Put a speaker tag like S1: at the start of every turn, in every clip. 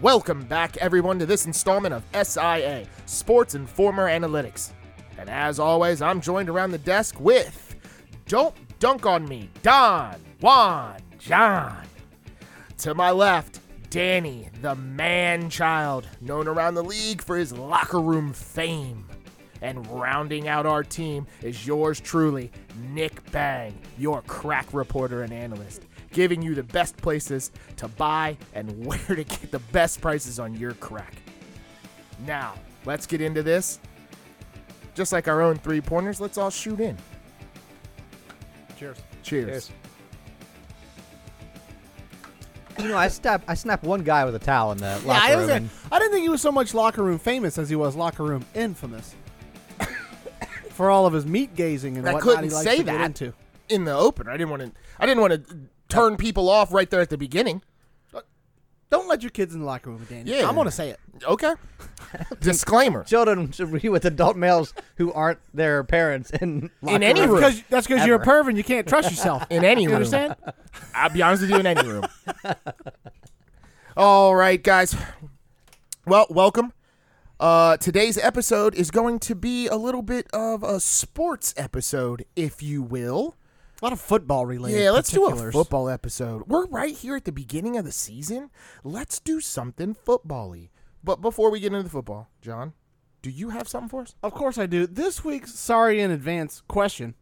S1: Welcome back, everyone, to this installment of SIA Sports Informer Analytics. And as always, I'm joined around the desk with Don't Dunk on Me, Don Juan John. To my left, Danny, the man child, known around the league for his locker room fame. And rounding out our team is yours truly, Nick Bang, your crack reporter and analyst, giving you the best places to buy and where to get the best prices on your crack. Now, let's get into this. Just like our own three pointers, let's all shoot in.
S2: Cheers.
S1: Cheers.
S3: You know, I snapped I snapped one guy with a towel in the locker
S2: I,
S3: room. and-
S2: I didn't think he was so much locker room famous as he was locker room infamous for all of his meat gazing and
S1: I
S2: whatnot
S1: couldn't
S2: he likes
S1: say
S2: to
S1: that.
S2: get into.
S1: In the opener, I didn't want to. I didn't want to turn people off right there at the beginning.
S2: Don't let your kids in the locker room, Danny.
S1: Yeah.
S2: I'm gonna say it.
S1: Okay. Disclaimer.
S3: Children should be with adult males who aren't their parents in locker
S1: any
S3: rooms.
S1: room.
S2: Because that's because you're a
S3: Ever.
S2: perv and you can't trust yourself.
S1: In any
S2: you
S1: room.
S2: understand?
S1: I'll be honest with you, in any room. All right, guys. Well, welcome. Uh, today's episode is going to be a little bit of a sports episode, if you will.
S2: A lot of football related.
S1: Yeah, let's do a
S2: particulars.
S1: football episode. We're right here at the beginning of the season. Let's do something football-y. But before we get into the football, John, do you have something for us?
S2: Of course I do. This week's sorry in advance question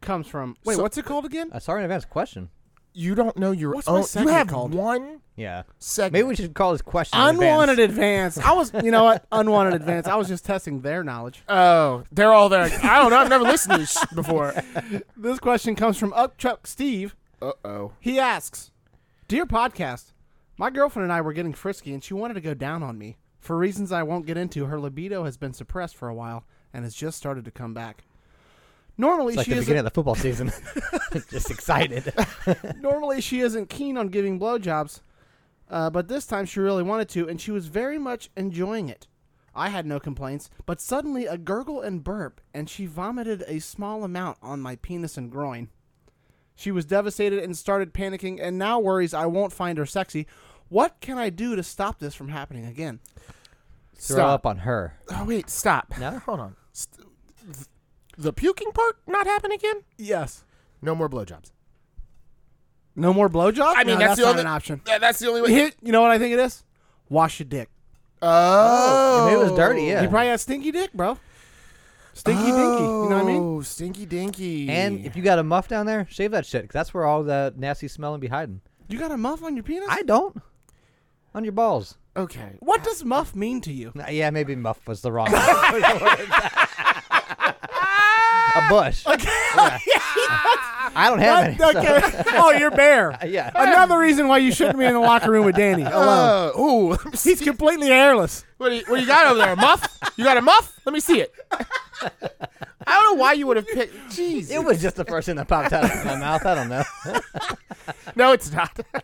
S2: comes from wait,
S1: So-
S2: what's it called again?
S3: Uh, sorry in advance. Question.
S1: You don't know your
S2: What's my
S1: own. You
S2: segment
S1: have
S2: called?
S1: one
S3: Yeah.
S1: segment.
S3: Maybe we should call this question. in advance.
S2: Unwanted advance. I was, you know what? Unwanted advance. I was just testing their knowledge.
S1: Oh, they're all there. I don't know. I've never listened to this sh- before.
S2: This question comes from Upchuck Steve.
S1: Uh oh.
S2: He asks, "Dear podcast, my girlfriend and I were getting frisky, and she wanted to go down on me for reasons I won't get into. Her libido has been suppressed for a while and has just started to come back. Normally,
S3: It's like
S2: she
S3: the
S2: isn't,
S3: beginning of the football season. Just excited.
S2: normally she isn't keen on giving blowjobs, uh, but this time she really wanted to, and she was very much enjoying it. I had no complaints, but suddenly a gurgle and burp, and she vomited a small amount on my penis and groin. She was devastated and started panicking, and now worries I won't find her sexy. What can I do to stop this from happening again?
S3: Throw
S1: Stop.
S3: up on her.
S1: Oh wait, stop.
S3: No?
S1: Hold on. St- th- the puking part not happen again?
S2: Yes.
S1: No more blowjobs.
S2: No more blowjobs?
S1: I mean,
S2: No,
S1: that's, the
S2: not
S1: only
S2: an option.
S1: Tha- that's the only way.
S2: Here- you know what I think it is? Wash your dick.
S1: Oh,
S3: maybe it was dirty, yeah.
S2: You probably had stinky dick, bro. Stinky dinky. You know what I mean?
S1: Oh, stinky dinky.
S3: And if you got a muff down there, shave that shit, 'cause that's where all the nasty smelling be hiding.
S2: You got a muff on your penis?
S3: I don't. On your balls.
S1: okay,
S2: what does muff mean to you?
S3: Nah, Yeah, maybe muff was the wrong. word. a bush. Yeah. I don't have any. so-
S2: okay. oh, you're bare.
S3: Yeah.
S2: Another reason why you shouldn't be in the locker room with Danny alone.
S1: uh, ooh, let me see.
S2: He's completely airless.
S1: What do, you, what do you got over there? A muff? You got a muff? Let me see it. I don't know why you would have picked. Jeez,
S3: It was just the first thing that popped out of my mouth. I don't know.
S1: no, it's not. Um,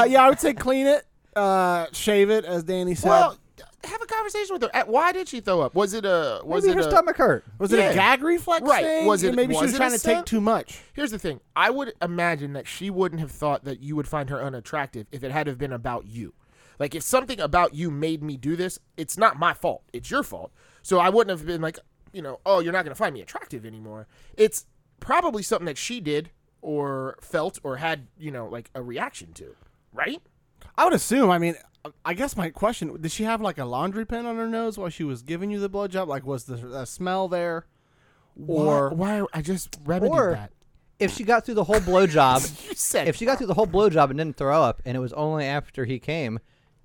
S2: Uh, yeah, I would say clean it, uh, shave it, as Danny said.
S1: Well, have a conversation with her. Uh, Why did she throw up? Was it a? Was
S3: Maybe
S1: it
S3: her
S1: a,
S3: stomach hurt.
S2: was it
S1: yeah.
S2: a gag reflex
S1: Right.
S2: thing?
S1: Was it-
S2: Maybe she
S1: was
S2: was
S1: it a
S2: trying to
S1: sub?
S2: take too much.
S1: Here's the thing. I would imagine that she wouldn't have thought that you would find her unattractive if it had have been about you. Like if something about you made me do this, it's not my fault. It's your fault. So I wouldn't have been like, you know, oh, you're not going to find me attractive anymore. It's probably something that she did or felt or had, you know, like a reaction to, right?
S2: I would assume. I mean, I guess my question: Did she have like a laundry pin on her nose while she was giving you the blowjob? Like, was the uh, smell there? Or
S1: why, why I just remedied
S3: Or
S1: that.
S3: if she got through the whole blowjob,
S1: You said
S3: if she got through the whole blowjob and didn't throw up, and it was only after he came,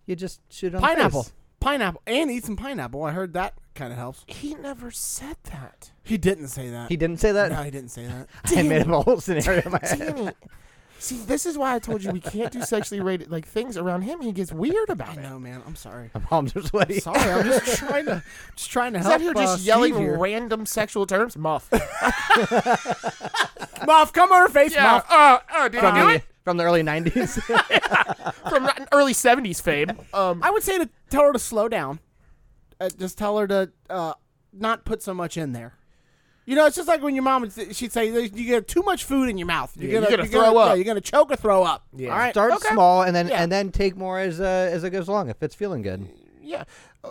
S3: you just shoot on the
S2: pineapple,
S3: face.
S2: pineapple, and eat some pineapple. I heard that kind of helps.
S1: he never said that.
S2: He didn't say that.
S3: He didn't say that.
S2: no, he didn't say that.
S3: I made up a whole scenario in my head.
S1: Danny, see, this is why I told you we can't do sexually rated like things around him. He gets weird
S2: I
S1: about it.
S2: know, man. I'm sorry.
S3: My palms are sweaty.
S2: Sorry, I'm just trying to, just trying to
S1: Is
S2: help.
S1: out here
S2: uh,
S1: just yelling
S2: Steve here.
S1: random sexual terms? Muff.
S2: Muff, come on her face,
S1: yeah.
S2: Muff.
S1: Uh, uh, did
S3: From
S1: I do it?
S3: the, from the early 90s.
S1: From early 70s fame. Um,
S2: I would say to tell her to slow down. Uh, just tell her to uh, not put so much in there. You know, it's just like when your mom would say- she'd say, "You get too much food in your mouth. You're
S1: Yeah,
S2: gonna,
S1: you're gonna throw
S2: yeah,
S1: up."
S2: you're gonna choke or throw up."
S1: Yeah.
S2: All right.
S3: Start
S2: okay.
S3: small and then
S2: Yeah.
S3: and then take more as uh, as it goes along if it's feeling good.
S1: Yeah. Uh,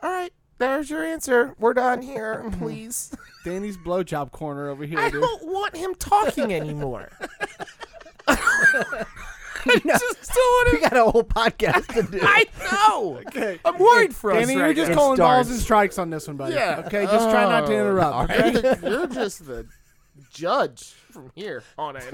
S1: all right. There's your answer. We're done here. Please.
S2: Danny's blowjob corner over here,
S1: I
S2: dude.
S1: don't want him talking anymore. I just don't want
S3: We
S1: him.
S3: got a whole podcast to do.
S1: I know.
S2: Okay.
S1: I'm worried for us.
S2: Danny, you're
S1: right
S2: just
S1: now.
S2: calling
S3: starts.
S2: balls and strikes on this one, buddy.
S1: Yeah.
S2: Okay, just try not to
S1: Oh,
S2: interrupt. okay?
S1: You're just the judge from here on in.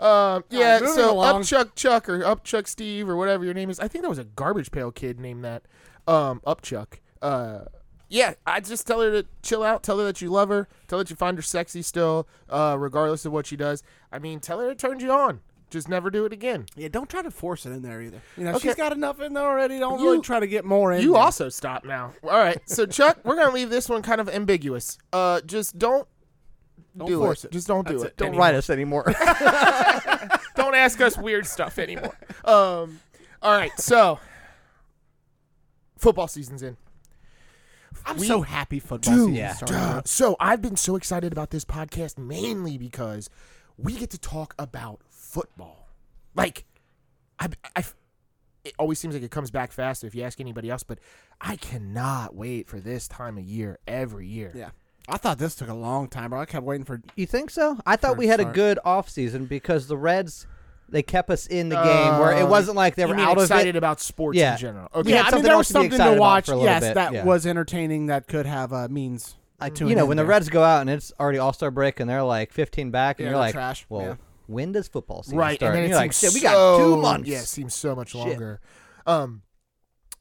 S1: Um, yeah,
S2: moving
S1: so
S2: along.
S1: Upchuck Chuck or Upchuck Steve or whatever your name is. I think that was a garbage pail kid named that. Um, Upchuck. Uh, yeah, I just tell her to chill out. Tell her that you love her. Tell her that you find her sexy still, uh, regardless of what she does. I mean, tell her it turned you on. Just never do it again.
S2: Yeah, don't try to force it in there either. You know,
S1: Okay.
S2: she's got enough in there already. Don't
S1: You-
S2: really try to get more in.
S1: You
S2: there.
S1: also stop now. All right, so Chuck, we're gonna leave this one kind of ambiguous. Uh, just don't
S2: Don't
S1: do
S2: force it.
S1: Just don't do
S2: That's
S1: it.
S2: it.
S3: Don't
S1: anymore.
S3: write us anymore.
S1: don't ask us weird stuff anymore. Um, all right, so football season's in.
S2: I'm
S1: We
S2: so happy football season
S3: Yeah.
S2: started.
S1: Uh, so I've been so excited about this podcast mainly because we get to talk about football. Like, I, I, it always seems like it comes back fast if you ask anybody else, but I cannot wait for this time of year every year.
S2: Yeah. I thought this took a long time, bro. I kept waiting for.
S3: You think so? I thought we had a
S2: start.
S3: good off season because the Reds they kept us in the game where
S2: Oh,
S3: it wasn't like they
S1: Um, You
S3: were
S1: mean
S3: out
S1: excited
S3: of it.
S1: about sports
S3: Yeah.
S1: in general. Okay.
S3: had
S2: yeah, I mean
S3: something
S2: there was
S3: else to be
S2: something
S3: excited
S2: to
S3: about
S2: watch.
S3: for a little
S2: Yes,
S3: bit,
S2: that
S3: yeah.
S2: was entertaining. That could have uh, means.
S3: I,
S2: tune
S3: you know,
S2: in
S3: when the
S2: there.
S3: Reds go out and it's already All Star break and they're like 15 back and
S2: Yeah,
S3: you're
S2: they're
S3: like,
S2: trash,
S3: well,
S2: yeah.
S3: when does football season
S1: right,
S3: start?
S1: and then it
S3: you're like,
S1: seems
S3: shit, we got two
S1: so-
S3: months.
S1: Yeah, it seems so much longer. Um,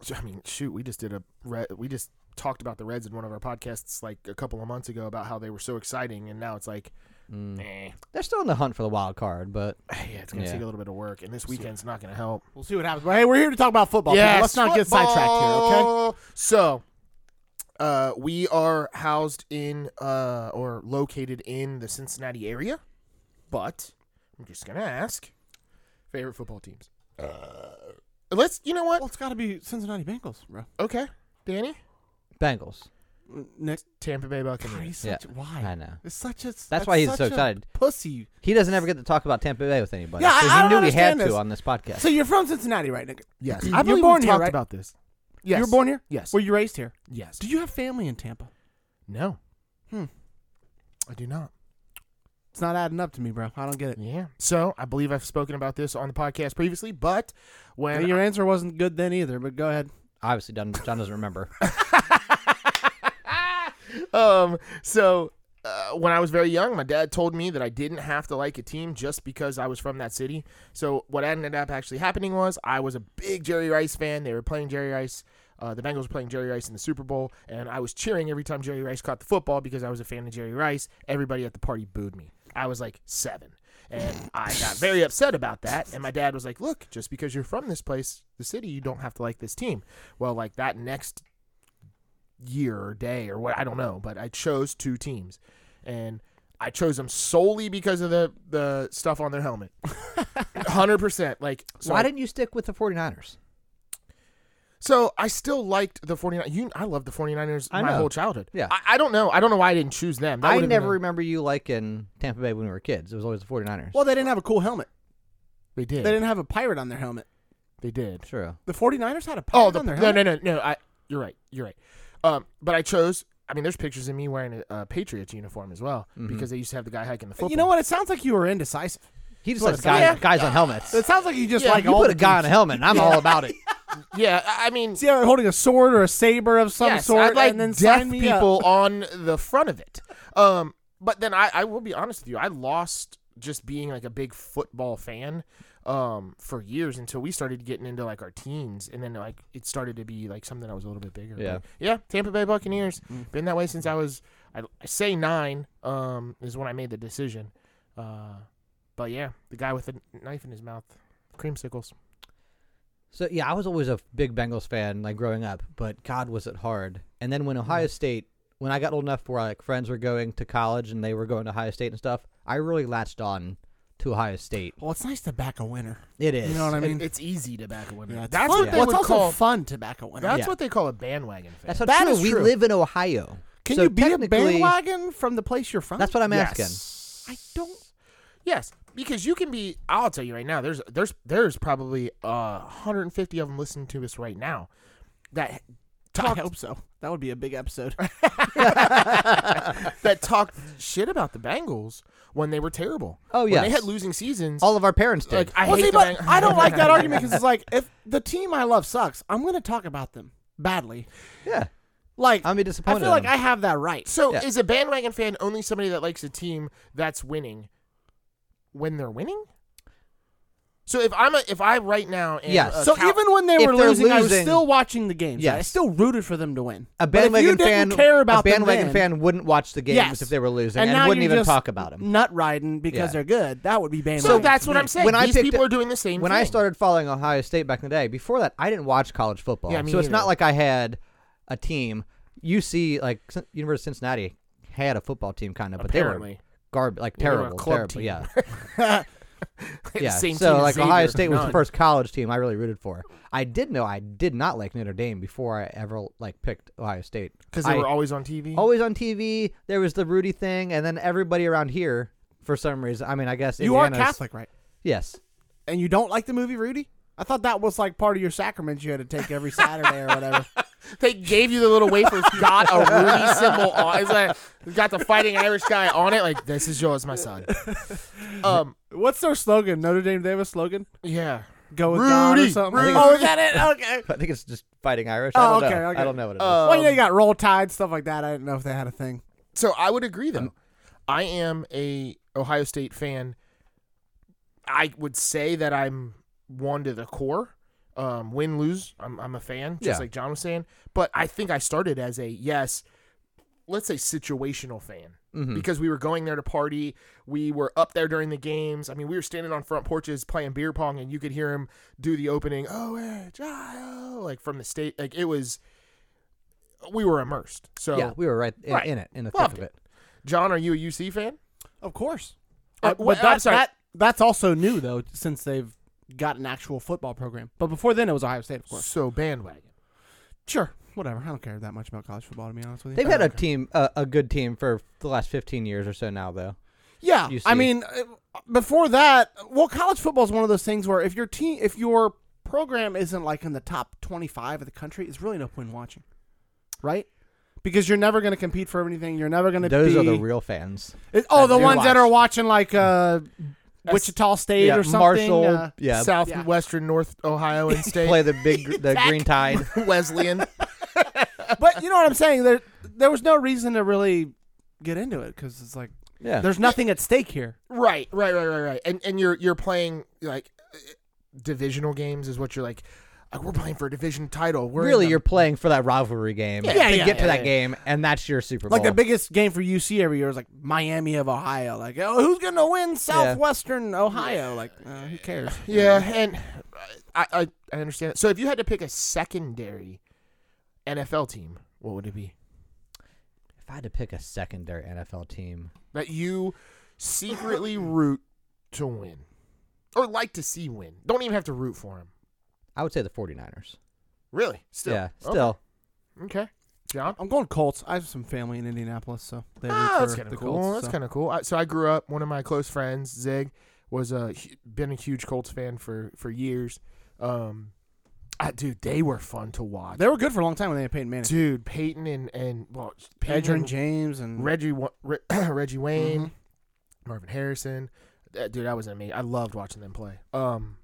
S1: so, I mean, shoot, we just did a re- we just talked about the Reds in one of our podcasts like a couple of months ago about how they were so exciting, and now it's like, eh,
S3: They're still in the hunt for the wild card, but
S1: yeah, it's gonna
S3: Yeah.
S1: take a little bit of work, and this weekend's not gonna help.
S2: We'll see what happens. But hey, we're here to talk about football. people. let's not get sidetracked here. Okay.
S1: okay? So, uh, we are housed in uh, or located in the Cincinnati area, but I'm just gonna ask favorite football teams. Uh, let's, you know
S2: Well,
S1: what?
S2: it's got to be Cincinnati Bengals, bro.
S1: Okay, Danny,
S3: Bengals.
S2: Nick,
S1: Tampa Bay Buccaneers.
S2: he's
S3: Yeah,
S2: such, why?
S3: I know.
S2: It's such a. That's,
S3: why he's so
S2: such a
S3: excited.
S2: Pussy.
S3: He doesn't ever get to talk about Tampa Bay with anybody.
S2: Yeah, I-
S3: so he
S2: I don't
S3: knew he had
S2: understand this.
S3: to on this podcast.
S2: So you're from Cincinnati, right, Nick?
S1: Yes,
S2: You're
S1: I believe
S2: born
S1: we
S2: here,
S1: talked
S2: right?
S1: about this. Yes,
S2: You were born here.
S1: Yes,
S2: Were you raised here?
S1: yes.
S2: Do you have family in Tampa?
S1: no?
S2: Hmm.
S1: I do not.
S2: It's not adding up to me, bro. I don't get it.
S1: Yeah. So I believe I've spoken about this on the podcast previously, but when
S2: And your answer wasn't good then either. But go ahead.
S3: Obviously, John, John doesn't remember.
S1: um, so uh, when I was very young, my dad told me that I didn't have to like a team just because I was from that city. So what ended up actually happening was I was a big Jerry Rice fan. They were playing Jerry Rice. Uh, the Bengals were playing Jerry Rice in the Super Bowl, and I was cheering every time Jerry Rice caught the football because I was a fan of Jerry Rice. Everybody at the party booed me. I was like seven, and I got very upset about that. And my dad was like, "Look, just because you're from this place, the city, you don't have to like this team." Well, like that next year or day or what I don't know, but I chose two teams, and I chose them solely because of the the stuff on their helmet. Hundred percent. Like so,
S3: Why
S1: I,
S3: didn't you stick with the 49ers?
S1: so I still liked the 49 You, I loved the 49ers
S3: I
S1: my
S3: know.
S1: whole childhood.
S3: Yeah.
S1: I, I don't know. I don't know why I didn't choose them. That
S3: I
S1: would've been
S3: never
S1: a-
S3: remember you liking Tampa Bay when we were kids. It was always the 49ers.
S2: Well, they didn't have a cool helmet.
S1: they did.
S2: They didn't have a pirate on their helmet.
S1: they did.
S3: True.
S2: The 49ers had a pirate
S1: Oh, the,
S2: on their
S1: no,
S2: helmet.
S1: no, no, no. I, you're right. You're right. Um, but I chose. I mean, there's pictures of me wearing a, a Patriots uniform as well because they used to have the guy hiking the football.
S2: You know what? It sounds like you were indecisive.
S3: He just
S2: Well,
S3: likes
S2: it's-
S3: guys,
S2: yeah.
S3: guys on helmets.
S2: It sounds like you just
S1: Yeah,
S2: like
S3: you
S2: all
S3: put a
S2: the
S3: guy on
S2: dudes.
S3: a helmet, and I'm all about it.
S1: Yeah, I I mean,
S2: See, I'm holding a sword or a saber of some
S1: yes,
S2: sort,
S1: I'd like
S2: and then
S1: deaf
S2: sign me
S1: people
S2: up.
S1: on the front of it. Um, but then I, I will be honest with you, I lost just being like a big football fan um for years until we started getting into like our teens and then like it started to be like something that was a little bit bigger
S3: Yeah.
S1: But, yeah tampa bay buccaneers been that way since i was I, I say nine um is when i made the decision uh but yeah the guy with the knife in his mouth creamsicles
S3: So yeah, I was always a big Bengals fan, like growing up. But God, was it hard? And then when
S2: Mm.
S3: Ohio State, when I got old enough where like friends were going to college and they were going to Ohio State and stuff, I really latched on to Ohio State.
S2: Well, it's nice to back a winner.
S3: It is.
S2: You know what I mean?
S1: it's easy to back a winner
S2: Yeah, it's
S1: that's
S2: fun.
S1: what they
S2: Well, it's
S1: would
S2: also
S1: call
S2: fun to back a winner.
S1: that's
S3: Yeah.
S1: what they call a bandwagon fan
S3: That's not
S2: That
S3: true.
S2: is
S3: We
S2: true.
S3: live in Ohio.
S2: Can
S3: So
S2: you beat a
S3: technically-
S2: bandwagon from the place you're from?
S3: That's what I'm asking.
S1: yes.
S2: I don't.
S1: Yes, because you can be. I'll tell you right now. There's there's there's probably uh 150 of them listening to us right now. That
S2: I
S1: talked
S2: hope so. That would be a big episode.
S1: that talked shit about the Bengals when they were terrible.
S3: Oh,
S1: yeah,
S3: yes.
S1: they had losing seasons.
S3: All of our parents did.
S1: like I
S2: well,
S1: hate
S2: see,
S1: the
S2: but
S1: Beng-
S2: I don't like that argument because it's like if the team I love sucks, I'm going to talk about them badly.
S3: yeah.
S2: Like
S3: I'll be disappointed
S2: I feel
S3: in
S2: like
S3: them.
S2: I have that right.
S1: So
S3: Yeah.
S1: is a bandwagon fan only somebody that likes a team that's winning when they're winning? So if I'm a if I right now am
S3: Yes.
S1: a
S2: So
S1: Cow-
S2: even when they
S3: if
S2: were
S3: they're
S2: losing, I was
S3: losing-
S2: still watching the games. I
S3: Yes.
S2: still rooted for them to win.
S3: A
S2: But if you
S3: bandwagon fan
S2: didn't care about
S3: a bandwagon
S2: them then,
S3: fan wouldn't watch the games
S2: Yes.
S3: if they were losing
S2: and,
S3: and,
S2: now
S3: wouldn't
S2: you're
S3: even
S2: just
S3: talk about them.
S2: Nut riding because
S3: Yeah.
S2: they're good. That would be bandwagon.
S1: so that's
S2: to
S1: what
S2: me.
S1: I'm saying.
S3: When I
S1: These
S3: picked
S1: people
S3: up-
S1: are doing the same
S3: When
S1: thing.
S3: I started following Ohio State back in the day, before that I didn't watch college football.
S1: Yeah, me
S3: so it's
S1: neither.
S3: not like I had a team. UC like Cin- University of Cincinnati had a football team kind of, but they
S1: Apparently.
S3: were garbage, like
S1: they were a
S3: terrible,
S1: club
S3: terrible.
S1: team.
S3: Yeah.
S1: The
S3: yeah.
S1: same
S3: so
S1: team as
S3: like Ohio
S1: Xavier.
S3: State was the
S1: None.
S3: first college team I really rooted for. I did know I did not like Notre Dame before I ever like picked Ohio State
S1: because they
S3: I- Oh,
S1: were always on TV.
S3: always on TV. There was the Rudy thing, and then everybody around here, for some reason, I mean, I guess
S2: you are
S3: Indiana's-
S2: Catholic, right?
S3: Yes,
S2: And you don't like the movie Rudy? I thought that was like part of your sacrament you had to take every Saturday or whatever.
S1: They gave you the little wafers, got a Rudy symbol on. It's like got the fighting Irish guy on it. Like this is yours, my son. Um,
S2: What's their slogan? Notre Dame. They have a slogan.
S1: yeah.
S2: Go with God or
S1: Rudy,
S2: something.
S1: Rudy.
S2: Oh, is that it? Okay.
S3: I think it's just fighting Irish.
S2: Oh,
S3: I don't
S2: okay,
S3: know.
S2: okay.
S3: I don't know what it is.
S1: Uh,
S2: well, yeah,
S3: Um,
S2: you got roll tide stuff like that. I didn't know if they had a thing.
S1: So I would agree though. I am a Ohio State fan. I would say that I'm one to the core. Um, win lose, I'm I'm a fan, just
S3: Yeah.
S1: like John was saying. But I think I started as a yes, let's say situational fan.
S3: Mm-hmm.
S1: Because we were going there to party, we were up there during the games. I mean, we were standing on front porches playing beer pong, and you could hear him do the opening, "Oh, eh, Ohio," like from the state. Like it was, we were immersed. So
S3: yeah, we were right in,
S1: Oh. Right.
S3: in it, in the
S1: Loved
S3: thick of it.
S1: John, are you a UC fan?
S2: Of course.
S1: Uh,
S2: Uh,
S1: well,
S2: but
S1: I'm
S2: that,
S1: sorry.
S2: that that's also new though, since they've got an actual football program. But before then, it was Ohio State, of course.
S1: So bandwagon.
S2: Sure, whatever. I don't care that much about college football, to be honest with you.
S3: They've had a team, uh, a good team for the last 15 years or so now, though.
S2: yeah.
S3: you
S2: I
S3: see.
S2: mean, uh, before that, well, college football is one of those things where if your team, if your program isn't like in the top twenty-five of the country, it's really no point in watching, right? Because you're never going to compete for anything. You're never going to.
S3: Those
S2: be,
S3: are the real fans.
S2: It- oh,
S1: that
S2: the
S1: do
S2: ones
S1: watch.
S2: that are watching like uh, Wichita State
S3: yeah,
S2: or something.
S3: Marshall.
S2: uh,
S3: yeah,
S1: Southwestern North Ohioan State.
S3: play the big, the green tide.
S1: Wesleyan.
S2: but you know what I'm saying? There, there was no reason to really get into it because it's like
S3: Yeah,
S2: there's nothing at stake here.
S1: right, right, right, right, right. And and you're you're playing like uh, divisional games is what you're like. uh, We're playing for a division title. We're in
S3: really,
S1: the-
S3: you're playing for that rivalry game.
S1: Yeah,
S3: to
S2: yeah,
S3: get
S1: yeah,
S3: to that
S1: yeah.
S3: game, and that's your Super Bowl.
S2: Like the biggest game for UC every year is like Miami of Ohio. Like, oh, who's gonna win Southwestern Ohio? Like, uh, who cares?
S1: yeah, and I, I I understand. that. So if you had to pick a secondary NFL team, what would it be
S3: If I had to pick a secondary NFL team,
S1: that you secretly root to win or like to see win? Don't even have to root for him.
S3: I would say the 49ers.
S1: Really? Still.
S3: Yeah,
S1: Okay.
S3: still.
S1: Okay. John.
S2: I'm going Colts. I have some family in Indianapolis, so they
S3: Ah,
S2: root
S1: Oh, that's
S2: for
S1: kind
S2: the
S1: of cool.
S2: Colts.
S1: that's
S2: so.
S1: kind of cool. I, so I grew up. One of my close friends, Zig, was a hu- been a huge Colts fan for for years. Um, I, dude, they were fun to watch.
S2: They were good for a long time when they had Peyton Manning,
S1: Dude, Peyton and and well, Peyton
S2: Adrian
S1: and
S2: James, and
S1: Reggie Wa- Re- Reggie Wayne,
S2: Mhm.
S1: Marvin Harrison. That- dude, that was amazing. I loved watching them play. Um,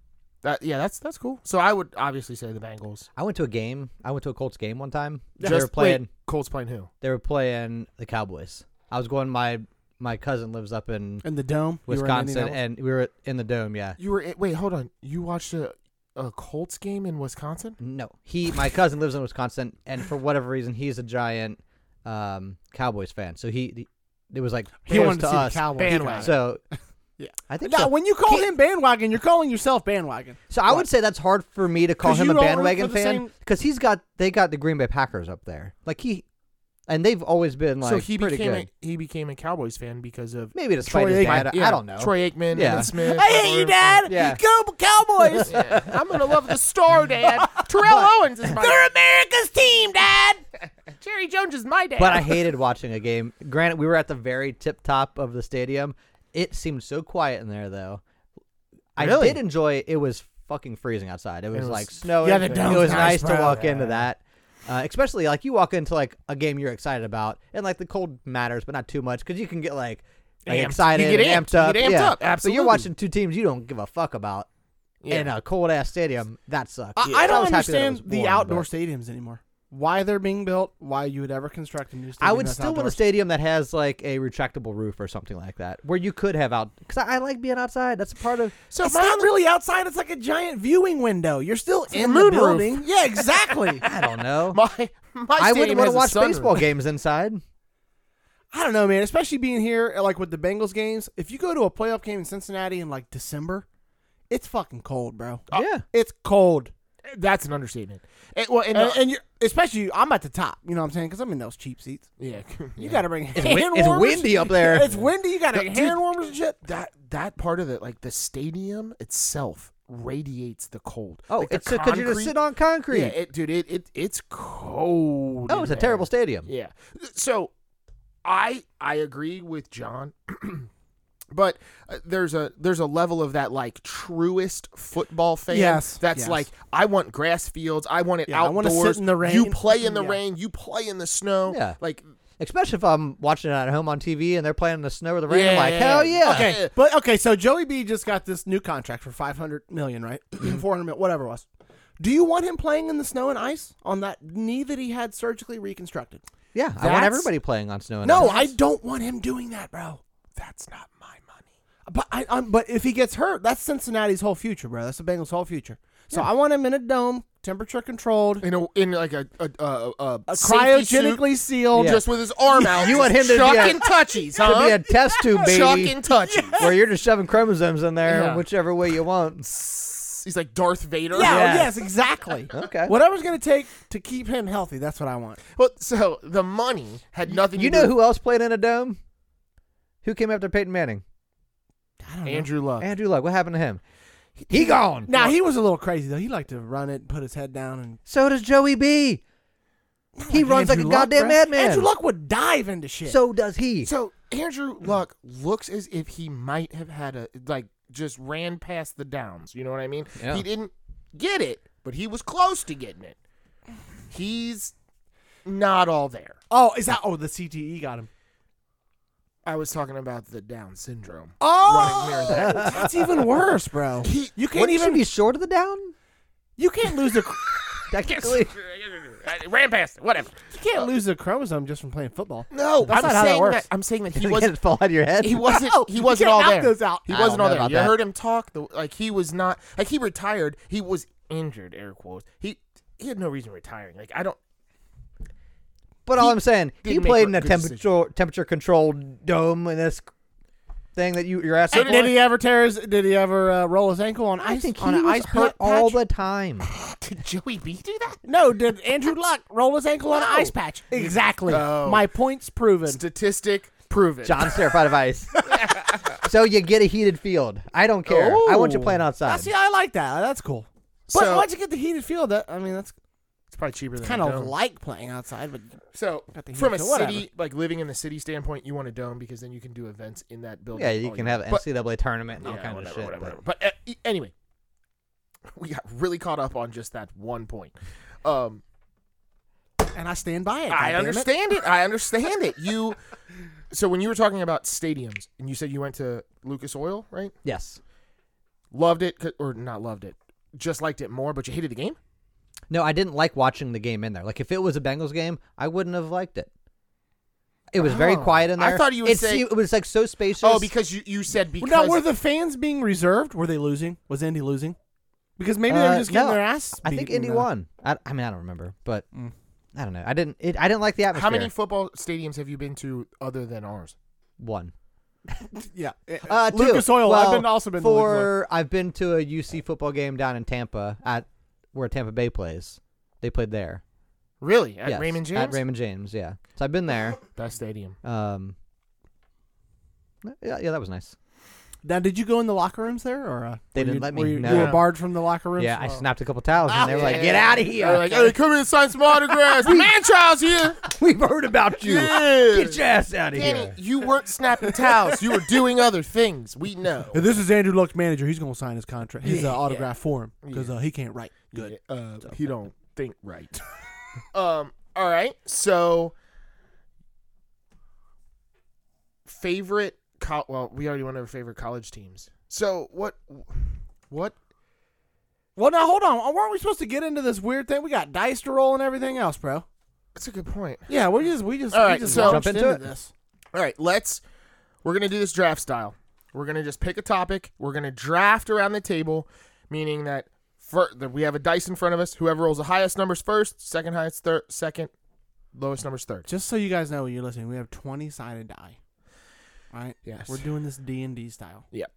S1: that yeah, that's that's cool. So I would obviously say the Bengals.
S3: I went to a game. I went to a Colts game one time. they were
S1: Just
S3: playing.
S1: wait, Colts playing who?
S3: They were playing the Cowboys. I was going. My my cousin lives up in
S2: and the Dome, You were in
S3: Wisconsin,
S2: Indianapolis?
S3: and we were in the dome. Yeah.
S1: You were eh, wait, hold on. You watched a a Colts game in Wisconsin?
S3: No, he. My cousin lives in Wisconsin, and for whatever reason, he's a giant um, Cowboys fan. So he, he- it was like
S2: He
S3: close
S2: wanted to,
S3: to,
S2: see
S3: us.
S2: the Cowboys.
S1: Bandwagon.
S3: So
S2: Yeah.
S3: I think
S2: Now,
S3: so.
S2: when you call him bandwagon, you're calling yourself bandwagon.
S3: So I would say that's hard for me to call
S2: 'Cause
S3: him
S2: you
S3: a
S2: don't root
S3: bandwagon
S2: for the
S3: fan
S2: same-
S3: because he's got they got the Green Bay Packers up there. Like he, and they've always been like
S1: so he
S3: pretty
S1: became
S3: good.
S1: a, he became a Cowboys fan because of
S3: Maybe despite
S2: Troy
S3: his dad,
S1: Mike-
S3: I-
S1: yeah,
S3: I don't know.
S1: Troy Aikman,
S3: Yeah.
S1: Emmitt Smith.
S2: I hate you,
S1: or-
S2: Dad.
S3: Yeah.
S2: Go Cowboys.
S1: Yeah. I'm gonna love the star, Dad. Terrell Owens is my
S2: America's team, Dad.
S1: Jerry Jones is my dad.
S3: But I hated watching a game. Granted, we were at the very tip top of the stadium. It seemed so quiet in there, though. I
S1: Really?
S3: did enjoy. It was fucking freezing outside. It was,
S1: was-
S3: like snowing.
S2: Yeah, the
S3: it
S2: dome's
S3: was nice,
S2: nice,
S3: to
S2: bro.
S3: walk into that, uh, especially like you walk into like a game you're excited about, and like the cold matters, but not too much because you can get like, like
S1: Amped. You
S3: excited,
S1: get
S3: and
S1: amped.
S3: amped
S1: You
S3: up.
S1: get amped
S3: yeah.
S1: up,
S3: So you're
S1: absolutely.
S3: watching two teams you don't give a fuck about
S1: Yeah.
S3: in a cold ass stadium. That sucks.
S2: I, I don't
S3: was happy that it
S2: understand
S3: was
S2: the
S3: warm,
S2: outdoor
S3: but-
S2: stadiums anymore. Why they're being built? Why you would ever construct a new stadium?
S3: I would
S2: that's
S3: still want a
S2: outdoors.
S3: stadium that has like a retractable roof or something like that, where you could have out. Because I, I like being outside. That's a part of.
S1: so
S2: It's
S1: my
S2: not really outside. It's like a giant viewing window. You're still in
S1: moon
S2: the
S1: roof.
S2: building. Yeah, exactly.
S3: I don't know.
S1: my my
S3: I
S1: stadium
S3: wouldn't want to watch
S1: has a sunroom.
S3: baseball games inside.
S2: I don't know, man. Especially being here, like with the Bengals games. If you go to a playoff game in Cincinnati in like December, it's fucking cold, bro.
S3: yeah,
S2: It's cold,
S1: That's an understatement. It- well,
S3: Eh,
S1: and,
S2: and,
S1: uh,
S2: and you're, especially I'm at the top. You know what I'm saying? Because I'm in those cheap seats.
S1: yeah,
S2: You
S1: yeah.
S2: got to bring hand
S3: win- it's
S2: warmers.
S3: windy up there.
S2: it's windy. You got to
S1: Dude,
S2: hand warmers and shit.
S1: that that part of it, like the stadium itself, radiates the cold.
S3: Oh,
S1: Like, the
S3: it's because you're just
S1: concrete-
S3: sitting on concrete.
S1: Yeah, it, dude, it, it it's cold.
S3: oh,
S1: in
S3: it's a
S1: there.
S3: terrible stadium.
S1: Yeah. So I I agree with John. But uh, there's a there's a level of that like truest football fan
S2: Yes,
S1: that's
S2: yes.
S1: like I want grass fields I want it
S2: Yeah, I wanna
S1: outdoors
S2: sit in the rain.
S1: you play in the
S2: Yeah.
S1: rain you play in the snow
S3: Yeah.
S1: like
S3: Especially if I'm watching it at home on TV and they're playing in the snow or the rain.
S1: Yeah,
S3: I'm like,
S1: yeah,
S3: hell
S1: yeah.
S3: yeah.
S1: Yeah.
S2: Okay, but okay. So Joey B just got this new contract for 500 million, right? 400 million, whatever it was. Do you want him playing in the snow and ice on that knee that he had surgically reconstructed?
S3: Yeah, I
S1: That's-
S3: want everybody playing on snow. And
S2: No,
S3: ice.
S2: I don't want him doing that, bro.
S1: that's not my money
S2: But I, i but if he gets hurt, that's Cincinnati's whole future, bro. That's the Bengals' whole future. So I want him in a dome, temperature controlled,
S1: in a in like a a, a, a,
S2: a
S1: safety suit,
S2: cryogenically sealed.
S3: Yeah.
S1: just with his arm out
S3: You want him to be a-
S1: chucking touchies
S3: Could be
S1: huh
S3: a test tube, baby,
S1: chucking touchies
S3: where you're just shoving chromosomes in there,
S1: Yeah.
S3: whichever way you want.
S1: he's like Darth Vader
S2: Yeah,
S3: Yes.
S2: yes, exactly.
S3: Okay.
S2: Whatever's gonna take to keep him healthy, that's what I want.
S1: well so the money had nothing
S3: You
S1: to
S3: know
S1: do
S3: who else played in a dome? Who came after Peyton Manning?
S2: I don't
S1: with
S2: know.
S1: Andrew Luck
S3: Andrew Luck. What happened to him? He gone.
S2: Now he was a little crazy though. He liked to run it, put his head down, and
S3: So does Joey B. He runs like a
S2: Andrew Luck,
S3: goddamn
S2: bruh.
S3: madman.
S2: Andrew Luck would dive into shit.
S3: So does he.
S1: So Andrew Luck looks as if he might have had a like just ran past the downs. You know what I mean?
S3: Yeah.
S1: He didn't get it, but he was close to getting it. He's not all there.
S2: oh, is that? Oh, the CTE got him.
S1: I was talking about the Down syndrome.
S2: Oh, that's even worse, bro.
S1: He-
S2: you can't
S3: Wouldn't
S2: even.
S3: you be short of the down?
S2: you can't lose a.
S3: Technically.
S1: ran past it. Whatever.
S2: You can't lose a chromosome just from playing football.
S1: No,
S2: That's
S1: I'm
S2: not how that
S1: saying
S2: works.
S1: I'm saying that he
S3: Did it
S1: wasn't.
S3: fall out of your head?
S1: He wasn't.
S2: No,
S1: he
S2: you
S1: wasn't
S2: can't
S1: all
S2: knock
S1: there.
S2: those out.
S1: He
S3: I don't
S1: wasn't all
S3: know
S1: there.
S3: about
S1: You
S3: that.
S1: heard him talk. The, like he was not. Like he retired. He was injured. Air quotes. He he had no reason retiring. Like I don't.
S3: but all I'm saying, he
S1: didn't make
S3: played in a
S1: good decision.
S3: temperature temperature controlled dome in this thing that you your ass.
S2: So did he ever tear his? Did he ever uh, roll his ankle on
S3: I
S2: ice?
S3: think he
S2: on an
S3: was
S2: ice
S3: hurt
S2: pat-
S3: all
S2: patch?
S3: the time.
S1: Did Joey B do that?
S2: No, did Andrew Luck roll his ankle on an
S1: No.
S2: ice patch? Exactly.
S1: No.
S2: My point's proven.
S1: Statistic proven.
S3: John's terrified of ice. so you get a heated field. I don't care. I want you
S2: Ooh.
S3: playing
S2: Oh. I
S3: outside.
S2: see. I like that. That's cool. But
S1: So-
S2: once you get the heated field, that I mean, that's
S1: it's probably cheaper than
S2: kind
S1: a
S2: of
S1: dome.
S2: like playing outside. But
S1: so
S2: Got the
S1: from a
S2: heat, so whatever.
S1: city like living in the city standpoint, you want a dome because then you can do events in that building.
S3: Yeah, you
S1: all
S3: can
S1: year.
S3: have an
S1: Oh, But-
S3: NCAA tournament and all
S1: yeah,
S3: kinds
S1: whatever,
S3: of shit.
S1: whatever,
S3: but-
S1: whatever. But uh, e- anyway, we got really caught up on just that one point. Um,
S2: and I stand by it.
S1: I
S2: goddammit.
S1: understand it. I understand it. You. So when you were talking about stadiums, and you said you went to Lucas Oil, right?
S3: Yes.
S1: Loved it, 'cause- or not loved it, just liked it more, but you hated the game.
S3: No, I didn't like watching the game in there. Like if it was a Bengals game, I wouldn't have liked it. It was very
S1: Oh.
S3: quiet in
S1: I
S3: there.
S1: thought you would
S3: it
S1: say-
S3: seemed- it was like so spacious.
S1: Oh, because you, you said because
S2: Now, were the fans being reserved? Were they losing? Was Indy losing? Because maybe they
S3: Uh,
S2: were just getting
S3: no.
S2: their ass.
S3: I think
S2: beaten,
S3: Indy
S2: uh,
S3: won. I, I mean, I don't remember, but I don't know. I didn't. It, I didn't like the atmosphere.
S1: Mm. how many football stadiums have you been to other than ours?
S3: One.
S2: Yeah,
S3: Uh, two.
S2: Lucas Oil.
S3: Well,
S2: I've been also been to Lucas Oil.
S3: for. I've been to a UC football game down in Tampa at where Tampa Bay plays. They played there.
S1: Really? At
S3: Yes,
S1: Raymond James?
S3: At Raymond James, yeah. So I've been there.
S1: Best stadium.
S3: Um, yeah, yeah, that was nice.
S2: Now, did you go in the locker rooms there, or uh,
S3: They
S2: were
S3: didn't
S2: you-
S3: let me,
S2: were You,
S3: no.
S2: you were barred from the locker rooms.
S3: Yeah, I
S2: Oh.
S3: snapped a couple towels, and they were like, "Get out of here!
S1: They're like, hey, come in and sign some autographs. Man child's here.
S3: We've heard about you.
S1: Yeah.
S3: Get your ass out of
S1: Danny,
S3: here."
S1: you weren't snapping towels. You were doing other things. We know.
S2: Hey, this is Andrew Luck's manager. He's gonna sign his contract, his
S1: Yeah,
S2: uh, autograph for him because
S1: Yeah.
S2: uh, he can't write. Good.
S1: Yeah, Uh, he don't think right. um. All right. So, favorite. Co- well, we already went over favorite college teams. So what? What?
S2: Well, now hold on. Weren't we supposed to get into this weird thing? We got dice to roll and everything else, bro.
S1: That's a good point.
S2: Yeah, we just we just
S1: All
S2: we
S1: right,
S2: just
S1: so-
S2: launched
S3: Jump into
S2: into,
S3: it.
S2: this.
S1: All right. Let's. We're gonna do this draft style. We're gonna just pick a topic. We're gonna draft around the table, meaning that. fir- that we have a dice in front of us. Whoever rolls the highest numbers first, second highest, third, second, lowest numbers third.
S2: Just so you guys know when you're listening, we have twenty sided die. All right.
S1: Yes.
S2: We're doing this D and D style.
S1: Yep.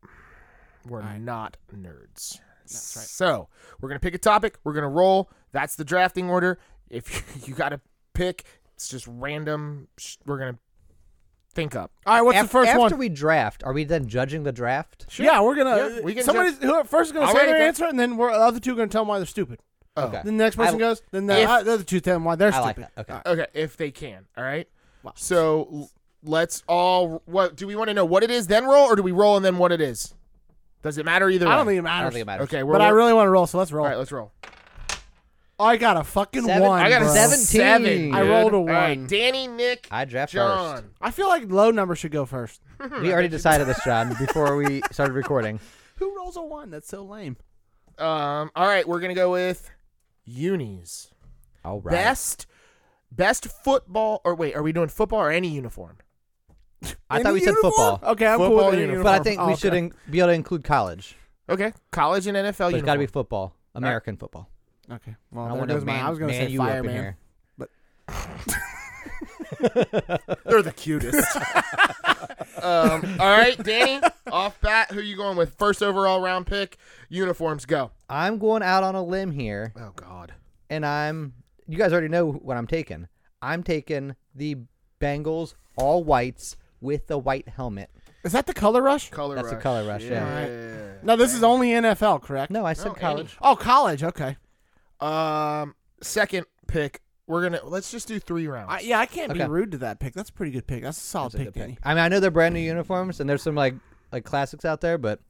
S1: We're
S2: All right.
S1: not nerds.
S2: That's right.
S1: So we're gonna pick a topic. We're gonna roll. That's the drafting order. If you gotta pick, it's just random. sh- We're gonna think up.
S2: All right. What's
S3: Af-
S2: the first
S3: after
S2: one?
S3: we draft, are we then judging the draft?
S2: Yeah, we're gonna.
S1: Yeah, we can
S2: somebody's who, first is gonna
S1: I'll
S2: say
S1: write it
S2: their
S1: down.
S2: answer, and then we're, the other two are gonna tell them why they're stupid.
S1: Oh.
S3: Okay.
S2: Then the next person
S3: I-
S2: goes. Then the,
S1: If-
S2: uh, the other two tell them why they're
S3: I like
S2: stupid.
S3: that. Okay.
S1: Okay, if they can. All right.
S2: Wow.
S1: So l- let's all. What do we want to know? What it is, then roll, or do we roll and then what it is? Does it matter either
S2: I
S1: way?
S2: don't think it
S3: I
S2: matters.
S3: don't think it matters.
S1: Okay, we're
S2: But I
S1: roll-
S2: really want to roll, so let's roll.
S1: All right, let's roll.
S2: I got a fucking
S3: Seven-
S2: one.
S1: I got a
S2: bro.
S3: seven. 17,
S1: seven.
S2: I rolled a
S1: dude. All right,
S2: one.
S1: Danny, Nick,
S3: I draft
S1: John.
S2: I feel like low number should go first.
S3: first. We already decided this, John, before we started recording.
S2: Who rolls a one? That's so lame.
S1: Um. All right, we're gonna go with unis.
S3: All right.
S1: Best, best football. Or wait, are we doing football or any uniform?
S3: I
S2: Any
S3: thought we said
S2: uniform?
S3: football,
S2: Okay, I'm
S1: Football
S2: cool with any
S1: uniform.
S3: but I
S2: uniform.
S3: think
S2: Oh,
S3: we
S2: okay.
S3: should in- be able to include college.
S1: Okay, college and NFL.
S3: But
S1: uniform.
S3: it's got to be football, American football.
S2: Okay.
S3: I don't
S2: Well, there
S3: want no
S2: goes my.
S3: man-
S2: I was gonna
S3: man
S2: say
S3: U up in
S2: fireman.
S3: here.
S1: They're the cutest. um. All right, Danny. Off bat, who you going with? First overall round pick. Uniforms go.
S3: I'm going out on a limb here,
S1: Oh God.
S3: and I'm. You guys already know what I'm taking. I'm taking the Bengals all whites with the white helmet.
S2: Is that the color rush?
S1: Color.
S3: That's a
S1: rush.
S3: color rush, yeah.
S2: No, this is only NFL, correct?
S3: No, I said
S1: No, any.
S3: college.
S2: Oh, college. Okay.
S1: Um. Second pick. We're gonna let's just do three rounds.
S2: I, yeah, I can't be
S3: Okay.
S2: rude to that pick. That's a pretty good pick. That's a solid
S3: That's a
S2: pick,
S3: good
S2: Danny.
S3: pick. I mean, I know they're brand new uniforms, and there's some like like classics out there, but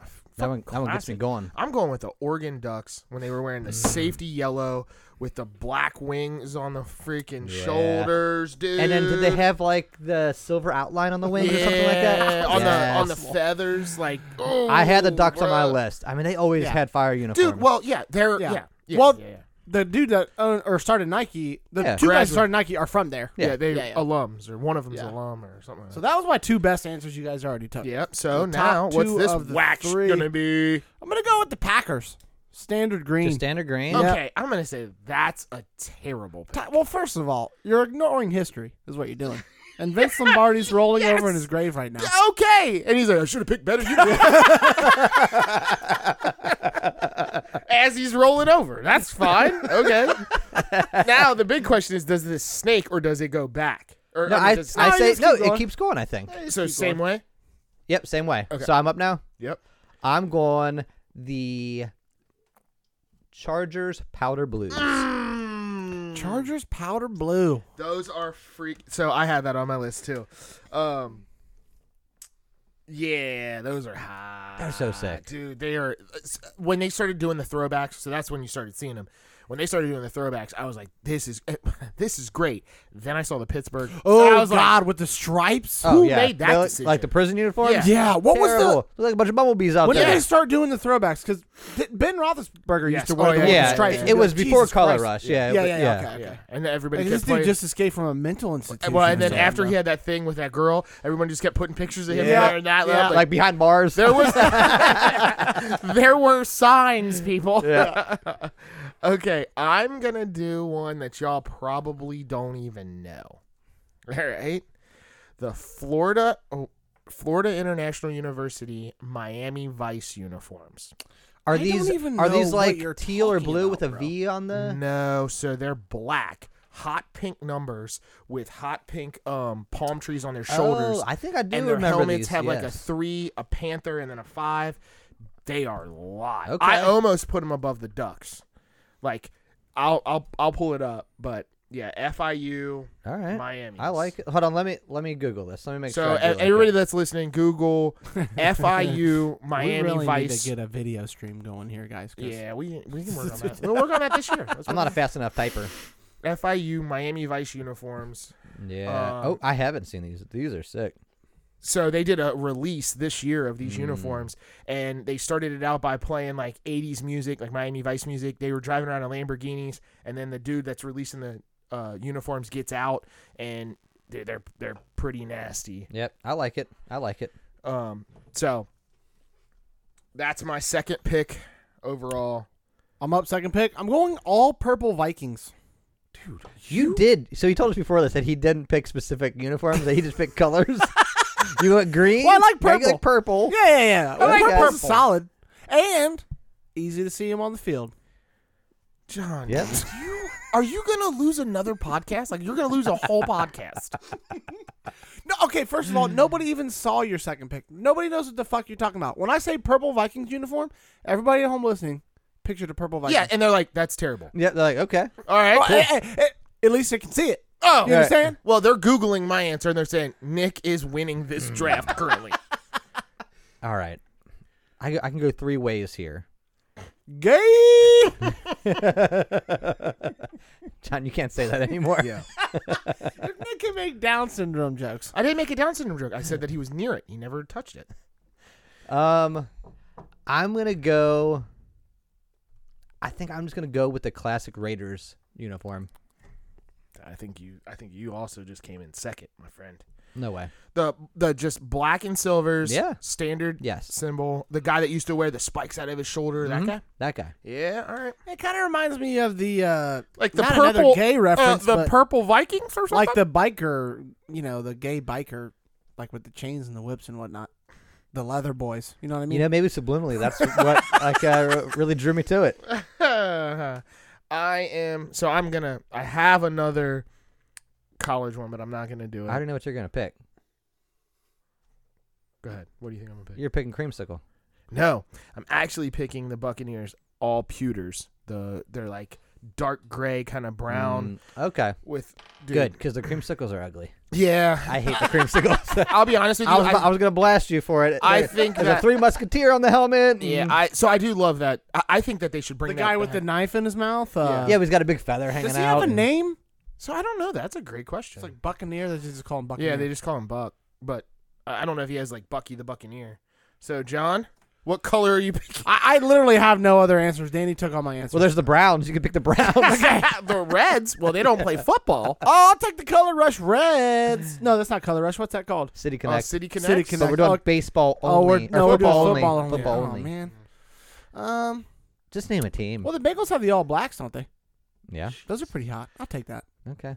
S3: that
S1: Fuck
S3: one, that one gets me
S1: classic.
S3: going.
S1: I'm going with the Oregon Ducks when they were wearing the
S3: Mm.
S1: safety yellow with the black wings on the freaking
S3: Yeah.
S1: shoulders, dude.
S3: And then did they have like the silver outline on the wings or something like
S1: Yeah,
S3: that?
S1: on the on the
S3: Yes.
S1: feathers? Like
S3: I had the
S1: ooh,
S3: ducks on my
S1: bruh.
S3: list. I mean, they always
S2: Yeah.
S3: had fire uniforms.
S1: dude. Well, yeah, they're
S2: Yeah.
S1: yeah, yeah, yeah
S2: Well-
S1: yeah, yeah.
S2: The dude that owned, or started Nike, the
S3: Yeah.
S2: two guys
S1: Graduate.
S2: that started Nike are from there.
S1: Yeah, they
S2: yeah, yeah.
S1: alums or one of them's
S2: Yeah.
S1: alum or something. Like
S2: So
S1: that.
S2: that was my two best answers you guys already took.
S1: Yep. So
S2: the top
S1: now, what's
S2: two
S1: this
S2: of the
S1: whack
S2: three-
S1: gonna be?
S2: I'm gonna go with the Packers. Standard green.
S3: Just standard green.
S2: Yeah.
S1: Okay, I'm gonna say that's a terrible pick.
S2: Ti- Well, first of all, you're ignoring history, is what you're doing. And Vince Lombardi's rolling over in his grave right now.
S1: okay. And he's like, I should have picked better. You As he's rolling over. That's fine. Okay. now, the big question is does this snake or does it go back? Or
S3: No,
S1: I mean,
S3: I,
S1: does it
S3: I
S1: snake-
S2: No, you
S3: say
S2: just
S3: no.
S2: keep
S3: It
S2: going.
S3: keeps going. I think.
S1: So,
S2: keep
S1: same way?
S3: Yep, same way.
S1: Okay.
S3: So I'm up now.
S1: Yep.
S3: I'm going the Chargers powder blues.
S1: Mm.
S2: Chargers powder blue.
S1: Those are freak. So, I had that on my list too. Um,. Yeah, those are hot.
S3: They're so sick.
S1: dude. They are. When they started doing the throwbacks, so that's when you started seeing them. When they started doing the throwbacks, I was like, "This is, this is great." Then I saw the Pittsburgh. I
S2: Oh
S1: was like,
S2: God, with the stripes.
S1: Who made that
S3: They look-
S1: decision?
S3: Like the prison uniforms.
S1: Yeah.
S2: yeah. What was
S3: Oh, Terrible.
S2: the?
S3: Look like a bunch of bumblebees out
S2: When
S3: there.
S2: did they start doing the throwbacks? Because Ben Roethlisberger used
S1: Yes.
S2: to wear
S1: Oh,
S2: the
S1: yeah,
S2: one with
S1: yeah,
S2: the stripes.
S1: yeah,
S2: and
S1: yeah.
S3: it was
S2: you're like,
S3: before
S2: Jesus
S3: Color
S2: Christ.
S3: Rush. Yeah,
S2: Yeah,
S3: but-
S2: yeah, yeah. Okay,
S1: yeah,
S2: okay.
S1: and then everybody
S2: Like, this
S1: kept
S2: dude
S1: playing.
S2: just escaped from a mental institution. uh,
S1: well,
S2: or
S1: and then
S2: something,
S1: after
S2: bro.
S1: he had that thing with that girl, everyone just kept putting pictures of him
S2: Yeah.
S1: there and that.
S2: Yeah.
S1: Like,
S3: Like behind bars.
S1: there was, there were signs, people. okay, I'm gonna do one that y'all probably don't even know. All right, the Florida, oh, Florida International University Miami Vice uniforms.
S3: Are
S2: I don't
S3: these
S2: even
S3: are
S2: know
S3: these
S2: what
S3: like
S2: you're
S3: teal or
S2: talking
S1: Eh. Mm-hmm.
S3: blue with a
S2: about,
S3: V on the?
S1: No, so they're black, hot pink numbers with hot pink um, palm trees on their shoulders.
S3: Oh, I think I do
S1: and their
S3: remember
S1: helmets
S3: these,
S1: have like a
S3: yes.
S1: three, a panther, and then a five. They are live.
S3: Okay.
S1: I almost put them above the Ducks. Like, I'll I'll I'll pull it up, but yeah, FIU,
S3: All right.
S1: Miami.
S3: I like it. Hold on, let me let me Google this. Let me make
S1: So
S3: sure. I do
S1: e-
S3: like
S1: everybody
S3: it.
S1: that's listening, Google FIU
S2: we
S1: Miami
S2: really need
S1: Vice.
S2: to get a video stream going here, guys. 'cause-
S1: yeah, we we can work on that. We'll work on that this year. That's
S3: I'm not a fast enough typer.
S1: FIU Miami Vice uniforms.
S3: Yeah.
S1: Um,
S3: oh, I haven't seen these. These are sick.
S1: So they did a release this year of
S2: Hmm.
S1: these uniforms, and they started it out by playing like '80s music, like Miami Vice music. They were driving around in Lamborghinis, and then the dude that's releasing the uh, uniforms gets out, and they're they're, they're pretty nasty.
S3: Yep. I like it. I like it.
S1: Um, so that's my second pick overall.
S2: I'm up second pick. I'm going all purple Vikings.
S3: You, did. So he told us before this that he didn't pick specific uniforms. That he just picked colors. you went green.
S2: Well, I like
S3: Yeah, you
S2: purple.
S3: like purple.
S2: Yeah, yeah, yeah.
S3: like
S2: purple's
S3: purple.
S2: solid and easy to see him on the field.
S1: John,
S3: Yep.
S1: you, are you gonna lose another podcast? Like you're gonna lose a whole podcast?
S2: No, okay. First of all, nobody even saw your second pick. Nobody knows what the fuck you're talking about. When I say purple Vikings uniform, everybody at home listening, picture the purple Vikings.
S1: Yeah, and they're like, that's terrible.
S3: Yeah, they're like, okay.
S1: All right.
S2: Well, eh, eh, eh, at least they can see it.
S1: Oh,
S2: You understand?
S1: Well, they're googling my answer and they're saying Nick is winning this draft currently.
S3: All right. I, I can go three ways here.
S2: Gay.
S3: John, you can't say that anymore. yeah.
S2: Nick can make Down syndrome jokes.
S1: I didn't make a Down syndrome joke. I said that he was near it. He never touched it.
S3: Um, I'm gonna go. I think I'm just gonna go with the classic Raiders uniform.
S1: I think you. I think you also just came in second, my friend.
S3: No way.
S1: The the just black and silvers.
S3: Yeah.
S1: Standard.
S3: Yes.
S1: Symbol. The guy that used to wear the spikes out of his shoulder.
S3: Mhm.
S1: That guy.
S3: That guy.
S1: Mm-hmm. Yeah. All right.
S2: It kind of reminds me of the uh,
S1: Like the
S2: Not another
S1: purple
S2: gay
S1: uh,
S2: reference,
S1: the
S2: but-
S1: purple Vikings or something.
S2: like the biker, you know, the gay biker, like with the chains and the whips and whatnot. The leather boys, you know what I mean?
S3: You know, maybe subliminally, that's what like uh, really drew me to it.
S1: I am so I'm gonna I have another college one, but I'm not gonna do it.
S3: I don't know what you're gonna pick.
S1: Go ahead. What do you think I'm gonna pick?
S3: You're picking creamsicle.
S1: No, I'm actually picking the Buccaneers all pewters. The they're like dark gray, kind of brown
S3: Mm, okay,
S1: with dude.
S3: good because the creamsicles are ugly.
S1: Yeah,
S3: I hate the creamsicles.
S1: I'll be honest with you.
S3: I was,
S1: I-
S3: I was gonna blast you for it.
S1: I think
S3: there's
S1: that-
S3: a three musketeer on the helmet. Mm.
S1: yeah,
S3: and-
S1: I so I do love that. I, I think that they should bring
S2: the
S1: that
S2: guy with the
S1: back.
S2: knife in his mouth. Uh,
S3: yeah, but he's got a big feather hanging
S2: Does he
S3: out.
S2: have a
S3: and-
S2: name?
S1: So I don't know. That's a great question.
S2: It's like Buccaneer. They just call him Buccaneer.
S1: yeah, they just call him Buck, but I I don't know if he has like Bucky the Buccaneer. So John, what color are you picking?
S2: I, I literally have no other answers. Danny took all my answers.
S3: Well, there's the Browns. You can pick the Browns.
S1: the Reds. Well, they don't play football.
S2: oh, I'll take the Color Rush Reds. no, that's not Color Rush. What's that called?
S3: City
S1: Oh,
S3: Connect.
S1: City Connect.
S2: City
S3: But we're doing
S2: Connect. Oh,
S3: baseball
S2: oh, we're
S3: only. or
S2: no, we're doing
S3: football only.
S2: football only.
S3: Football
S2: oh
S3: only.
S2: man. Um.
S3: Just name a team.
S2: Well, the Bengals have the All Blacks, don't they?
S3: yeah.
S2: Those are pretty hot. I'll take that.
S3: Okay.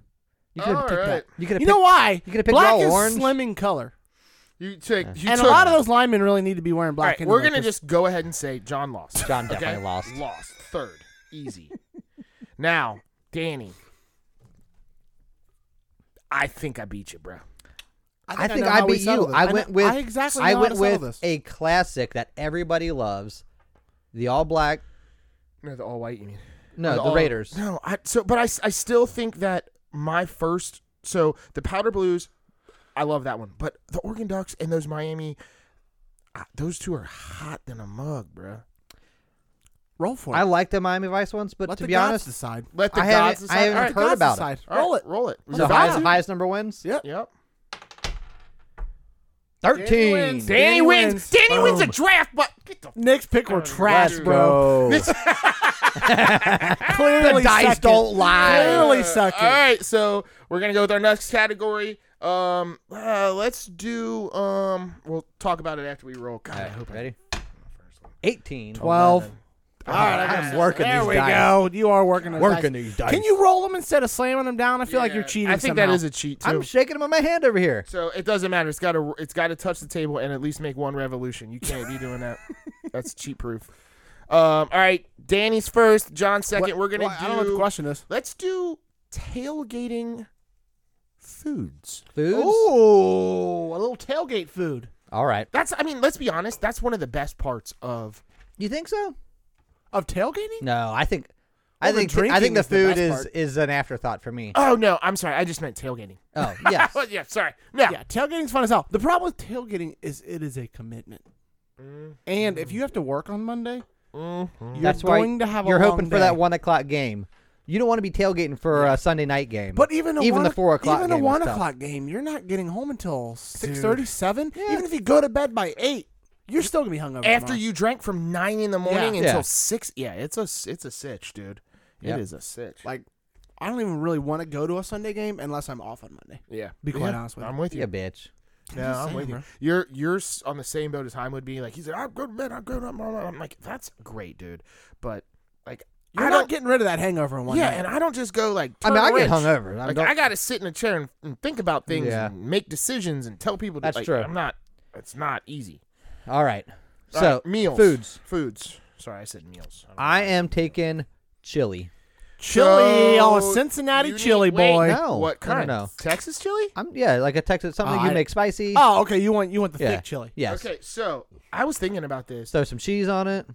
S3: You could have
S1: All
S3: picked
S1: right.
S3: that. You could have
S2: You
S3: picked.
S2: know why?
S3: you could have picked
S2: Black
S3: all
S2: is
S3: orange.
S2: slimming color,
S1: You took. You
S2: and
S1: took,
S2: a lot of those linemen really need to be wearing
S1: All
S2: black.
S1: right, we're
S2: anyway,
S1: gonna
S2: 'cause-
S1: just go ahead and say John lost.
S3: John
S1: okay?
S3: definitely lost.
S1: Lost third, easy. now, Danny, I think I beat you, bro.
S3: I think
S2: know
S3: I
S2: how we
S3: beat
S2: settle
S3: you.
S2: this.
S3: I
S2: know-
S3: went with.
S2: I exactly.
S3: I
S2: know
S3: went
S2: how to settle
S3: with
S2: this.
S3: a classic that everybody loves, the all black.
S1: No, the all white. You mean
S3: No,
S1: Or
S3: the,
S1: all-
S3: Raiders.
S1: No, I. So, but I, s- I still think that my first. So the powder blues, I love that one. But the Oregon Ducks and those Miami, ah, those two are hot than a mug, bro.
S2: roll for it.
S3: I like the Miami Vice ones, but
S2: Let
S3: to
S2: the
S3: be
S2: gods
S3: honest,
S2: decide.
S1: Let the
S3: I
S1: gods
S3: haven't- I
S1: decide.
S3: haven't
S1: All
S2: Let
S1: right,
S2: the
S3: heard
S2: gods
S3: about it.
S2: decide.
S1: all right,
S2: Roll it.
S1: Roll it.
S3: the
S1: Gods.
S2: Ah.
S3: highest, highest number wins.
S2: Yep.
S1: Yep.
S3: Thirteen.
S2: wins.
S1: Danny,
S2: Danny
S1: wins.
S2: wins.
S1: Danny wins a
S3: Boom.
S1: draft, but get the
S2: Nick's pick were
S1: Let's
S2: trash,
S1: go.
S2: bro. Clearly
S3: The dice
S2: second.
S3: don't lie.
S2: Clearly
S1: Uh,
S2: sucking.
S1: All right, so we're gonna go with our next category. Um, uh, let's do. Um, we'll talk about it after we roll. God, I
S3: Alright,
S1: hope. I-
S3: ready. Eighteen.
S2: Oh, Twelve.
S1: All
S3: I'm
S1: right,
S3: working
S2: There
S3: these
S2: we
S3: dice.
S2: go. You are working. those
S3: Working
S2: dice.
S3: these dice.
S2: Can you roll them instead of slamming them down? I feel like you're cheating.
S1: I think
S2: somehow.
S1: that is a cheat too.
S3: I'm shaking him on my hand over here.
S1: so it doesn't matter. It's got to. It's got to touch the table and at least make one revolution. You can't be doing that. That's cheat proof. Um, all right, Danny's first, John second.
S2: What-
S1: we're gonna
S2: well,
S1: do.
S2: I don't know what the question is.
S1: Let's do tailgating foods.
S3: Foods.
S2: Oh, a little tailgate food.
S3: All right.
S1: That's I mean, let's be honest, that's one of the best parts of
S3: You think so?
S2: Of tailgating?
S3: No, I think.
S2: Well,
S3: I
S2: the
S3: think I
S2: drinking
S3: think the
S2: is the
S3: food
S2: best
S3: is
S2: part.
S3: is an afterthought for me.
S1: Oh no, I'm sorry. I just meant tailgating.
S3: Oh yes.
S1: Oh yeah, sorry. No.
S2: Yeah, tailgating's fun as hell. The problem with tailgating is it is a commitment. And if you have to work on Monday, you're
S3: That's why
S2: going to have a
S3: you're
S2: long
S3: hoping
S2: day.
S3: for that one o'clock game. You don't want to be tailgating for a Sunday night game.
S2: But even a
S3: even
S2: one,
S3: the four o'clock
S2: even
S3: game
S2: a
S3: is
S2: one
S3: tough.
S2: o'clock game, you're not getting home until six thirty, seven.
S3: Yeah.
S2: Even if you go to bed by eight, you're still gonna be hungover.
S1: After
S2: tomorrow.
S1: you drank from nine in the morning
S3: Yeah.
S1: until
S3: Yeah.
S1: six, yeah, it's a it's a sitch, dude. It is
S3: Yep.
S1: a sitch.
S2: like, I don't even really want to go to a Sunday game unless I'm off on Monday.
S1: yeah,
S2: Be quite
S1: Yeah,
S2: honest with
S1: I'm
S2: you.
S1: with you.
S3: yeah, bitch.
S1: No,
S2: just
S1: I'm
S2: saying,
S1: with you.
S2: bro.
S1: You're you're s- on the same boat as Heim would be. Like he's like, I'm good, man. I'm good. I'm, I'm like, that's great, dude. But like,
S2: You're
S1: I
S2: not
S1: don't.
S2: getting rid of that hangover in one
S1: yeah,
S2: night.
S1: and I don't just go like.
S3: I mean, I
S1: turn
S3: get
S1: wrench.
S3: hungover. I
S1: Like,
S3: don't.
S1: I gotta sit in a chair and, and think about things
S3: Yeah.
S1: and make decisions and tell people.
S3: That's
S1: to, like,
S3: true.
S1: I'm not. It's not easy.
S3: all right.
S1: All
S3: So
S1: right, meals,
S3: foods.
S1: foods. Sorry, I said meals. don't know
S3: I
S1: why.
S3: am taking chili. Uh,
S2: chili, oh,
S1: So,
S2: Cincinnati
S1: you need-
S2: chili
S1: wait,
S2: boy.
S3: no.
S1: What
S3: No, no,
S1: kind?
S3: no.
S1: Texas chili.
S3: I'm yeah, like a Texas something
S2: Oh,
S3: you
S2: I-
S3: make spicy.
S2: Oh, okay. You want you want the
S3: yeah.
S2: thick chili?
S3: Yes.
S1: Okay, so I was thinking about this.
S3: Throw some cheese on it.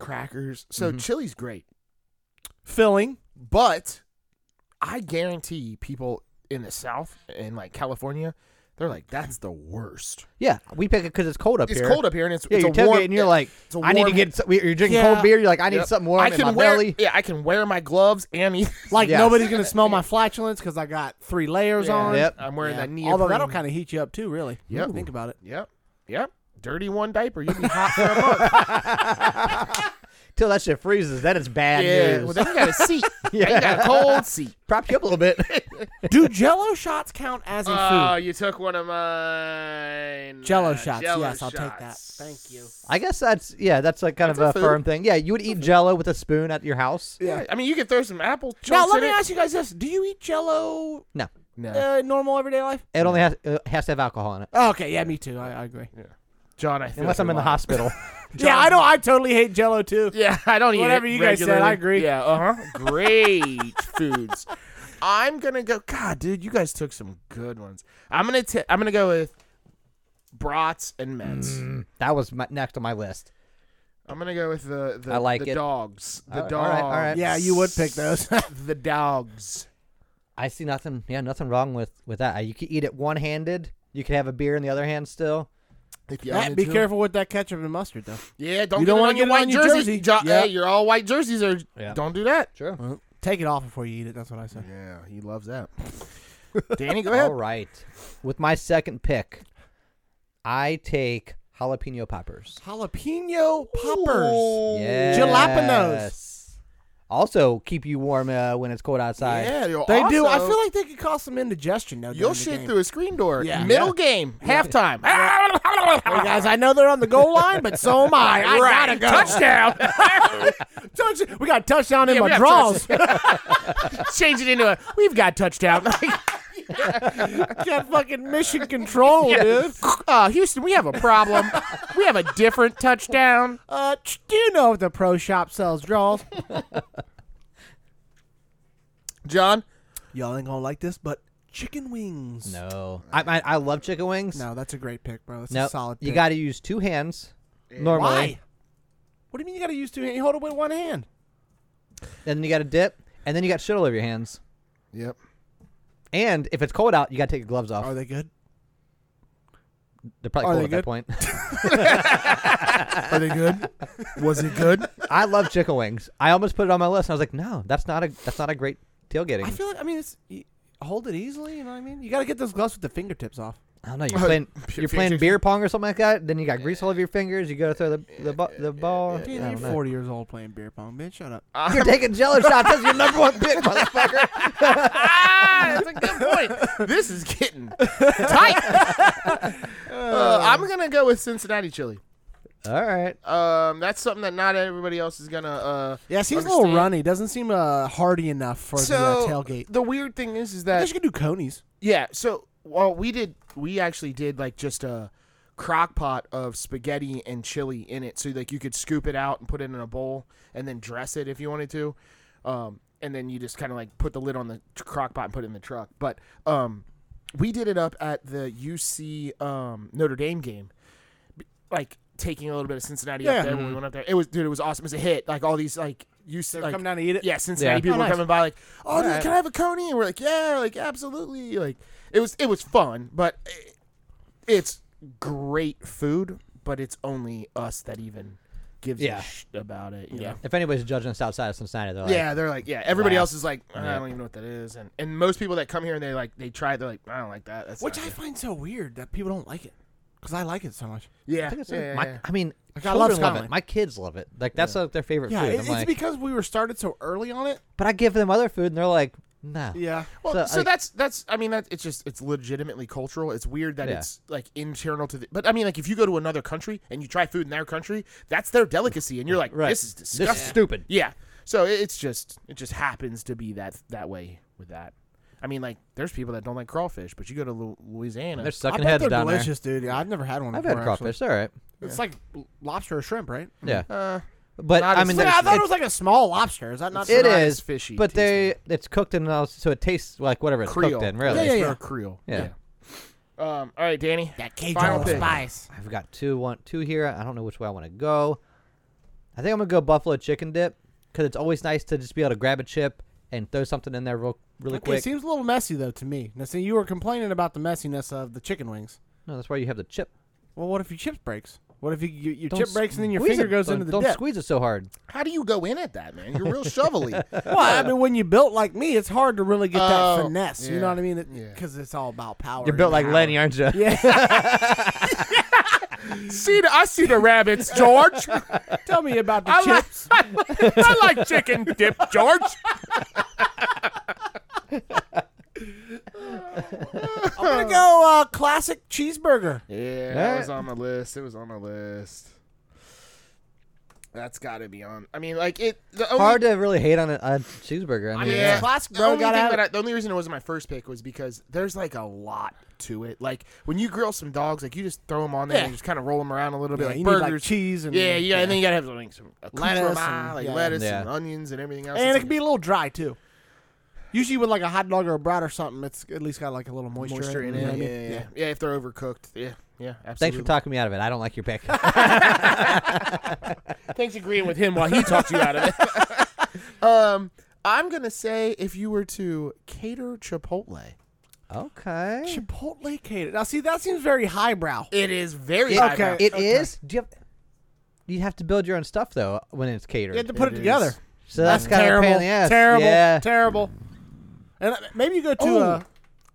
S1: Crackers. So
S3: Mm-hmm.
S1: chili's great.
S2: Filling.
S1: But I guarantee people in the South and like California, they're like, that's the worst.
S3: Yeah, we pick it because it's cold up
S1: It's
S3: here.
S1: cold up here, and it's
S3: Yeah,
S1: it's
S3: you're
S1: a
S3: tailgating.
S1: warm,
S3: and you're like,
S1: it's a
S3: I need to
S1: warm-
S3: get. some- You're drinking
S2: Yeah.
S3: cold beer. You're like, I need
S1: Yep.
S3: something warm
S1: I
S3: in
S1: can
S3: my
S1: wear,
S3: belly.
S1: Yeah, I can wear my gloves and eat.
S2: Like
S3: Yes.
S2: nobody's gonna smell my flatulence because I got three layers
S1: Yeah.
S2: on.
S3: Yep.
S1: I'm wearing that neoprene.
S2: Although that'll kind of heat you up too, really.
S1: Yep.
S2: Think about it.
S1: Yep. Yep. Dirty one diaper, you'll be hot for a month.
S3: Till that shit freezes, then it's bad
S1: yeah.
S3: news.
S1: Well, then you got a seat. yeah. You got a cold seat.
S3: Prop you up a little bit.
S2: Do Jello shots count as a
S1: Oh,
S2: food?
S1: you took one of mine.
S2: Jello
S1: Uh,
S2: shots.
S1: Jell-O
S2: yes, I'll take that.
S1: shots.
S2: Thank you.
S3: I guess that's yeah, that's like kind
S1: That's
S3: of
S1: a
S3: a,
S1: food.
S3: firm thing. Yeah, you would eat Jello with a spoon at your house.
S1: Yeah. I mean, you could throw some apple.
S2: Now
S1: chunks
S2: let
S1: in
S2: me
S1: it.
S2: ask you guys this: Do you eat Jello
S3: No,
S1: No.
S2: uh, normal everyday life?
S3: it only has it has to have alcohol in it,
S2: Oh, okay, yeah, me too. I, I agree.
S1: John, I feel
S3: unless
S1: like
S3: I'm in
S1: you're
S3: the
S1: lying.
S3: hospital.
S2: Yeah, I know. I totally hate Jello too.
S1: Yeah, I don't eat
S2: Whatever
S1: it
S2: you guys said, I
S1: regularly.
S2: agree.
S1: Yeah, uh huh. Great foods. I'm gonna go. God, dude, you guys took some good ones. I'm gonna t- I'm gonna go with brats and mets.
S3: that was my, next on my list.
S1: I'm gonna go with the the,
S3: I like
S1: the
S3: it.
S1: dogs. The
S3: All right,
S1: dogs.
S3: all right, all right.
S2: Yeah, you would pick those.
S1: the dogs.
S3: I see nothing. Yeah, nothing wrong with with that. You could eat it one handed. You could have a beer in the other hand still.
S1: If you
S2: Matt,
S1: wanted
S2: be
S1: to.
S2: careful with that ketchup and mustard, though.
S1: Yeah, don't
S2: You
S1: get
S2: don't
S1: it
S2: wanna
S1: on your
S2: get it on
S1: white
S2: your
S1: jersey. Jo-
S2: jersey. Yeah.
S1: Hey, your all white jerseys are.
S3: Yeah.
S1: Don't do that.
S3: Sure.
S2: Take it off before you eat it. That's what I said.
S1: Yeah, he loves that. Danny, go ahead.
S3: All right. With my second pick, I take jalapeno poppers.
S2: Jalapeno poppers.
S3: Yes. Also, keep you warm uh, when it's cold outside.
S1: Yeah, you'll
S2: They do. I
S1: also-
S2: feel like they could cause some indigestion. No,
S1: You'll shit through a screen door.
S2: Yeah.
S1: Middle
S3: Yeah.
S1: game, halftime. Ah,
S2: Hey guys, I know they're on the goal line, but so am I. I gotta
S1: Right.
S2: go.
S1: Touchdown.
S2: Touch- We got a touchdown in
S1: Yeah, we
S2: my
S1: got
S2: draws.
S1: Change it into a we've got touchdown.
S2: got fucking mission control, dude.
S1: uh, Houston, we have a problem. we have a different touchdown.
S2: Uh, ch- do you know if the pro shop sells draws?
S1: John,
S2: Y'all ain't gonna like this, but chicken wings.
S3: No. I, I I love chicken wings.
S2: No, that's a great pick, bro. That's
S3: No.
S2: a solid pick.
S3: You got to use two hands normally.
S2: Why? What do you mean you gotta use two hands? You hold it with one hand.
S3: And then you got to dip, and then you got shit all over your hands.
S1: Yep.
S3: And if it's cold out, you got to take your gloves off.
S2: Oh. Are they good?
S3: They're probably
S2: are
S3: cold
S2: they
S3: at
S2: good?
S3: that point.
S1: Are they good? Was it good?
S3: I love chicken wings. I almost put it on my list. And I was like, no, that's not a that's not a great tailgating.
S2: I
S3: I,
S2: feel like I mean it's you hold it easily. You know what I mean? You gotta get those gloves with the fingertips off.
S3: don't know. You're playing
S1: Pure
S3: you're playing
S1: fiction.
S3: beer pong or something like that. Then you got grease all over your fingers. You go to throw the the, bu- the ball.
S2: Dude,
S3: I
S2: you're
S3: don't know.
S2: 40 years old playing beer pong, bitch. Shut up.
S3: You're taking jello shots. That's your number one pick, motherfucker.
S1: ah, that's a good point. This is getting tight. Uh, I'm gonna go with Cincinnati chili.
S3: All right.
S1: Um, that's something that not everybody else is gonna. Uh,
S2: Yeah, seems a little
S1: understand.
S2: runny. Doesn't seem uh, hardy enough for
S1: So
S2: the uh, tailgate.
S1: the weird thing is, is
S2: I
S1: that
S2: guess you could do conies.
S1: Yeah. So, well, we did. We actually did like just a crock pot of spaghetti and chili in it, so like you could scoop it out and put it in a bowl and then dress it if you wanted to. Um, and then you just kind of like put the lid on the tr- crock pot and put it in the truck. But um, we did it up at the UC um, Notre Dame game, B- like taking a little bit of Cincinnati
S2: Yeah. Mm-hmm.
S1: up there when we went up there. It was dude, it was awesome. It was a hit. Like all these like UC
S2: They're
S1: like
S2: coming down to eat it.
S1: yeah, Cincinnati
S3: Yeah.
S1: people
S2: Oh,
S1: were
S2: nice.
S1: coming by like, oh, dude,
S2: Alright.
S1: can I have a coney? And we're like, yeah, like absolutely. Like it was it was fun, but it, it's great food, but it's only us that even gives
S3: Yeah.
S1: a sh- about it. You
S2: Yeah.
S1: know?
S3: If anybody's judging us outside of Cincinnati, they're like,
S1: yeah, they're like, yeah. Everybody
S3: Wow.
S1: else is like, I
S3: Yeah.
S1: don't even know what that is, and and most people that come here and they like they try, they're like, I don't like that. That's
S2: Which
S1: not
S2: I
S1: good."
S2: find so weird that people don't like it because I like it so much.
S1: yeah,
S3: I think it's
S1: yeah, yeah,
S3: my,
S1: yeah.
S3: I mean,
S2: Like, I
S3: children love,
S2: love
S3: it.
S2: Scotland.
S3: My kids love it. Like that's like their favorite
S2: Yeah,
S3: food.
S2: it-
S3: I'm
S2: it's
S3: like,
S2: because we were started so early on it.
S3: but I give them other food, and they're like, nah.
S2: Yeah,
S1: Well,
S3: So,
S1: so,
S3: like-
S1: that's that's. I mean, that it's just it's legitimately cultural. It's weird that
S3: Yeah.
S1: it's like internal to the. But I mean, like if you go to another country and you try food in their country, that's their delicacy, and you're like,
S3: Right.
S1: this is
S3: This is
S1: disgusting.
S3: stupid.
S1: Yeah. So it- it's just it just happens to be that that way with that. I mean, like there's people that don't like crawfish, but you go to Lu- Louisiana,
S3: They're
S2: I
S3: sucking
S2: bet
S3: heads
S2: they're
S3: down
S2: delicious, dude. Yeah, I've never had one.
S3: there. I've
S2: before,
S3: had
S2: actually.
S3: crawfish. All right.
S2: It's like lobster or shrimp, right?
S3: Yeah,
S1: uh,
S3: but
S1: not
S3: I
S1: as-
S3: mean,
S2: It's like-
S3: there's-
S2: I thought
S3: it's-
S2: it was like a small lobster. Is that not?
S3: It
S1: not as
S3: is
S1: fishy,
S3: But
S1: tastes
S3: they it's cooked in else, so it tastes like whatever it's
S1: Creole.
S3: cooked in. Really,
S1: Yeah, yeah,
S2: It's
S1: yeah.
S2: very
S1: Creole.
S3: Yeah.
S1: Yeah. Um. All right, Danny.
S2: that
S1: Final
S2: Cajun
S1: thing.
S2: spice.
S3: I've got two one two here. I don't know which way I want to go. I think I'm gonna go buffalo chicken dip because it's always nice to just be able to grab a chip and throw something in there real really
S2: Okay,
S3: quick.
S2: seems a little messy though to me. Now, see, you were complaining about the messiness of the chicken wings.
S3: no, that's why you have the chip.
S2: Well, what if your chips breaks? What if you, you, your
S3: Don't
S2: chip breaks and then your
S3: squeeze
S2: finger
S3: it.
S2: goes
S3: Don't-
S2: into the
S3: Don't
S2: dip?
S3: squeeze it so hard.
S1: How do you go in at that, man? You're real shovely.
S2: Well, I mean, when you built like me, it's hard to really get that
S1: Oh,
S2: finesse. You
S1: yeah,
S2: know what I mean?
S1: yeah.
S2: Because it's all about power.
S3: You're built
S2: and
S3: like
S2: power.
S3: Lenny, aren't you?
S2: Yeah.
S1: see, the, I see the rabbits, George.
S2: Tell me about the
S1: I like,
S2: chips.
S1: I like chicken dip, George.
S2: I'm gonna go uh, classic cheeseburger.
S1: Yeah,
S3: Alright.
S1: that was on my list. It was on my list. That's got to be on. I mean, like it. The only,
S3: Hard to really hate on a, a cheeseburger. I mean,
S1: Yeah.
S2: It's classic,
S1: the
S2: bro.
S1: only, thing
S2: Gotta have
S1: that
S2: it.
S1: I, the only reason it wasn't my first pick was because there's like a lot to it. Like when you grill some dogs, like you just throw them on there and
S2: Yeah.
S1: just kind of roll them around a little bit,
S2: Yeah,
S1: like
S2: you need,
S1: burgers,
S2: like cheese and
S1: yeah, yeah, and then you gotta have like some
S2: Lettuce
S1: lettuce,
S2: and-
S1: like
S2: yeah.
S1: lettuce
S3: Yeah.
S1: and onions and everything else.
S2: and
S1: It's
S2: it can be a little dry too. Usually with like a hot dog or a brat or something, it's at least got like a little moisture,
S1: moisture in
S2: you know
S1: it.
S2: what I
S1: Yeah,
S2: mean?
S1: yeah, yeah, yeah. If they're overcooked, yeah, yeah,
S3: Thanks
S1: absolutely.
S3: for talking me out of it. I don't like your pick.
S1: Thanks agreeing with him while he talked you out of it. um, I'm gonna say if you were to cater Chipotle,
S3: okay.
S2: Chipotle catered. Now see, that seems very highbrow.
S1: it is very
S3: It-
S1: highbrow.
S2: okay.
S3: It is. Do you have? You have to build your own stuff though when it's catered.
S2: You had to put it,
S1: It
S2: together.
S1: is.
S3: so that's kind of a pain in the ass.
S2: terrible,
S3: Yeah.
S2: terrible. And uh, maybe you go to
S1: Ooh.
S2: uh,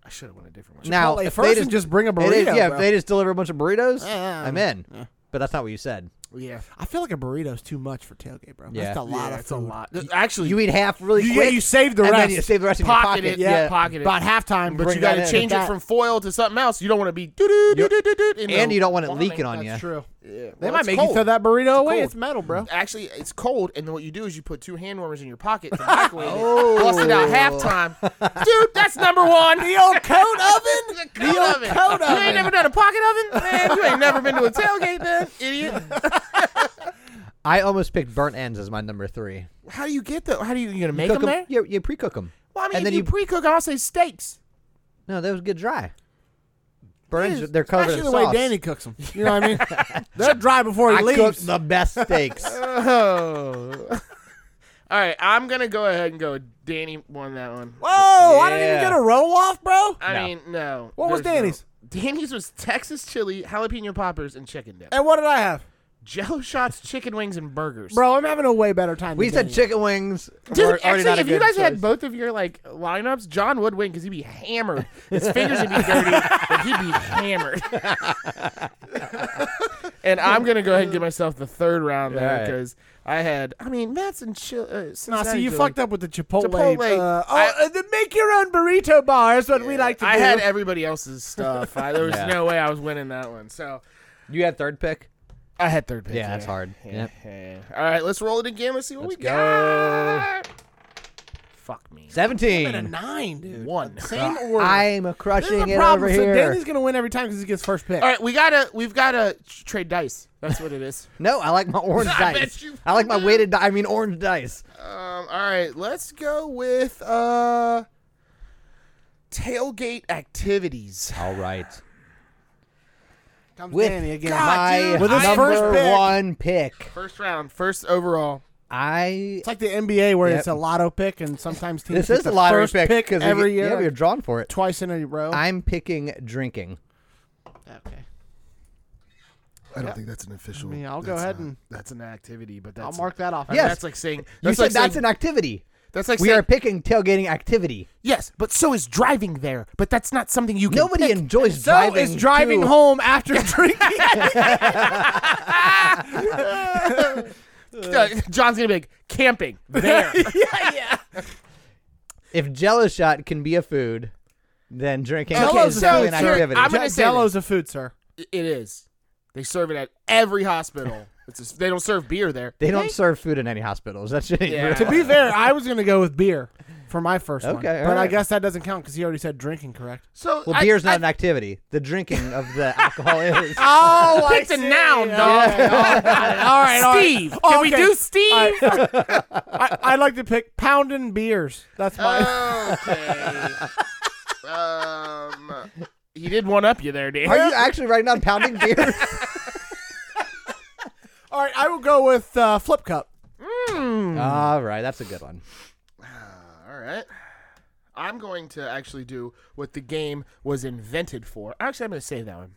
S1: I should have went a different one.
S3: now,
S2: Chipotle
S3: if
S2: first
S3: they just
S2: and just bring a burrito.
S3: It is, yeah,
S2: bro.
S3: if they just deliver a bunch of burritos,
S2: Yeah.
S3: I'm in. But that's not what you said.
S1: yeah,
S2: I feel like a burrito's too much for tailgate, bro.
S3: Yeah.
S2: That's a lot
S1: yeah,
S2: of
S1: it's a
S2: food.
S1: lot. Actually,
S3: You eat half really
S2: You-
S3: quick.
S2: yeah, you save the
S3: and
S2: rest.
S3: Then you save the rest in your
S1: Pocket
S3: pocket.
S1: it,
S3: yeah.
S1: yeah, pocket it.
S2: About halftime,
S1: but
S3: bring
S1: you gotta
S3: that in.
S1: change it
S2: That-
S1: from foil to something else. You don't want to be doo doo doo doo doo doo. in
S3: and
S1: the
S3: you don't want it
S1: plumbing.
S3: leaking on you.
S2: That's true.
S1: Yeah.
S2: They
S1: Well,
S2: might
S1: it's
S2: make you
S1: cold.
S2: throw that burrito away.
S1: cold.
S2: It's metal, bro.
S1: Actually, it's cold, and then what you do is you put two hand warmers in your pocket to microwave it. Bust it out halftime, dude. That's number one. The old coat oven. the coat oven. You ain't never done a pocket oven, man. You ain't never been to a tailgate, man, idiot.
S3: I almost picked burnt ends as my number three.
S1: How do you get the? How do you, you gonna make
S3: Cook
S1: them
S3: 'em-
S1: there?
S3: You, you pre-cook them.
S1: Well, I mean,
S3: and
S1: if
S3: then
S1: you,
S3: you-
S1: pre-cook, I'll say steaks.
S3: No, those get dry. Burnt
S1: Yes,
S3: ends, they're covered
S2: Especially
S3: in
S2: the
S3: sauce.
S2: way Danny cooks them. You know what I mean? They're dry before he
S3: I cook
S2: leaves.
S3: the best steaks.
S1: Oh. All right, I'm gonna go ahead and go. Danny won that one.
S2: Whoa! I didn't even
S3: Yeah.
S2: get a roll off, bro.
S1: I
S3: No.
S1: mean, no.
S2: What was
S1: There's no-
S2: Danny's?
S1: Danny's was Texas chili, jalapeno poppers, and chicken dip.
S2: And what did I have,
S1: Jello shots, chicken wings, and burgers.
S2: bro? I'm having a way better time.
S3: We
S2: than
S3: said
S2: Danny.
S3: chicken wings.
S1: Dude,
S3: Already not
S1: actually,
S3: a
S1: if you
S3: good
S1: guys had
S3: choice.
S1: both of your like lineups, John would win because he'd be hammered. His fingers would be dirty, and he'd be hammered. and I'm gonna go ahead and give myself the third round there
S3: Alright.
S1: because I had. I mean, Matt's and chill. Uh,
S2: Nah, see, you fucked up with the Chipotle.
S1: Chipotle,
S2: Uh, oh,
S1: I-
S2: uh, the make your own burrito bar is what we like to
S1: I
S2: do.
S1: had everybody else's stuff. I, there was
S3: Yeah.
S1: no way I was winning that one. So
S3: You had third pick.
S1: I had third pick.
S3: Yeah, that's hard. Yep.
S1: Yeah. All right, let's roll it again. Let's see what
S3: Let's
S1: we
S3: go.
S1: got. Fuck me.
S2: And a
S3: Seventeen.
S2: nine, dude.
S1: One.
S2: Same order.
S3: I'm
S2: this is
S3: crushing
S2: the
S3: it
S2: problem.
S3: over
S2: so
S3: here.
S2: Danny's gonna win every time because he gets first pick.
S1: All right, we gotta we've gotta tr- trade dice. That's what it is.
S3: No, I like my orange
S1: I
S3: dice.
S1: bet you
S3: I like my
S1: do.
S3: weighted. Di- I mean, orange dice.
S1: Um, all right, let's go with uh tailgate activities.
S3: All right.
S2: Comes
S3: With
S2: Danny again.
S3: my
S1: dude,
S2: With his
S3: number
S2: first pick.
S3: one pick,
S1: First round, first overall.
S3: I.
S2: It's like the NBA where
S3: Yep.
S2: it's a lotto pick, and sometimes teams
S3: This
S2: get
S3: is a
S2: the
S3: lottery
S2: first pick,
S3: because
S2: every
S3: we, yeah,
S2: year,
S3: we are drawn for it.
S2: twice in a row.
S3: I'm picking drinking.
S2: okay.
S1: I don't think that's an official.
S2: mean, I'll go
S1: that's
S2: ahead
S1: not-
S2: and-
S1: that's an activity, but
S2: I'll
S1: that's
S2: mark that off.
S1: I mean,
S3: Yes.
S1: that's like saying
S3: You
S1: that's
S3: said
S1: like
S3: that's
S1: saying,
S3: an activity.
S1: that's like
S3: We
S1: saying,
S3: are picking tailgating activity.
S1: yes, but so is driving there, but that's not something you can.
S3: Nobody
S1: pick.
S3: enjoys
S2: So
S3: driving.
S2: is driving
S3: to-
S2: home after drinking.
S1: Uh, John's gonna be like camping there.
S3: If Jello shot can be a food, then drinking
S1: Okay,
S3: is
S1: so
S3: really an
S1: here-
S3: activity.
S1: I'm gonna
S2: J-
S1: say
S2: Jello's a food, sir.
S1: it is. They serve it at every hospital. It's just, they don't serve beer there.
S3: they don't serve food in any hospitals. That shit. ain't
S1: Yeah.
S3: real.
S2: To be fair, I was gonna go with beer for my first one,
S3: Okay, all
S2: but I
S3: right.
S2: guess that doesn't count because he already said drinking, correct?
S1: So
S3: Well,
S1: I-
S3: beer's not
S1: I- Uh,
S3: an activity. The drinking of the alcohol is.
S2: Oh,
S1: I Picked a see. noun, Okay, dog.
S2: all right, all right.
S1: Steve. Can we
S2: Okay.
S1: do Steve?
S2: I, I'd like to pick pounding beers. That's my.
S1: Uh, Okay. um, he did one up you there, Dan.
S3: Are you actually writing down pounding beer?
S2: all right, I will go with uh, flip cup.
S3: All right, that's a good one.
S1: All right. I'm going to actually do what the game was invented for. Actually, I'm going to save that one.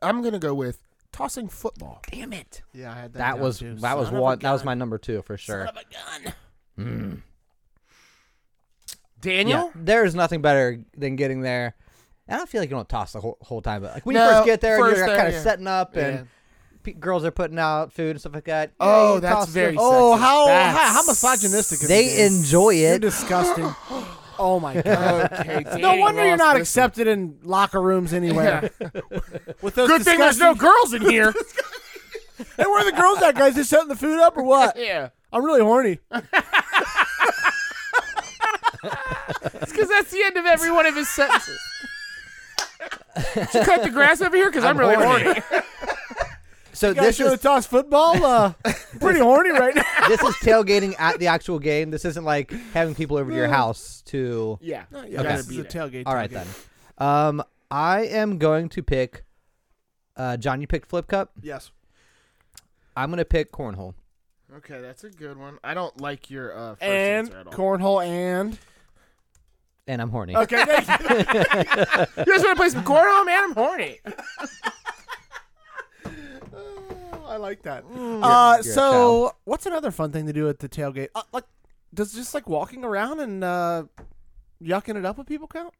S1: I'm going to go with tossing football. Damn it.
S2: Yeah, I had
S3: That was that was one. That was my number two for sure.
S1: Daniel?
S3: Yeah, there is nothing better than getting there. I don't feel like you don't toss the whole, whole time, but like when you
S1: No,
S3: first get there,
S1: first
S3: you're
S1: there,
S3: kind of
S1: yeah.
S3: setting up, and pe- girls are putting out food and stuff like that.
S1: Oh,
S3: Yeah, you
S1: that's
S3: toss the-
S1: very
S3: Oh,
S2: Oh,
S1: sexist.
S2: how
S1: That's-
S2: how, how misogynistic! of you,
S3: they
S2: dude.
S3: enjoy
S2: You're
S3: it.
S2: disgusting. oh my god.
S1: Okay,
S2: No
S1: Danny
S2: wonder you're
S1: lost
S2: not
S1: this one.
S2: accepted in locker rooms anywhere. With those
S1: Good thing there's no girls in here.
S2: Hey, where are the girls at, guys? Just setting the food up or what?
S1: yeah.
S2: I'm really horny.
S1: Because that's the end of every one of his sentences. Did you cut the grass over here? Because I'm, really horny.
S3: So
S2: Guys,
S3: this
S2: you want
S3: is
S2: to toss football? Uh, I'm pretty horny right now.
S3: this is tailgating at the actual game. This isn't like having people over to your house to.
S1: Yeah. You
S2: Okay.
S1: gotta
S2: This is a
S1: beat it.
S2: tailgate.
S3: All right
S2: tailgate.
S3: then. Um, I am going to pick. Uh, John, you picked Flip Cup.
S2: Yes.
S3: I'm gonna pick cornhole.
S1: Okay, that's a good one. I don't like your uh, first
S2: And
S1: answer at all.
S2: cornhole and.
S3: and I'm horny.
S2: Okay. thank you.
S1: you guys want to play some cornhole, man? I'm horny.
S2: Oh, I like that.
S1: Mm.
S2: uh,
S3: you're a
S2: so what's another fun thing to do at the tailgate? Uh, like, does just like walking around and uh, yucking it up with people count?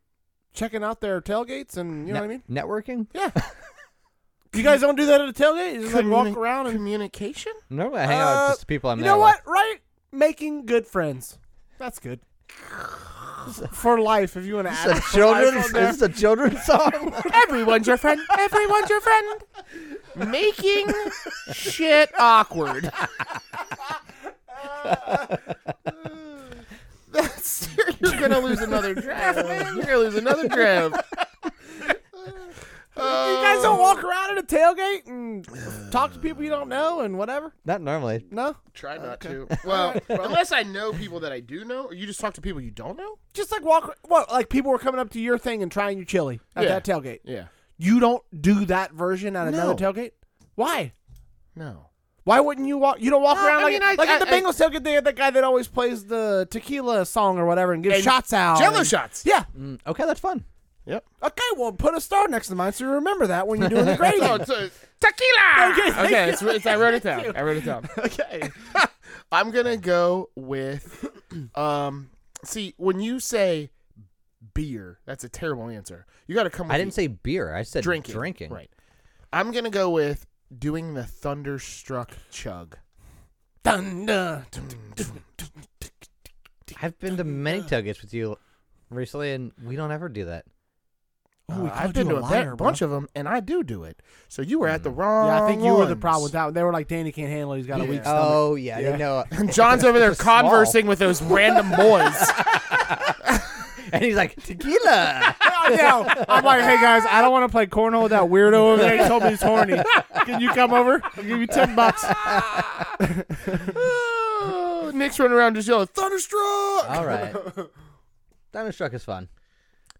S2: Checking out their tailgates and you know what I mean?
S3: Networking?
S2: Yeah. you guys don't do that at a tailgate? You just like walk
S1: Communi-
S2: around and
S1: Communication?
S3: No, I hang out
S2: Uh,
S3: with just the people I'm
S2: you
S3: there
S2: know
S3: with.
S2: what? Right, making good friends. That's good. For life, if you want to add
S3: It's a children's. Is this a children's song?
S1: Everyone's your friend. Everyone's your friend. Making shit awkward. That's you're gonna lose another draft, man. You're gonna lose another draft.
S2: you guys don't walk around at a tailgate and talk to people you don't know and whatever.
S3: Not normally.
S2: No,
S1: Try not to. Well, unless I know people that I do know, or you just talk to people you don't know.
S2: just like walk. What? Like people were coming up to your thing and trying your chili at
S1: Yeah.
S2: that tailgate.
S1: Yeah.
S2: You don't do that version at another
S1: No.
S2: tailgate. Why?
S1: No.
S2: Why wouldn't you walk? You don't walk
S1: No,
S2: around
S1: I
S2: like
S1: mean, I-
S2: like at
S1: I-
S2: the Bengals tailgate. They had that guy that always plays the tequila song or whatever and gives
S1: And
S2: shots out.
S1: Jello
S2: and-
S1: shots.
S2: Yeah.
S3: Mm, okay, that's fun.
S1: Yep.
S2: Okay. Well, put a star next to mine so you remember that when you're doing the grading.
S1: Oh, it's, uh, tequila.
S2: Okay, thank
S1: okay.
S2: you.
S1: It's, it's, I wrote it down. I wrote it down.
S2: okay.
S1: I'm gonna go with um see when you say beer, that's a terrible answer. You gotta come with
S3: I didn't
S1: the
S3: say beer. I said
S1: drinking.
S3: Drinking.
S1: Right. I'm gonna go with doing the thunderstruck chug. Uh,
S2: Thunder.
S3: I've been to many tailgates with you recently, and we don't ever do that.
S2: Oh, we
S1: Uh,
S2: called
S1: I've been
S2: you
S1: to a,
S2: a liar,
S1: ba-
S2: bro.
S1: bunch of them, and I do do it. So you were
S3: Mm.
S1: at the wrong.
S2: Yeah, I think you were the problem with
S1: ones.
S2: that. one. They were like, Danny can't handle it. He's got a weak
S1: Yeah.
S2: stomach.
S3: Oh yeah,
S2: Yeah.
S3: they know.
S1: And John's over there
S3: They're small.
S1: conversing with those random boys.
S3: and he's like tequila.
S2: Oh, no. I'm like, hey guys, I don't want to play cornhole with that weirdo over there. He told me he's horny. Can you come over? I'll give you ten bucks.
S1: Oh, Nick's running around just yelling thunderstruck.
S3: All right, Diamond Struck is fun.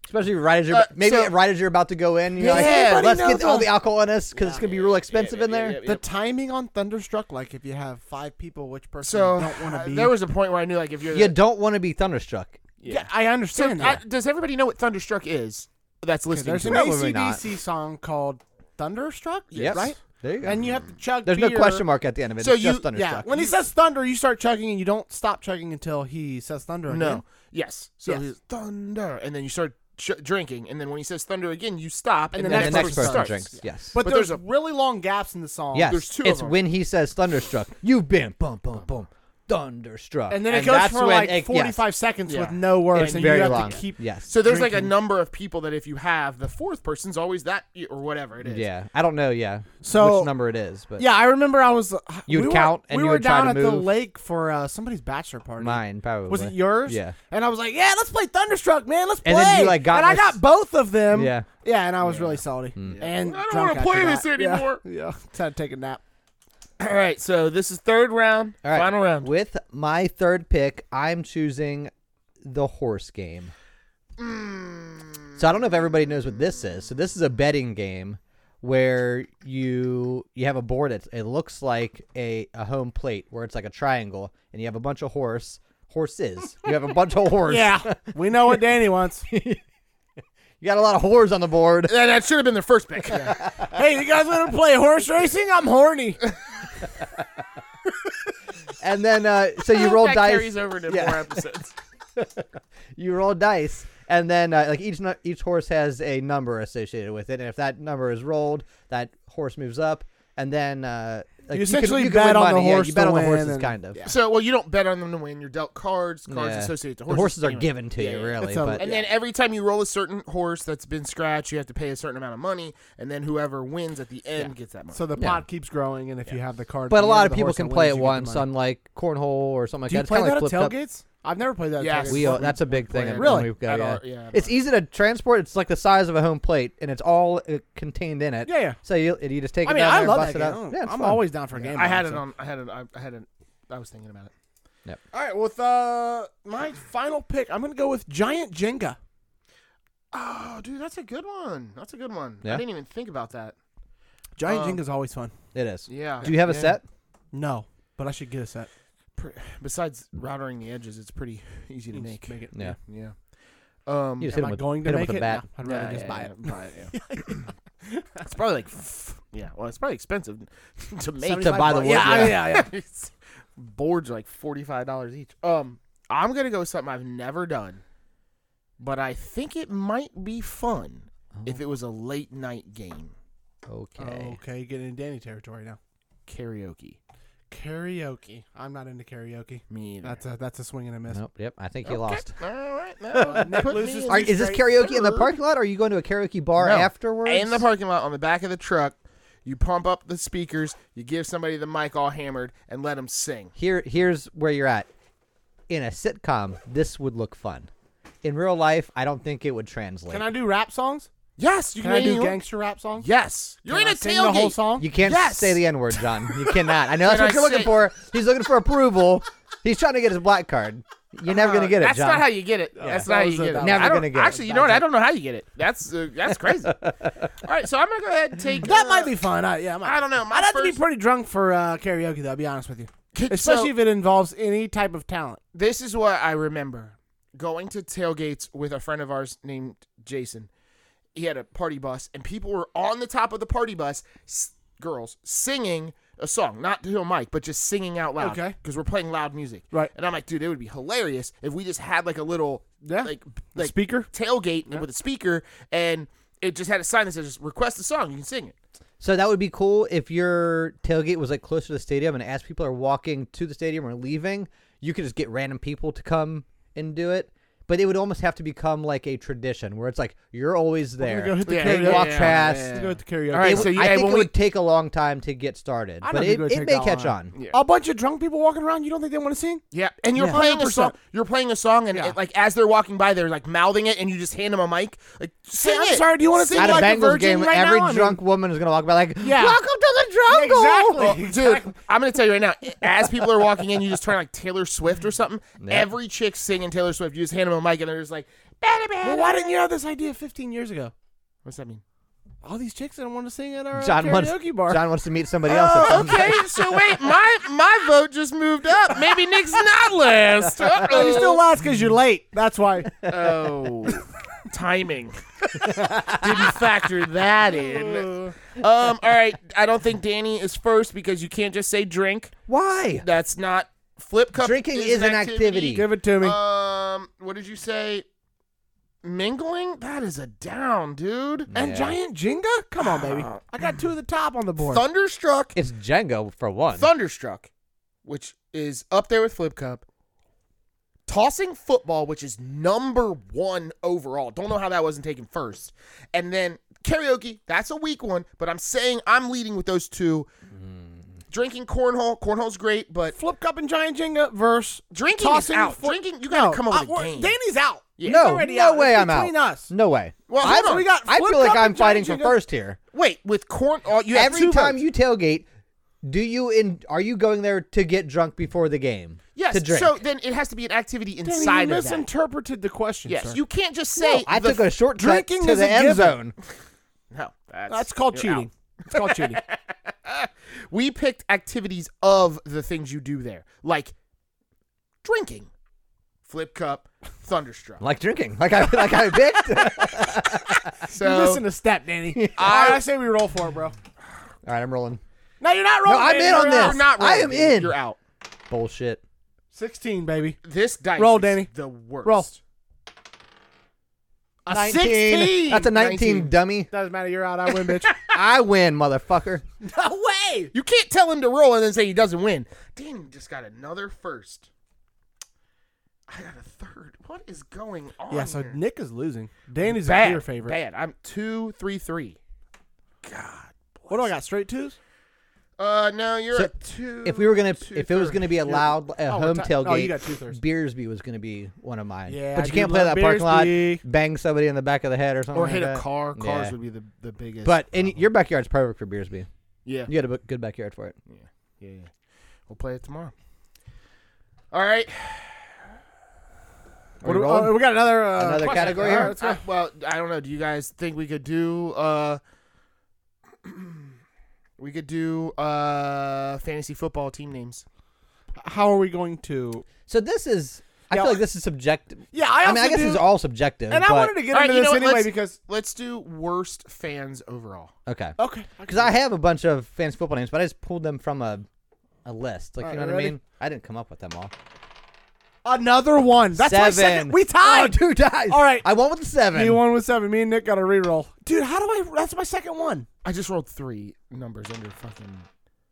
S3: Especially right as you're
S1: Uh,
S3: maybe
S1: so-
S3: right as you're about to go in, you're like,
S1: Yeah,
S3: hey,
S1: everybody
S3: let's
S1: know
S3: get all
S1: the-
S3: the alcohol in us because it's gonna be real expensive in there.
S2: The timing on Thunderstruck, like if you have five people, which person
S1: So
S2: you don't want
S1: uh,
S2: to be?
S1: there was a point where I knew like if you're
S3: You don't want to be thunderstruck.
S2: yeah, I
S1: So,
S2: understand
S1: I-
S2: that.
S1: does everybody know what thunderstruck is? That's listening.
S2: There's
S1: To
S2: an
S1: it.
S3: Probably not.
S2: ACDC song called Thunderstruck,
S3: Yes.
S2: right?
S3: There you go.
S2: And you have to chug.
S3: There's no
S2: beer.
S3: question mark at the end of it.
S1: So
S3: it's
S1: you-
S3: just
S2: Yeah,
S3: thunderstruck.
S2: when he says thunder, you start chugging and you don't stop chugging until he says thunder again.
S1: No. Yes. So
S2: Yes.
S1: he's, thunder, and then you start ch- drinking, and then when he says thunder again, you stop, and,
S2: And
S1: the,
S2: then
S1: next
S3: and the next person
S1: starts.
S3: drinks. Yes.
S2: But,
S1: But
S2: there's,
S1: there's a-
S2: really long gaps in the song.
S3: yes.
S1: there's two of
S3: it's
S1: them.
S3: when he says thunderstruck. You've been boom, boom, boom, thunderstruck.
S2: And then it goes
S3: that's
S2: for
S3: when
S2: like
S3: it- yes.
S2: 45 seconds
S1: Yeah.
S2: with no words,
S1: It's
S2: and you
S3: very
S2: have
S3: long.
S2: to keep.
S3: yes.
S1: So there's like a
S2: Drinking.
S1: number of people that if you have, the fourth person's always that or whatever it is.
S3: Yeah, I don't know. Yeah,
S2: So-
S3: which number it is, but
S2: Yeah, I remember I was.
S3: You'd
S2: we were-
S3: count and
S2: we
S3: you
S2: were
S3: would try
S2: down
S3: to
S2: at the
S3: move.
S2: lake for uh, somebody's bachelor party.
S3: mine probably
S2: Was it yours?
S3: Yeah,
S2: And I was like, yeah, let's play Thunderstruck, man. Let's play.
S3: And then you, like, got
S2: And I
S3: in this-
S2: got both of them.
S3: Yeah. Hmm.
S2: Yeah, and I was really salty. And
S1: I don't
S2: drunk
S1: wanna
S2: after
S1: play
S2: that.
S1: this anymore.
S2: Yeah, yeah. Had to take a nap.
S1: All right. So this is third round,
S3: All right.
S1: final round.
S3: With my third pick, I'm choosing the horse game.
S1: Mm.
S3: So I don't know if everybody knows what this is. So this is a betting game where you you have a board. It, it looks like a, a home plate where it's like a triangle, and you have a bunch of horse horses. You have a bunch of horse.
S2: Yeah, we know what Danny wants.
S3: you got a lot of whores on the board.
S1: That, that should have been the first pick.
S2: hey, you guys want to play horse racing? I'm horny.
S3: and then uh, so you roll
S1: that
S3: dice.
S1: carries over to
S3: Yeah.
S1: more episodes.
S3: you roll dice, and then uh, like each nu- each horse has a number associated with it, and if that number is rolled, that horse moves up, and then uh, like,
S2: You
S3: can-
S2: essentially
S3: you can,
S2: bet
S3: win
S2: on the
S3: money. Yeah,
S2: horse
S3: you bet
S2: to
S3: on the
S2: win
S3: horses,
S2: and-
S3: kind of.
S1: So, well, you don't bet on them to win. You're dealt cards. Cards
S3: Yeah.
S1: associated to
S3: The
S1: horses.
S3: horses are
S1: anyway.
S3: given to you,
S1: Yeah, yeah.
S3: really.
S2: It's a-
S3: but
S1: And then every time you roll a certain horse that's been scratched, you have to pay a certain amount of money, and then whoever wins at the end gets that money.
S2: So the
S3: Yeah.
S2: pot keeps growing, and if you have the card,
S3: but a
S2: you
S3: lot
S2: have
S3: of
S2: the
S3: people
S2: horse
S3: can
S2: that
S3: play
S2: wins,
S3: at
S2: you get the
S3: once,
S2: money.
S3: unlike cornhole or something like
S2: Do you
S3: that. It's
S2: play
S3: kinda
S2: that
S3: like
S2: at
S3: flipped up.
S2: tailgates? I've never played that.
S1: Yes.
S2: At tailgates.
S3: We, uh, that's a big thing.
S1: play it.
S3: when
S2: Really?
S3: we go,
S1: At
S3: yeah.
S1: all- yeah,
S3: it's
S1: no.
S3: easy to transport. It's like the size of a home plate, and it's all uh, contained in it.
S2: Yeah, yeah.
S3: So you you just take
S2: I
S3: it
S2: mean,
S3: down
S2: I
S3: there,
S2: love
S3: bust
S2: that
S3: it
S2: game. I
S3: out.
S2: don't-
S3: Yeah, it's
S2: I'm
S3: fun.
S2: always down for a game.
S1: I had
S2: so-
S1: it on. I had it. I, I had it. I was thinking about it.
S2: All right, with uh, my final pick, I'm gonna go with Giant Jenga.
S1: Oh, dude, that's a good one. That's a good one. I
S3: Yeah?
S1: didn't even think about that.
S2: Giant
S1: Um,
S2: Jenga's always fun.
S3: It is.
S1: Yeah.
S3: Do you have a
S1: yeah.
S3: set?
S2: No, but I should get a set.
S1: Pre- Besides routering the edges, it's pretty easy to make.
S2: Make it.
S3: Yeah.
S1: Yeah. Um,
S3: You just hit
S2: Am
S3: him
S2: I
S3: with,
S2: going to
S3: hit him
S2: make
S3: with
S2: it?
S3: a bat.
S2: No, I'd rather
S1: yeah,
S2: just
S1: yeah,
S2: buy
S1: yeah,
S2: it.
S1: buy it, yeah. it's probably like, yeah. Well, it's probably expensive to make.
S3: to buy the wood,
S2: Yeah,
S3: yeah.
S2: yeah, yeah.
S1: It's- boards are like forty five dollars each. Um, I'm gonna go with something I've never done, but I think it might be fun if
S2: Oh.
S1: it was a late night game,
S3: Okay.
S2: Okay, getting in Danny territory now.
S1: karaoke.
S2: Karaoke. I'm not into karaoke.
S1: Me either.
S2: That's a that's a swing and a miss.
S3: Nope. Yep. I think you
S1: Okay.
S3: lost.
S1: All right, no,
S2: Nick
S1: put me
S2: loses
S1: in
S2: Are-
S3: Alright, is this karaoke in the parking lot, or are you going to a karaoke bar
S1: No.
S3: afterwards?
S1: in the parking lot on the back of the truck. You pump up the speakers, you give somebody the mic all hammered, and let them sing.
S3: Here, here's where you're at. In a sitcom, this would look fun. In real life, I don't think it would translate.
S2: Can I do rap songs?
S1: Yes, you
S2: Can
S1: can,
S2: I do
S1: anyone-
S2: gangster rap songs?
S1: Yes, you're
S2: Can
S1: in
S2: I
S1: a
S2: sing
S1: tailgate.
S2: the whole song.
S3: you can't
S1: Yes.
S3: say the N word, John. You cannot. I know that's
S1: Can
S3: what
S1: I
S3: you're looking
S1: say-
S3: for. He's looking for approval. He's trying to get his black card. You're never gonna get it,
S1: Uh, That's
S3: John.
S1: not how you get it. that's not
S2: that
S1: how
S2: was
S1: you
S2: a-
S1: get it.
S2: that
S3: Never
S1: I don't-
S3: gonna get it.
S1: Actually, you know what? I don't know how you get it. That's uh, that's crazy. All right, so I'm gonna go ahead and take
S2: That
S1: uh,
S2: might be fun. I, yeah, I, might.
S1: I don't know. My
S2: I'd have to be
S1: first,
S2: pretty drunk for uh, karaoke, though. I'll be honest with you, especially
S1: so,
S2: if it involves any type of talent.
S1: this is what I remember going to tailgates with a friend of ours named Jason. He had a party bus, and people were on the top of the party bus, s- girls singing a song, not to a mic, but just singing out loud.
S2: Okay.
S1: because we're playing loud music.
S2: Right.
S1: and I'm like, dude, it would be hilarious if we just had like a little
S2: Yeah.
S1: like
S2: The
S1: like
S2: speaker.
S1: tailgate with a speaker, and it just had a sign that says "Request a song, you can sing it."
S3: So that would be cool if your tailgate was like close to the stadium, and as people are walking to the stadium or leaving, you could just get random people to come and do it. But it would almost have to become like a tradition where it's like you're always
S2: We're
S3: there.
S2: gonna go hit the
S1: Yeah,
S2: karaoke.
S1: yeah,
S3: walk
S1: yeah,
S3: past.
S2: Let's
S1: yeah.
S2: go hit the karaoke.
S1: All right,
S3: It
S1: so
S3: would-
S1: you-
S3: I
S1: hey,
S3: think
S1: when
S3: it
S1: we-
S3: would take a long time to get started,
S2: I don't
S3: but
S2: think
S3: it,
S2: it would
S3: it
S2: take
S3: may
S2: that
S3: catch
S2: long.
S3: on.
S1: Yeah.
S2: A bunch of drunk people walking around. You don't think they want to sing?
S1: Yeah, and you're
S2: Yeah.
S1: playing a
S2: 100%.
S1: song. You're playing a song, and
S2: Yeah.
S1: it, like as they're walking by, they're like mouthing it, and you just hand them a mic. Like, sing
S2: I'm
S1: it.
S2: sorry, do you wanna
S1: sing
S3: At
S2: sing
S1: like
S3: a Bengals
S1: virgin
S3: game,
S1: right
S3: every
S1: now? I mean-
S3: drunk woman is gonna walk by like,
S2: Yeah.
S3: "Welcome to the drunk
S2: Exactly.
S1: Well, dude, I'm gonna tell you right now. As people are walking in, you just try like Taylor Swift or something.
S3: Yeah.
S1: Every chick singing Taylor Swift. You just hand them a mic, and they're just like, "Bada, bada."
S2: Well, why didn't you have this idea 15 years ago?
S1: What's that mean?
S2: All these chicks that want to sing at our
S3: John wants,
S2: karaoke bar.
S3: John wants to meet somebody else. at
S1: Oh,
S3: some-
S1: okay. So wait, my my vote just moved up. Maybe Nick's not last.
S2: Oh, you still
S1: Uh-oh.
S2: last because you're late. That's why.
S1: Oh, timing. Didn't factor that in. Um. All right. I don't think Danny is first because you can't just say drink.
S3: Why?
S1: That's not flip cup.
S3: Drinking is an activity.
S2: Give it to me.
S1: Um, what did you say? Mingling? That is a down, dude.
S2: and
S3: Yeah.
S2: Giant Jenga? Come on, baby. I got two of the top on the board.
S1: Thunderstruck.
S3: It's Jenga for one.
S1: Thunderstruck, which is up there with Flip Cup. Tossing football, which is number one overall. Don't know how that wasn't taken first. And then karaoke, that's a weak one, but I'm saying I'm leading with those two. Drinking cornhole, cornhole's great, but
S2: Flip Cup and Giant Jenga verse.
S1: drinking is
S2: Tossing
S1: out.
S2: fo-
S1: drinking, you gotta
S2: No,
S1: come up
S2: uh,
S1: with a
S2: we're-
S1: game.
S2: Danny's out.
S1: Yeah.
S2: He's
S3: no,
S2: already
S3: no
S2: out.
S3: way,
S2: It's
S3: I'm out.
S2: Between us.
S3: No way.
S1: Well,
S3: I'm-
S1: hold on.
S2: We got
S3: I
S2: Flip
S3: feel like
S2: Cup
S3: I'm
S2: and Giant
S3: fighting for
S2: Jenga.
S3: first here.
S1: Wait, with corn, oh, you have
S3: Every
S1: two
S3: time
S1: votes.
S3: you tailgate, do you in? Are you going there to get drunk before the game?
S1: Yes.
S3: To drink.
S1: So then it has to be an activity
S2: Danny,
S1: inside
S2: you
S1: of that.
S2: misinterpreted the question.
S1: Yes.
S2: sir.
S1: You can't just
S3: No,
S1: say
S3: I
S1: the
S3: took a short cut
S2: Drinking
S3: to
S2: is
S3: the
S2: a
S3: end
S2: given.
S3: zone.
S1: No, that's,
S2: That's called
S1: you're out.
S2: cheating. It's called cheating.
S1: We picked activities of the things you do there, like drinking, flip cup, thunderstruck.
S3: Like drinking, like I like I picked. All
S1: so
S2: you listen to step, Danny.
S1: I-
S2: I, I say we roll for it, bro.
S3: right, I'm rolling.
S2: No, you're not
S3: No,
S2: rolling.
S3: I'm
S2: Danny.
S3: in on
S2: You're out.
S3: this.
S1: you're not.
S3: I
S1: rolling,
S3: am
S1: dude.
S3: in.
S1: You're out.
S3: Bullshit.
S2: 16, baby.
S1: This dice.
S2: Roll,
S1: is
S2: Danny.
S1: The worst.
S2: Roll.
S1: A
S3: 19.
S1: 16.
S3: That's a 19, dummy.
S2: Doesn't matter. You're out. I win, bitch.
S3: I win, motherfucker.
S2: no way.
S1: You can't tell him to roll and then say he doesn't win. Danny just got another first. I got a third. What is going on?
S2: Yeah, so
S1: here?
S2: Nick is losing. Danny's a
S1: bad,
S2: clear favorite.
S1: Bad. I'm two, three, three.
S2: What do I got? Straight twos?
S1: Uh, no, you're
S3: So,
S1: a two.
S3: If we were gonna,
S1: two
S3: if it was
S1: thirds.
S3: gonna be allowed a
S2: Oh,
S3: home
S2: we're ti-
S3: tailgate,
S2: oh, you got two thirds.
S3: Beersby was gonna be one of mine.
S2: Yeah,
S3: but you
S2: I
S3: can't
S2: do
S3: play
S2: love
S3: that parking lot,
S2: Beersby.
S3: bang somebody in the back of the head or something,
S1: or
S3: like
S1: hit a
S3: that.
S1: car, cars
S3: Yeah.
S1: would be the, the biggest.
S3: But in
S1: problem.
S3: your backyard's perfect for Beersby.
S1: yeah,
S3: You had a bu- good backyard for it.
S1: yeah, yeah. We'll play it tomorrow. All right,
S3: Are we
S2: What do-
S3: rolling?
S2: oh, we got another uh,
S3: Another
S2: question.
S3: category
S2: All
S3: here?
S2: right, let's go.
S1: I- well, I don't know. Do you guys think we could do uh, we could do uh, fantasy football team names?
S2: How are we going to?
S3: so this is. I
S2: Yeah,
S3: feel like
S2: I-
S3: this is subjective.
S2: Yeah, I,
S3: I,
S2: also
S3: mean, I guess
S2: do,
S3: it's all subjective.
S2: And I
S3: but-
S2: wanted to get
S1: All right,
S2: into
S1: you know
S2: this
S1: what,
S2: anyway
S1: let's-
S2: because
S1: Let's do worst fans overall.
S3: okay.
S2: Oh, okay,
S3: Because I have a bunch of fantasy football names, but I just pulled them from a, a list. Like
S2: All
S3: you
S2: right,
S3: know what
S2: ready?
S3: I mean? I didn't come up with them all.
S2: another one. That's my
S3: seven.
S2: second. We
S3: Oh,
S2: tied.
S3: two ties.
S2: All right.
S3: I won with the seven.
S2: He won with seven. Me and Nick got a reroll. Dude, how do I? That's my second one.
S1: I just rolled three numbers under fucking.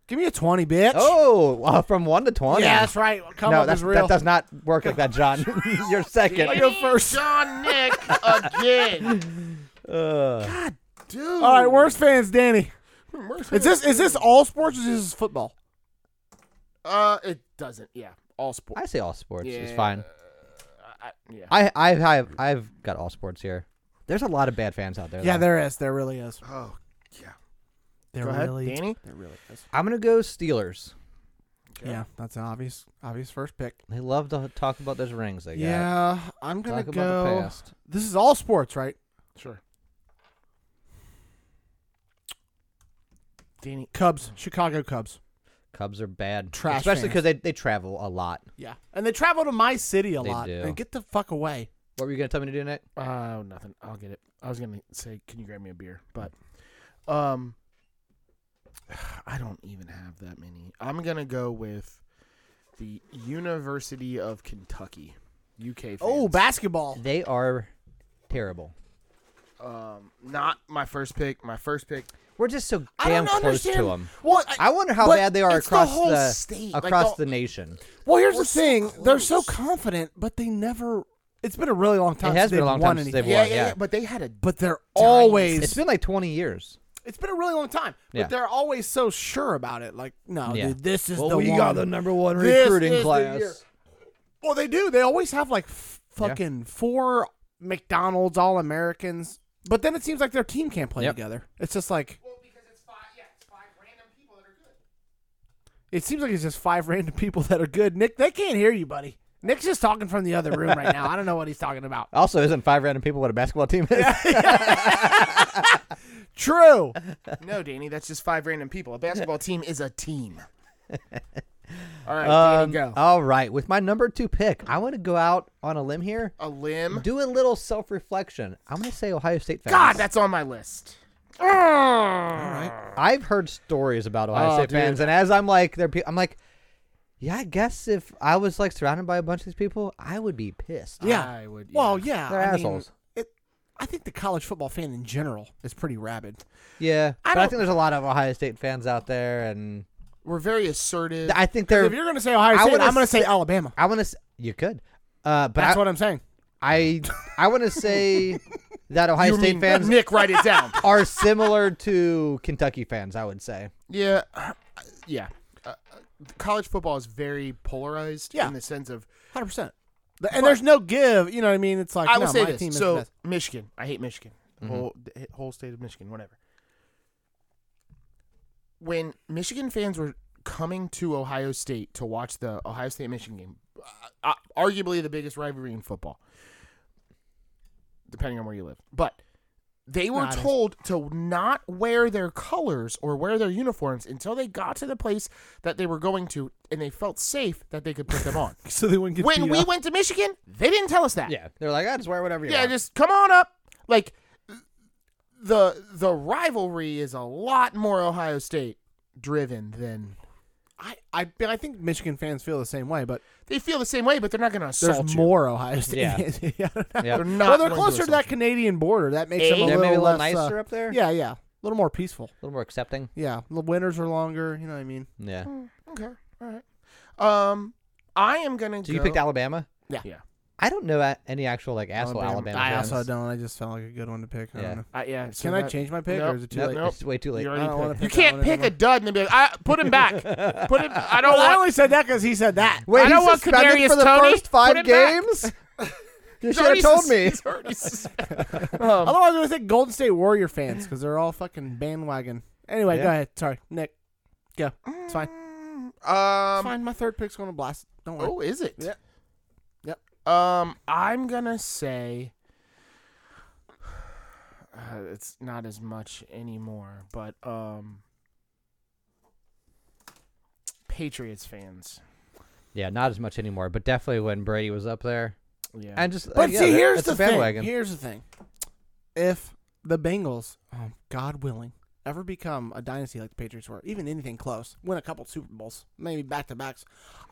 S2: Give me a twenty, bitch.
S3: Oh, uh, from one to twenty.
S2: yeah, that's right. Come
S3: no,
S2: up
S3: that's,
S2: is real.
S3: that does not work like that, John. You're second.
S2: You're first.
S1: John Nick again.
S3: Ugh.
S1: God, dude.
S2: all right, worst fans, Danny.
S1: Worst
S2: Is this is this all sports or is this football?
S1: Uh, it doesn't. Yeah, all sports.
S3: I say all sports is
S1: Yeah. Uh,
S3: fine.
S1: I, I, yeah.
S3: I, I, I've, I've got all sports here. There's a lot of bad fans out there.
S2: Yeah,
S3: though.
S2: there is. There really is.
S1: Oh, yeah.
S2: There
S1: Go ahead,
S2: really
S1: Danny.
S2: There really is.
S3: I'm gonna go Steelers.
S2: Yeah, that's an obvious obvious first pick.
S3: They love to talk about those rings they got.
S2: Yeah, I'm gonna
S3: Talk about the
S2: go.
S3: past.
S2: This is all sports, right?
S1: Sure. Danny.
S2: Cubs, Chicago Cubs.
S3: Cubs are bad,
S2: Trash
S3: especially
S2: fans.
S3: because they, they travel a lot.
S2: Yeah, and they travel to my city a
S3: They
S2: lot.
S3: do.
S2: And get the fuck away.
S3: What were you gonna tell me to do, Nick?
S1: Oh, nothing. I'll get it. I was gonna say, can you grab me a beer? But, um, I don't even have that many. I'm gonna go with the University of Kentucky, UK. Fans.
S2: Oh, basketball.
S3: They are terrible.
S1: um, not my first pick. My first pick.
S3: We're just so
S2: I
S3: damn
S2: don't
S3: close
S2: understand.
S3: to them.
S2: Well,
S3: I wonder how
S2: but
S3: bad they are
S1: it's the
S3: across
S1: whole
S3: the
S1: state, like
S3: across
S1: the-
S3: the nation.
S2: well, here's
S1: We're
S2: the
S1: so
S2: thing. They're so
S1: close.
S2: confident, but they never It's been a really long time.
S3: It has
S2: since
S3: been a
S2: they've
S3: long time
S2: won
S3: since
S2: anything.
S3: they've won.
S1: yeah,
S3: yeah.
S1: yeah, but they had a
S2: But they're always.
S3: It's been like 20 years.
S2: it's been a really long time. But
S3: Yeah.
S2: they're always so sure about it. Like, no,
S3: Yeah.
S2: dude, this is
S3: Well,
S2: the
S3: we
S2: one.
S3: got the number one
S2: This
S3: recruiting
S2: is the
S3: class.
S2: year. Well, they do. They always have like f-
S3: Yeah.
S2: fucking four McDonald's All Americans. But then it seems like their team can't play
S3: Yep.
S2: together. It's just like it seems like it's just five random people that are good. Nick, they can't hear you, buddy. Nick's just talking from the other room right now. I don't know what he's talking about.
S3: Also, isn't five random people what a basketball team is?
S2: True.
S1: No, Danny, that's just five random people. A basketball team is a team. All right,
S3: Um,
S1: Danny, go.
S3: All right, with my number two pick, I want to go out on a limb here,
S1: a limb.
S3: do a little self reflection. I'm going to say Ohio State fans.
S1: God, that's on my list.
S3: I've heard stories about Ohio
S1: Oh,
S3: State
S1: dude.
S3: fans, and as I'm like, there, I'm like, yeah, I guess if I was like surrounded by a bunch of these people, I would be pissed.
S2: Yeah.
S1: I would-
S2: Well, yeah.
S3: They're
S2: I mean,
S3: assholes.
S2: it, I think the college football fan in general is pretty rabid.
S3: yeah. but I
S2: don't-
S3: think there's a lot of Ohio State fans out there, and
S1: We're very assertive.
S3: I think they're.
S2: If you're going to say Ohio
S3: I
S2: State,
S3: would've
S2: I'm going to say Alabama.
S3: I want to. You could, uh, but
S2: That's
S3: I,
S2: what I'm saying.
S3: I I want to say that Ohio
S1: You
S3: State
S1: mean-
S3: fans
S1: Nick, write it down.
S3: are similar to Kentucky fans. I would say.
S1: yeah, yeah. Uh, uh, college football is very polarized
S2: Yeah.
S1: in the sense of
S2: 100%. And there's no give. You know what I mean? It's like,
S1: I
S2: no,
S1: will say
S2: my team
S1: this.
S2: is Mm-hmm. the
S1: So
S2: best.
S1: Michigan, I hate Michigan. The Whole the whole state of Michigan, whatever. When Michigan fans were coming to Ohio State to watch the Ohio State Michigan game, uh, arguably the biggest rivalry in football, depending on where you live, but. They were
S2: Not as-
S1: told to not wear their colors or wear their uniforms until they got to the place that they were going to and they felt safe that they could put them on.
S2: So they wouldn't get
S1: when
S2: beat
S1: we
S2: up.
S1: went to Michigan, they didn't tell us that.
S3: Yeah, they're like, I just wear whatever you
S1: Yeah,
S3: want.
S1: just come on up. Like the the rivalry is a lot more Ohio State driven than
S2: I, I, but I think Michigan fans feel the same way, but
S1: they feel the same way, but they're not going to
S2: there's
S1: assault you.
S2: more Ohio State.
S3: Yeah.
S2: fans. Yeah.
S3: Yeah.
S1: They're not.
S2: Well, they're
S1: going
S2: closer to
S1: assault
S2: that Canadian border. That makes
S1: Eh?
S2: them a
S1: They're
S2: little,
S3: maybe a little
S2: less, uh,
S3: nicer up there?
S2: Yeah, yeah. A little more peaceful.
S3: a little more accepting.
S2: Yeah. The winters are longer. You know what I mean?
S3: Yeah.
S1: you. Okay, all right. Um, I am going to.
S3: So you picked Alabama.
S1: Yeah,
S3: I don't know a- any actual like asshole
S2: Alabama.
S3: Alabama.
S2: I
S3: fans.
S2: also don't. I just felt like a good one to pick. I
S3: Yeah.
S2: don't know.
S1: Uh, yeah. so
S2: Can I
S1: that-
S2: change my pick,
S1: Nope.
S2: or is it too
S3: Nope,
S2: late?
S1: Nope.
S3: It's way too late.
S1: You
S2: I don't
S1: already
S2: wanna
S1: picked. You
S2: pick that
S1: can't
S2: one
S1: pick a
S2: anymore.
S1: dud and then be like, I, put him back. put him. I don't
S2: Well, Oh, I
S1: want.
S2: only said that because he said that.
S3: Wait,
S1: I don't
S3: he's
S1: want
S3: suspended
S1: Kadarius
S3: for the
S1: Toney?
S3: first five
S1: Put him back.
S3: games. you
S1: he's
S3: should have
S1: already
S3: told
S1: sus-
S3: me.
S1: he's already sus-
S2: Otherwise, I would say Golden State Warrior fans because they're all fucking bandwagon. Anyway,
S3: Yeah.
S2: go ahead. Sorry, Nick. Go. It's fine.
S1: um,
S2: it's fine. My third pick's going to blast. Don't worry.
S1: Oh, is it?
S2: Yep.
S1: Yep. Um, I'm gonna say uh, it's not as much anymore, but um, Patriots fans.
S3: Yeah, not as much anymore, but definitely when Brady was up there.
S1: Yeah.
S3: And just uh,
S2: But
S3: yeah,
S2: see,
S3: that-
S2: here's
S3: that's
S2: the
S3: a
S2: thing.
S3: bandwagon.
S2: Here's the thing. If the Bengals, oh, God willing, ever become a dynasty like the Patriots were, even anything close, win a couple Super Bowls, maybe back to backs,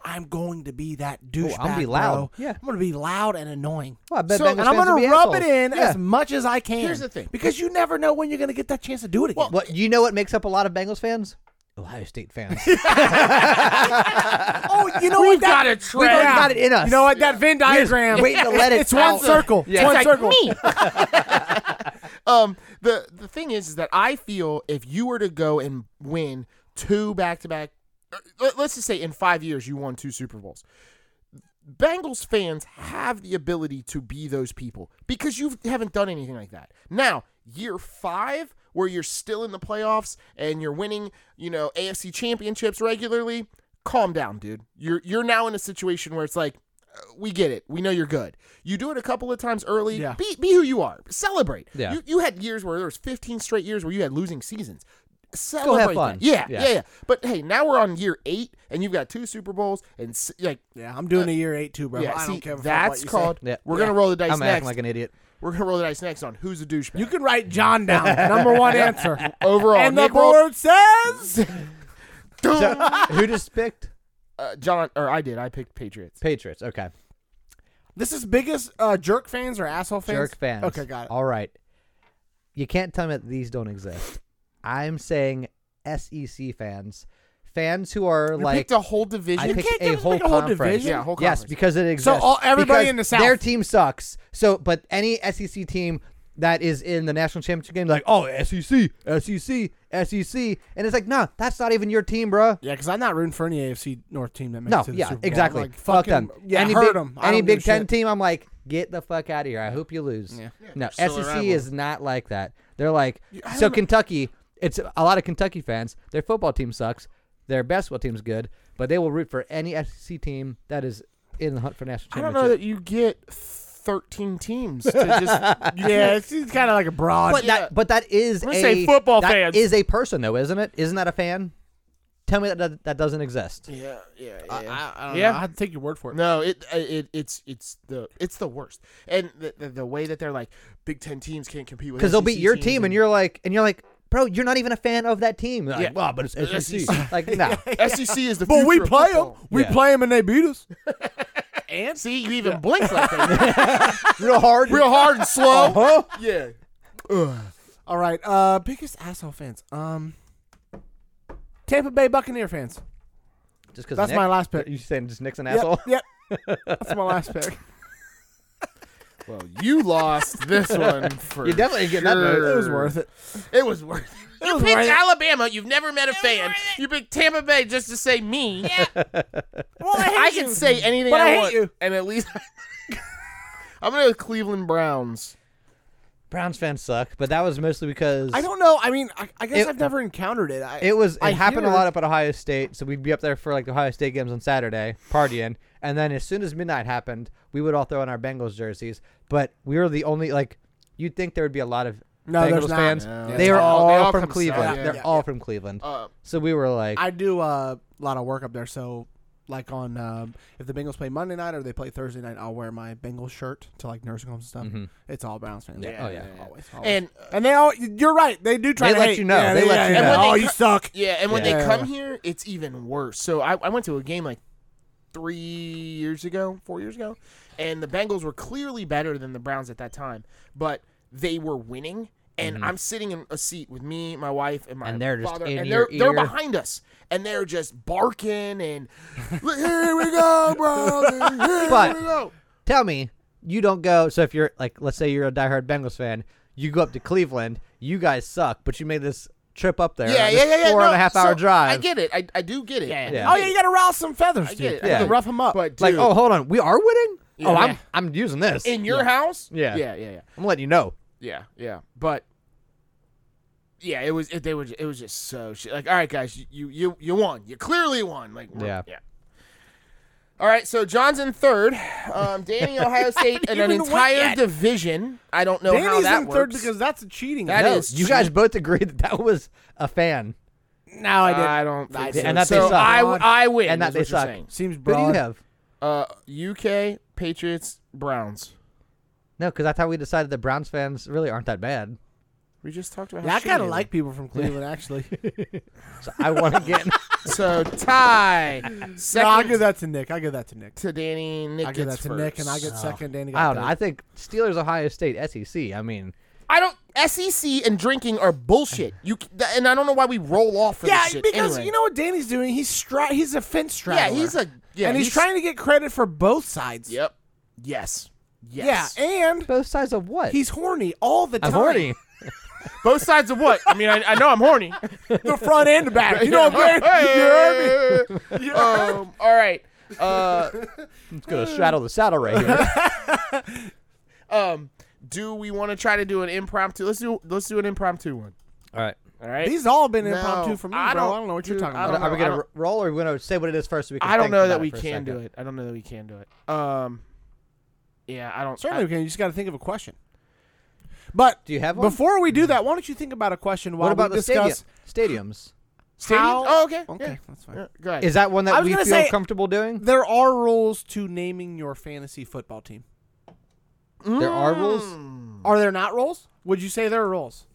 S2: I'm going to be that douchebag.
S3: I'll be loud.
S2: bro.
S3: Yeah.
S2: I'm going to be loud and annoying.
S3: Well, I bet
S1: So-
S3: Bengals
S2: And I'm
S3: fans would
S2: going
S3: be
S2: to rub
S3: assholes.
S2: it in
S3: Yeah.
S2: as much as I can.
S1: Here's the thing.
S2: because you never know when you're going to get that chance to do it again.
S3: What you know? What makes up a lot of Bengals fans? Ohio State fans.
S2: oh, you know
S1: We've
S2: what? That,
S1: got a
S3: We've
S1: trend.
S3: already got it in us.
S2: you know what? That Venn diagram.
S3: waiting to let it
S2: It's one
S3: out.
S2: circle.
S3: Yeah.
S2: It's one
S1: It's like
S2: circle.
S1: um, the the thing is, is that I feel if you were to go and win two back to back, let's just say in five years you won two Super Bowls. Bengals fans have the ability to be those people because you haven't done anything like that. Now, year five, where you're still in the playoffs and you're winning, you know, AFC championships regularly, calm down, dude. You're you're now in a situation where it's like, uh, we get it. We know you're good. You do it a couple of times early.
S2: Yeah.
S1: Be be who you are. Celebrate.
S3: Yeah.
S1: You, you had years where there was 15 straight years where you had losing seasons. Celebrate. that.
S3: fun.
S1: Yeah,
S3: Yeah.
S1: yeah, yeah. But hey, now we're on year eight, and you've got two Super Bowls, and s- like
S2: Yeah, I'm doing a year eight too, bro.
S1: yeah,
S2: I
S1: see,
S2: don't care. if
S1: that's
S2: what you
S1: called.
S3: Yeah.
S1: We're gonna roll the dice
S3: I'm
S1: next.
S3: acting like an idiot.
S1: we're gonna roll the dice next on who's a douchebag.
S2: Say. You can write John down. Number one answer.
S1: Overall,
S2: and
S1: Nick
S2: the board says
S1: rolled-
S3: So, who just picked
S1: uh, John or I did. I picked Patriots.
S3: Patriots? Okay,
S2: this is biggest uh, jerk fans or asshole fans.
S3: jerk fans.
S2: Okay, got it.
S3: All right, you can't tell me that these don't exist. I'm saying SEC E fans, fans who are
S1: You
S3: like
S1: picked a whole division.
S3: I
S2: You
S3: picked
S2: can't
S3: a
S2: give-
S3: whole
S2: pick a whole
S3: conference.
S2: division?
S1: Yeah, whole
S3: Yes,
S1: conference.
S3: because it exists.
S1: all- everybody in
S3: Because
S1: the South.
S3: Their team sucks. So, but any SEC team that is in the national championship game, like, oh, SEC, SEC, SEC, E and it's like, no, that's not even your team, bruh.
S2: Yeah, because I'm not rooting for any AFC North team that makes
S3: No,
S2: it to the
S3: yeah,
S2: Super Bowl.
S3: exactly.
S2: Like,
S3: fuck
S2: fucking-
S3: them.
S2: Yeah,
S3: any
S2: hurt
S3: big,
S2: 'em. I
S3: Any
S2: don't give a
S3: Big Ten
S2: shit.
S3: team, I'm like, get the fuck out of here. I hope you lose.
S2: Yeah.
S3: no,
S4: still a
S3: SEC
S4: rivalry.
S3: is not like that. They're like,
S1: I don't
S3: so
S1: know-
S3: Kentucky, it's a lot of Kentucky fans. Their football team sucks. Their basketball team's good, but they will root for any SEC team that is in the hunt for national
S1: I
S3: championship.
S1: don't know that you get 13 teams to just.
S2: Yeah, it's, it's kind of like a broad.
S3: But
S1: Yeah.
S3: that, but that is
S1: I'm
S3: a
S1: gonna say football
S3: that
S1: fans.
S3: is a person though, isn't it? Isn't that a fan? Tell me that that, that doesn't exist.
S1: yeah, yeah,
S2: I, I, I don't
S1: Yeah.
S2: know. I have to take your word for it.
S1: No, it, it it's it's the it's the worst, and the, the, the way that they're like Big Ten teams can't compete with
S3: Because they'll
S1: SEC
S3: be your
S1: teams
S3: team, and you're like, and you're like, bro, you're not even a fan of that team. They're Like,
S1: Yeah.
S3: well, but it's SEC. like, no.
S1: SEC E is the.
S2: But we
S1: future of
S2: play them.
S1: football.
S2: We
S3: Yeah.
S2: play them and they beat us.
S1: And see, you even blink like that,
S3: real hard.
S1: real hard and slow.
S3: huh?
S1: Yeah.
S2: All right. Uh, biggest asshole fans. Um, Tampa Bay Buccaneer fans.
S3: Just because
S2: That's my last pick.
S3: You saying just Nick's an
S2: Yep,
S3: asshole?
S2: Yep. That's my last pick.
S1: Well, you lost this one for
S3: You definitely
S1: sure.
S3: get that vote.
S2: It was worth it.
S1: It was worth it. You
S2: was
S1: picked
S2: worth it.
S1: Alabama. You've never met a fan. You picked Tampa Bay just to say me.
S2: Well,
S1: I
S2: I,
S1: can say anything
S2: But
S1: I,
S2: I hate
S1: want,
S2: you.
S1: and at least I'm gonna go with Cleveland Browns.
S3: Browns fans suck, but that was mostly because
S2: I don't know. I mean, I, I guess
S3: It-
S2: I've never encountered it. I,
S3: it was it
S2: I
S3: happened a
S2: hear-
S3: lot up at Ohio State, so we'd be up there for like the Ohio State games on Saturday, partying, and then as soon as midnight happened, we would all throw on our Bengals jerseys. But we were the only like you'd think there would be a lot of
S2: No, there's
S3: Bengals
S2: not.
S3: fans.
S1: No.
S3: They
S1: Yeah.
S3: are
S1: They all-
S3: all,
S1: they all
S3: from
S1: come south,
S3: Cleveland.
S1: yeah.
S3: They're
S2: Yeah,
S3: all from Cleveland.
S1: Uh,
S3: so we were like,
S2: I do uh, a lot of work up there. So, like on um, if the Bengals play Monday night or they play Thursday night, I'll wear my Bengals shirt to like nursing homes and stuff. It's all Browns fans.
S3: Yeah, oh, yeah.
S2: always. always.
S1: and
S2: And they all, you're right. They do try
S3: They
S2: to
S3: let
S2: hate.
S3: you know.
S2: Yeah,
S3: They let you
S2: yeah,
S1: know.
S2: yeah.
S1: And when
S2: Oh,
S1: they
S2: you
S1: cut-
S2: suck.
S1: yeah, and when they
S2: Yeah.
S1: come here, it's even worse. So I, I went to a game like three years ago, four years ago, and the Bengals were clearly better than the Browns at that time, but they were winning. And I'm sitting in a seat with me, my wife, and my
S3: Mm-hmm. And they're just
S1: father,
S3: in
S1: and
S3: your
S1: they're they're
S3: ear.
S1: behind us, and they're just barking and here we go, Browns, and here
S3: But-
S1: we go.
S3: tell me you don't go. So if you're like, let's say you're a diehard Bengals fan, you go up to Cleveland. You guys suck, but you made this trip up there.
S1: Yeah,
S3: on
S1: yeah,
S3: this
S1: yeah, yeah.
S3: four
S1: no,
S3: and a half hour
S1: so
S3: drive.
S1: I get it. I, I do get it.
S3: Yeah.
S2: Oh yeah, you got to rouse some feathers,
S1: I
S2: dude.
S1: get it. I
S2: You gotta
S3: get it.
S2: rough them up.
S1: But dude,
S3: like, oh, hold on, we are winning. Oh,
S1: Yeah.
S3: I'm I'm using this.
S1: in your house?
S3: Yeah.
S1: yeah, yeah, yeah.
S3: I'm letting you know.
S1: Yeah, yeah, but yeah, it was it, they were ju- it was just so shit. Like, all right, guys, you you you, you won. You clearly won. Like, we're-
S3: Yeah.
S1: yeah. All right, so John's in third. Um, Danny, Ohio State, and an
S2: even win
S1: entire
S2: yet.
S1: division. I don't know how
S2: Danny's
S1: that
S2: in
S1: works.
S2: third because that's a cheating.
S1: That
S3: No,
S1: is
S3: you
S1: true.
S3: guys both agreed that that was a fan.
S2: no, I didn't.
S1: I don't think so.
S3: And that they
S1: so
S3: suck.
S1: I, w- I win.
S3: And that
S1: is
S3: they
S1: what you're
S3: suck.
S1: saying.
S2: Seems
S3: Who do
S2: broad.
S3: you have?
S1: Uh, UK Patriots Browns.
S3: No, because I thought we decided that Browns fans really aren't that bad.
S1: We just talked about.
S2: Yeah,
S1: how
S2: I kind
S1: shitty
S2: of
S1: they
S2: like people from Cleveland actually.
S3: So I want to get.
S1: were. so tie
S2: no, I'll
S1: second
S2: give that to Nick. I'll give that to Nick.
S1: to Danny. Nick
S2: I'll give that
S1: gets
S2: to
S1: first.
S2: Nick, and I get second.
S3: I
S2: Danny got
S3: don't know.
S2: third.
S3: I think Steelers, Ohio State, SEC. I mean,
S1: I don't. SEC and drinking are bullshit. You c- th- and I don't know why we roll off for
S2: yeah,
S1: this shit.
S2: because
S1: anyway.
S2: you know what Danny's doing. He's stra- He's a fence straddler.
S1: Yeah, he's a. Yeah,
S2: and he's, trying to get credit for both sides.
S1: Yep. Yes. Yes.
S2: Yeah, and
S3: both sides of what?
S2: he's horny all the
S3: I'm
S2: time.
S3: horny.
S1: both sides of what? I mean, I, I know I'm horny.
S2: the front and the back. You know what I'm saying? You heard me?
S1: Hey! Um. All right. Uh.
S3: It's gonna straddle the saddle right here.
S1: Um. Do we want to try to do an impromptu? Let's do. Let's do an impromptu one.
S3: All right.
S1: All right.
S2: These all been
S1: No,
S2: impromptu from me,
S1: I
S2: bro.
S1: don't-
S2: I don't know what you're
S1: dude,
S2: talking
S1: I
S2: about.
S1: don't
S3: Are we
S1: know, I
S3: gonna
S1: don't-
S3: ro- roll, or are we gonna say what it is first? So we can
S1: I don't
S3: think
S1: know
S3: about
S1: that
S3: it
S1: we
S3: for a
S1: can
S3: second?
S1: do it. I don't know that we can do it. Um. Yeah, I don't. uh,
S2: Certainly, we can. You just got to think of a question. But
S3: Do you have one?
S2: before we do that, why don't you think about a question while
S3: what about
S2: we
S3: the
S2: discuss?
S3: stadium? stadiums?
S1: Stadium?
S2: How-
S1: Oh, okay.
S2: Okay,
S1: Yeah.
S2: that's fine.
S1: Yeah, Go ahead.
S3: Is that one
S2: I
S3: that
S2: was
S3: we
S2: gonna
S3: feel
S2: say-
S3: comfortable doing?
S2: There are rules to naming your fantasy football team.
S3: There are
S1: mm,
S3: rules.
S2: Are there not rules? Would you say there are rules?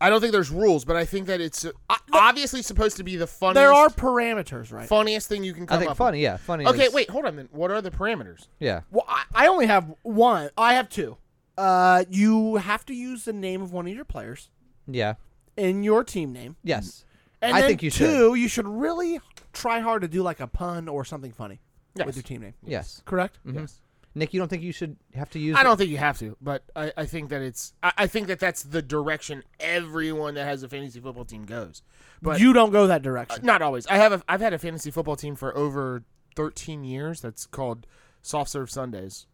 S1: I don't think there's rules, but I think that it's uh, obviously supposed to be the funniest,
S2: There are parameters, right?
S1: funniest thing you can come
S3: I think
S1: up
S3: funny. Yeah, funny.
S1: with. Okay,
S3: is-
S1: wait, hold on. Then what are the parameters?
S3: Yeah.
S2: Well, I, I only have one. I have two. Uh, you have to use the name of one of your players
S3: Yeah.
S2: in your team name.
S3: Yes.
S2: And
S3: I
S2: then
S3: think you
S2: two,
S3: should.
S2: you should really try hard to do like a pun or something funny
S1: Yes.
S2: with your team name.
S3: Yes.
S2: Correct?
S3: Mhm. Nick, you don't think you should have to use
S1: I don't think you have to, but I, I think that it's I, I think that that's the direction everyone that has a fantasy football team goes. But Uh,
S2: you don't go that direction.
S1: not always. I have a, I've had a fantasy football team for over 13 years. That's called Soft Serve Sundays.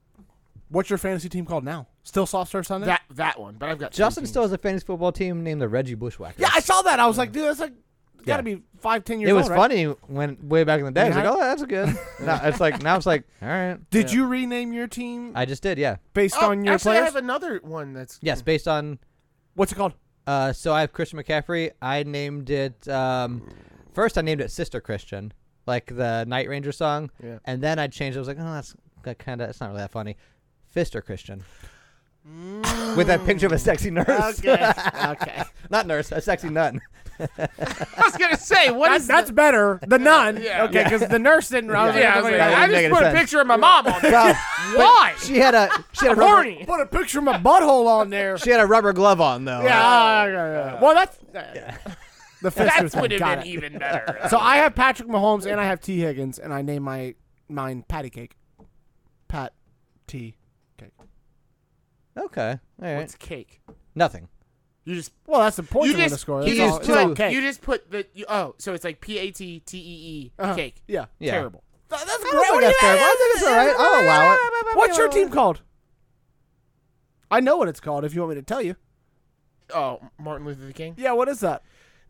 S2: What's your fantasy team called now? Still soft serve Sunday?
S1: That that one, but I've got three
S3: Justin
S1: teams.
S3: still has a fantasy football team named the Reggie Bushwhackers.
S2: yeah, I saw that. I was like, dude, that's like gotta be five, ten years
S3: It was
S2: old, right?
S3: funny when way back in the day. I was
S2: Yeah.
S3: like, oh, that's good. now, it's like now it's like, all right.
S2: Did you rename your team
S3: I just did, yeah.
S2: based
S1: Oh,
S2: on your
S1: actually, I
S2: players?
S1: have another one that's
S3: Yes, based on
S2: What's it called?
S3: Uh, so I have Christian McCaffrey. I named it. Um, first, I named it Sister Christian, like the Night Ranger song.
S1: Yeah.
S3: And then I changed. it. I was like, oh, that's that kind of. That's not really that funny. Fister Christian. With that picture of a sexy nurse.
S2: Okay. okay.
S3: not nurse, a sexy nun.
S1: I was gonna say what
S2: That's,
S1: is
S2: that's better. The nun.
S1: Yeah.
S2: Okay, because the nurse didn't. I was
S1: yeah, I, was
S2: like, I was
S1: like,
S3: that
S1: I
S3: didn't make
S1: just
S3: any
S1: put a
S3: sense.
S1: picture of my mom on there.
S3: Well,
S1: Why?
S3: she had a she had a rubber,
S1: Horny.
S2: put a picture of my butthole on there.
S3: she had a rubber glove on though.
S2: yeah, Well, that's the fist
S1: That
S2: was
S1: would have
S2: got
S1: been
S2: it.
S1: even better.
S2: So I have Patrick Mahomes and I have T Higgins, and I name my mine Patty Cake. Pat T Cake.
S3: Okay. All right.
S1: What's cake?
S3: Nothing.
S1: You just
S2: Well, that's the point
S1: you
S2: you want
S1: just
S2: to score.
S1: you
S2: That's
S1: just
S2: all- it's
S1: put
S2: all cake.
S1: you just put the you, oh so it's like P A T T E E
S2: Uh-huh.
S1: cake.
S2: yeah.
S3: Yeah.
S1: Terrible.
S2: That's
S3: I don't think that's terrible. I think it's all right. I'll allow it.
S2: What's your team called? I know what it's called. If you want me to tell you.
S1: Oh, Martin Luther King.
S2: Yeah. What is that?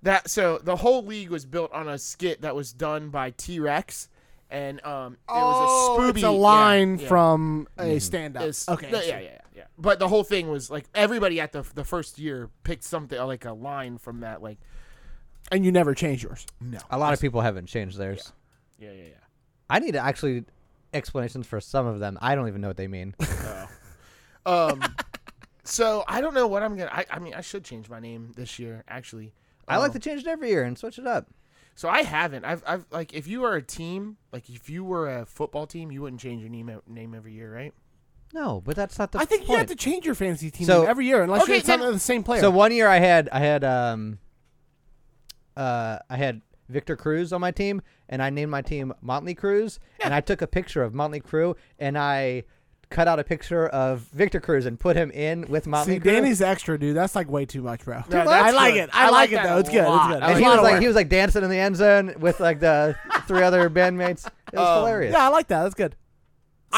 S1: That so the whole league was built on a skit that was done by T Rex, and um, it was a Spoobie.
S2: Oh, It's a
S1: yeah,
S2: line
S1: yeah.
S2: from
S3: Mm-hmm.
S2: a stand-up.
S1: It's-
S2: okay.
S1: no, yeah, yeah, yeah, yeah. But the whole thing was like everybody at the the first year picked something like a line from that. Like
S2: And you never change yours.
S1: no,
S3: A lot of people haven't changed theirs.
S1: yeah, yeah, yeah.
S3: I need actually explanations for some of them. I don't even know what they mean.
S1: Um, so I don't know what I'm gonna. I, I mean, I should change my name this year. Actually,
S3: I like
S1: Um,
S3: to change it every year and switch it up.
S1: So I haven't. I've, I've like if you are a team, like if you were a football team, you wouldn't change your name e-, name every year, right?
S3: No, but that's not the
S2: I think
S3: point.
S2: you have to change your fantasy team
S3: So-
S2: name every year unless
S1: Okay,
S2: you're
S1: then-
S2: the same player.
S3: So one year I had I had um uh I had Victor Cruz on my team and I named my team Motley Cruz and I took a picture of Motley Crue and I cut out a picture of Victor Cruz and put him in with Motley
S2: See,
S3: Crue.
S2: Danny's extra, dude. That's like way too much, bro.
S1: that's
S2: I like
S1: good.
S2: it. I,
S1: I like
S2: like,
S1: that
S2: it though.
S1: a
S2: It's good.
S1: lot.
S2: It's good.
S1: I
S3: and
S2: It's
S3: he
S2: a lot
S3: was
S2: of
S3: like
S2: work.
S3: he was like dancing in the end zone with like the three other bandmates. It was hilarious.
S2: Oh. yeah, I like that. That's good.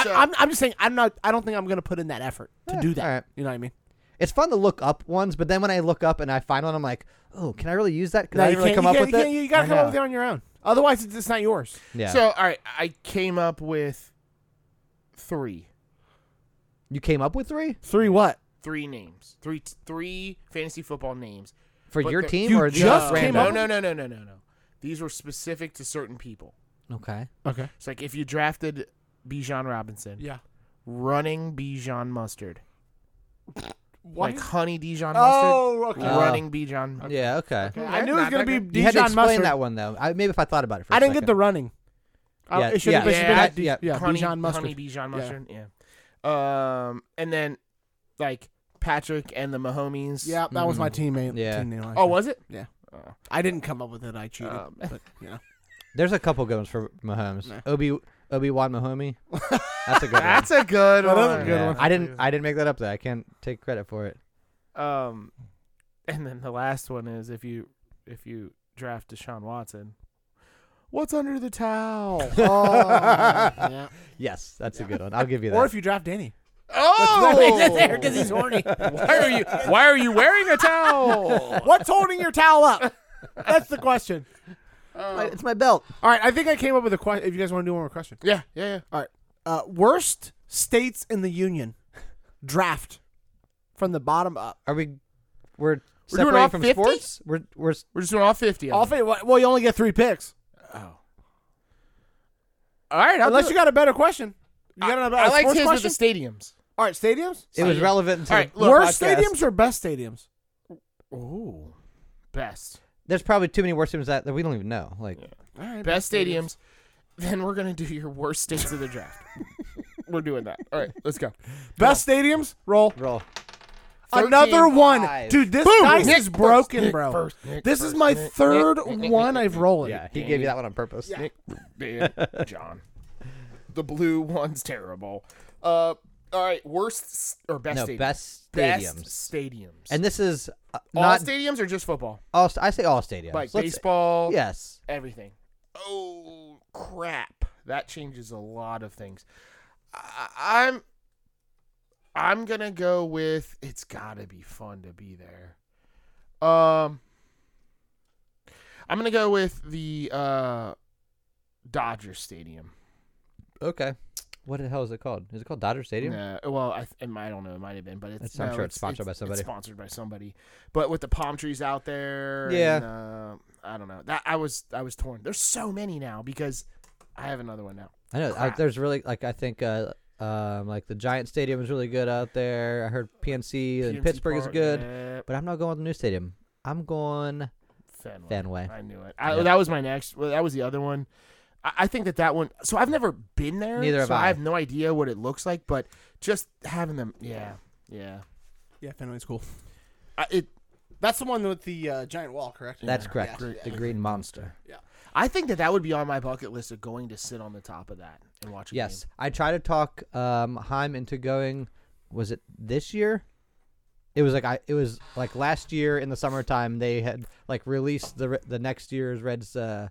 S1: So-
S2: I, I'm, I'm just saying, I'm not. I don't think I'm gonna put in that effort to
S3: Yeah,
S2: do that.
S3: all right.
S2: You know what I mean?
S3: It's fun to look up ones, but then when I look up and I find one, I'm like, oh, can I really use that? Can I
S2: you
S3: didn't really come
S2: can't- you
S3: up
S2: can't-
S3: with
S2: you
S3: it?
S2: can't- You gotta
S3: I
S2: come up
S3: know.
S2: with it on your own. Otherwise, it's, it's not yours.
S3: Yeah.
S1: So all right, I came up with three,
S3: you came up with three
S2: Three what?
S1: three names, three three fantasy football names.
S3: for
S1: But
S3: your
S1: the-
S3: team
S2: You
S3: or these
S2: just
S3: are
S2: came
S3: random?
S1: no,
S2: up
S1: no, no, no, no, no, no. These were specific to certain people.
S3: Okay.
S2: Okay.
S1: It's like if you drafted Bijan Robinson,
S2: Yeah.
S1: running Bijan Mustard,
S2: What?
S1: like honey Dijon mustard,
S2: oh, okay.
S3: Uh,
S1: running Bijan.
S3: Yeah. Okay.
S2: I knew it was
S1: Not
S2: gonna
S1: that
S2: be
S1: good.
S3: You had to
S2: Dijon
S3: explain
S2: mustard.
S3: that one though. I, maybe if I thought about it for I
S2: I didn't get the running. I-
S3: Yeah,
S2: Oh, it should have
S1: yeah.
S2: been, should have been
S3: Yeah,
S2: had Di- yeah,
S1: honey,
S2: Dijon mustard.
S1: honey Bijan mustard. Yeah. Um, and then like Patrick and the Mahomies.
S2: Yeah, that was my teammate.
S3: Yeah.
S2: Team name
S1: Mm-hmm. Oh, was it?
S2: Yeah.
S1: Oh.
S2: I didn't come up with it. I cheated.
S1: Um,
S2: but, you know.
S3: There's a couple good ones for Mahomes.
S2: Nah.
S3: Obi Obi Wan Mahomie. That's a good
S1: That's a good
S2: That is a
S1: one.
S3: one.
S2: good
S3: Yeah.
S2: one.
S3: I didn't. I didn't make that up though. I can't take credit for it.
S1: Um, and then the last one is if you if you draft Deshaun Watson, what's under the towel?
S2: Oh, yeah.
S3: Yes, that's a good one. I'll give you that.
S2: Or if you draft Danny.
S1: oh,
S2: there because he's horny.
S1: why are you why are you wearing a towel?
S2: What's holding your towel up? That's the question.
S3: My- it's my belt.
S2: All right, I think I came up with a question. If you guys want to do one more question,
S1: yeah, yeah, yeah.
S2: all right. Uh, worst states in the union draft from the bottom up.
S3: Are we? We're
S1: doing
S3: separating
S1: all
S3: from
S1: 50?
S3: sports. We're we're s-
S1: We're just doing all fifty. Of
S2: All
S1: them.
S2: fa- well, you only get three picks
S1: Oh. All right, I'll
S2: unless
S1: do
S2: you
S1: it.
S2: got a better question. You got
S1: I,
S2: a,
S1: I
S2: a
S1: liked
S2: sports
S1: his
S2: question?
S1: with the stadiums.
S2: all right, stadiums.
S3: it was relevant. To
S1: All right,
S3: the
S1: look,
S2: worst
S3: podcast.
S2: stadiums or best stadiums?
S1: Ooh, best,
S3: There's probably too many worst teams that, that we don't even know. Like
S2: All right,
S1: best stadiums. Then we're gonna do your worst states of the draft. we're doing that. All right, let's go.
S2: Best stadiums. Roll.
S3: roll.
S2: Another one,
S3: five.
S2: dude. This
S1: Boom!
S2: dice
S1: Nick
S2: is
S1: first,
S2: broken,
S1: Nick
S2: bro.
S1: first, Nick
S2: this is
S1: first,
S2: my
S1: Nick, Nick,
S2: third
S1: Nick, Nick, Nick,
S2: one
S1: Nick,
S2: I've rolled.
S3: Yeah, he gave you that one on purpose.
S1: Nick, Dan, John. The blue one's terrible. Uh, all right, worst s- or best
S3: No,
S1: stadiums.
S3: best
S1: Best
S3: stadiums.
S1: stadiums.
S3: And this is uh,
S1: all
S3: not
S1: stadiums or just football?
S3: all. st- I say all stadiums.
S1: Like
S3: Let's-
S1: baseball,
S3: Yes.
S1: everything. Oh crap! That changes a lot of things. I, I'm I'm gonna go with it's gotta be fun to be there. Um, I'm gonna go with the uh, Dodger Stadium.
S3: Okay. What the hell is it called? Is it called Dodger Stadium?
S1: Nah, well, I, th- it might- I don't know. It might have been, but it's.
S3: It's- I'm
S1: no,
S3: sure it's sponsored by somebody.
S1: sponsored by somebody, but with the palm trees out there.
S3: Yeah.
S1: and, uh, I don't know. That I was I was torn. There's so many now because I have another one now.
S3: I know. I,
S1: Crap.
S3: there's really like I think uh, um, like the Giant Stadium is really good out there. I heard PNC and
S1: PNC
S3: Pittsburgh is
S1: Park,
S3: good,
S1: yep,
S3: but I'm not going with the new stadium. I'm going.
S1: Fenway.
S3: Fenway.
S1: I knew it. I,
S3: Yep.
S1: That was my next. Well, that was the other one. I, I think that that one. So I've never been there.
S3: Neither have
S1: so
S3: I.
S1: I have no idea what it looks like, but just having them. Yeah, yeah.
S2: Yeah, Fenway's cool.
S1: I, it.
S2: That's the one with the uh, giant wall, correct?
S3: That's
S1: Yeah.
S3: correct.
S2: Yeah.
S3: The Green Monster.
S1: I think that that would be on my bucket list of going to sit on the top of that and watch. A game.
S3: Yes, I tried to talk um, Heim into going. Was it this year? It was like I. It was like last year in the summertime. They had like released the re- the next year's Reds. Uh,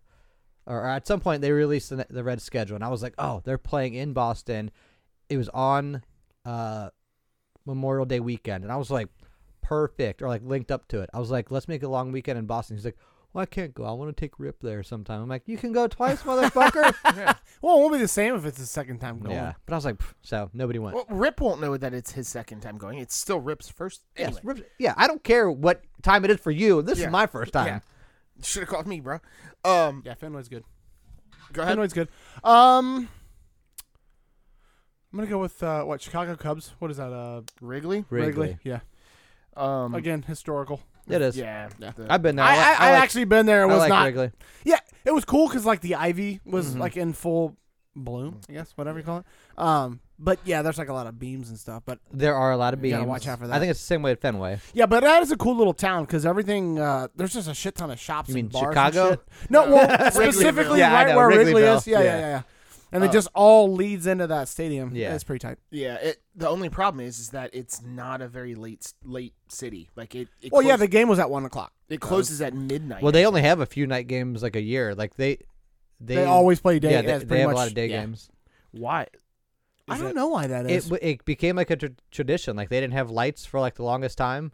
S3: or at some point they released the, ne- the Reds schedule, and I was like, oh, they're playing in Boston. It was on uh, Memorial Day weekend, and I was like, perfect, or like linked up to it. I was like, let's make a long weekend in Boston. He's like. Well, I can't go. I want to take Rip there sometime. I'm like, you can go twice, motherfucker.
S2: Well, it won't be the same if it's the second time going.
S3: Yeah, but I was like, "Pff," so nobody went.
S1: Well, Rip won't know that it's his second time going. It's still Rip's first.
S3: yes,
S1: Anyway,
S3: Rip- yeah. I don't care what time it is for you. This
S1: Yeah.
S3: is my first time.
S1: Yeah. should have called me, bro. Um,
S2: Yeah, Fenway's good.
S1: go ahead.
S2: Fenway's good. Um, I'm gonna go with uh, what Chicago Cubs. What is that? Uh,
S1: Wrigley.
S3: Wrigley.
S2: Yeah.
S1: Um,
S2: Again, historical.
S3: It is.
S1: yeah,
S2: Yeah.
S1: the-
S3: I've been there.
S2: Hmm. I, I,
S3: like-
S2: I
S3: like-
S2: actually been there.
S3: I
S2: It was
S3: like
S2: not.
S3: Wrigley.
S2: Yeah, it was cool because like the ivy was
S3: Mm-hmm.
S2: like in full bloom. I guess whatever you call it. Um, but yeah, there's like a lot of beams and stuff. But
S3: There are a lot of
S2: You
S3: beams.
S2: gotta watch out for
S3: I
S2: that.
S3: think it's the same way at Fenway.
S2: yeah, but that is a cool little town because everything. Uh, there's just a shit ton of shops.
S3: You mean
S2: and bars and
S3: Chicago?
S2: shit. No, well, specifically
S3: Yeah, I
S2: right
S3: know,
S2: where Wrigley
S3: Wrigleyville.
S2: is. Yeah, yeah, yeah.
S3: Yeah. Uh,
S2: yeah. And it just all leads into that stadium.
S3: Yeah.
S2: it's pretty tight.
S1: Yeah, it, the only problem is is that it's not a very late late city. Like it. it
S2: Well, yeah,
S1: close-
S2: the game was at one o'clock.
S1: it closes at midnight.
S3: Well, they only have a few night games like a year. Like they, they,
S2: They, always play day.
S3: yeah.
S2: yeah,
S3: They,
S2: it's
S3: they
S2: pretty
S3: have
S2: much,
S3: a lot of day
S1: yeah.
S3: games.
S1: why?
S2: I
S1: Is
S2: don't
S1: it-
S2: know why that
S3: It
S2: is.
S3: w- it became like a tr- tradition. Like they didn't have lights for like the longest time.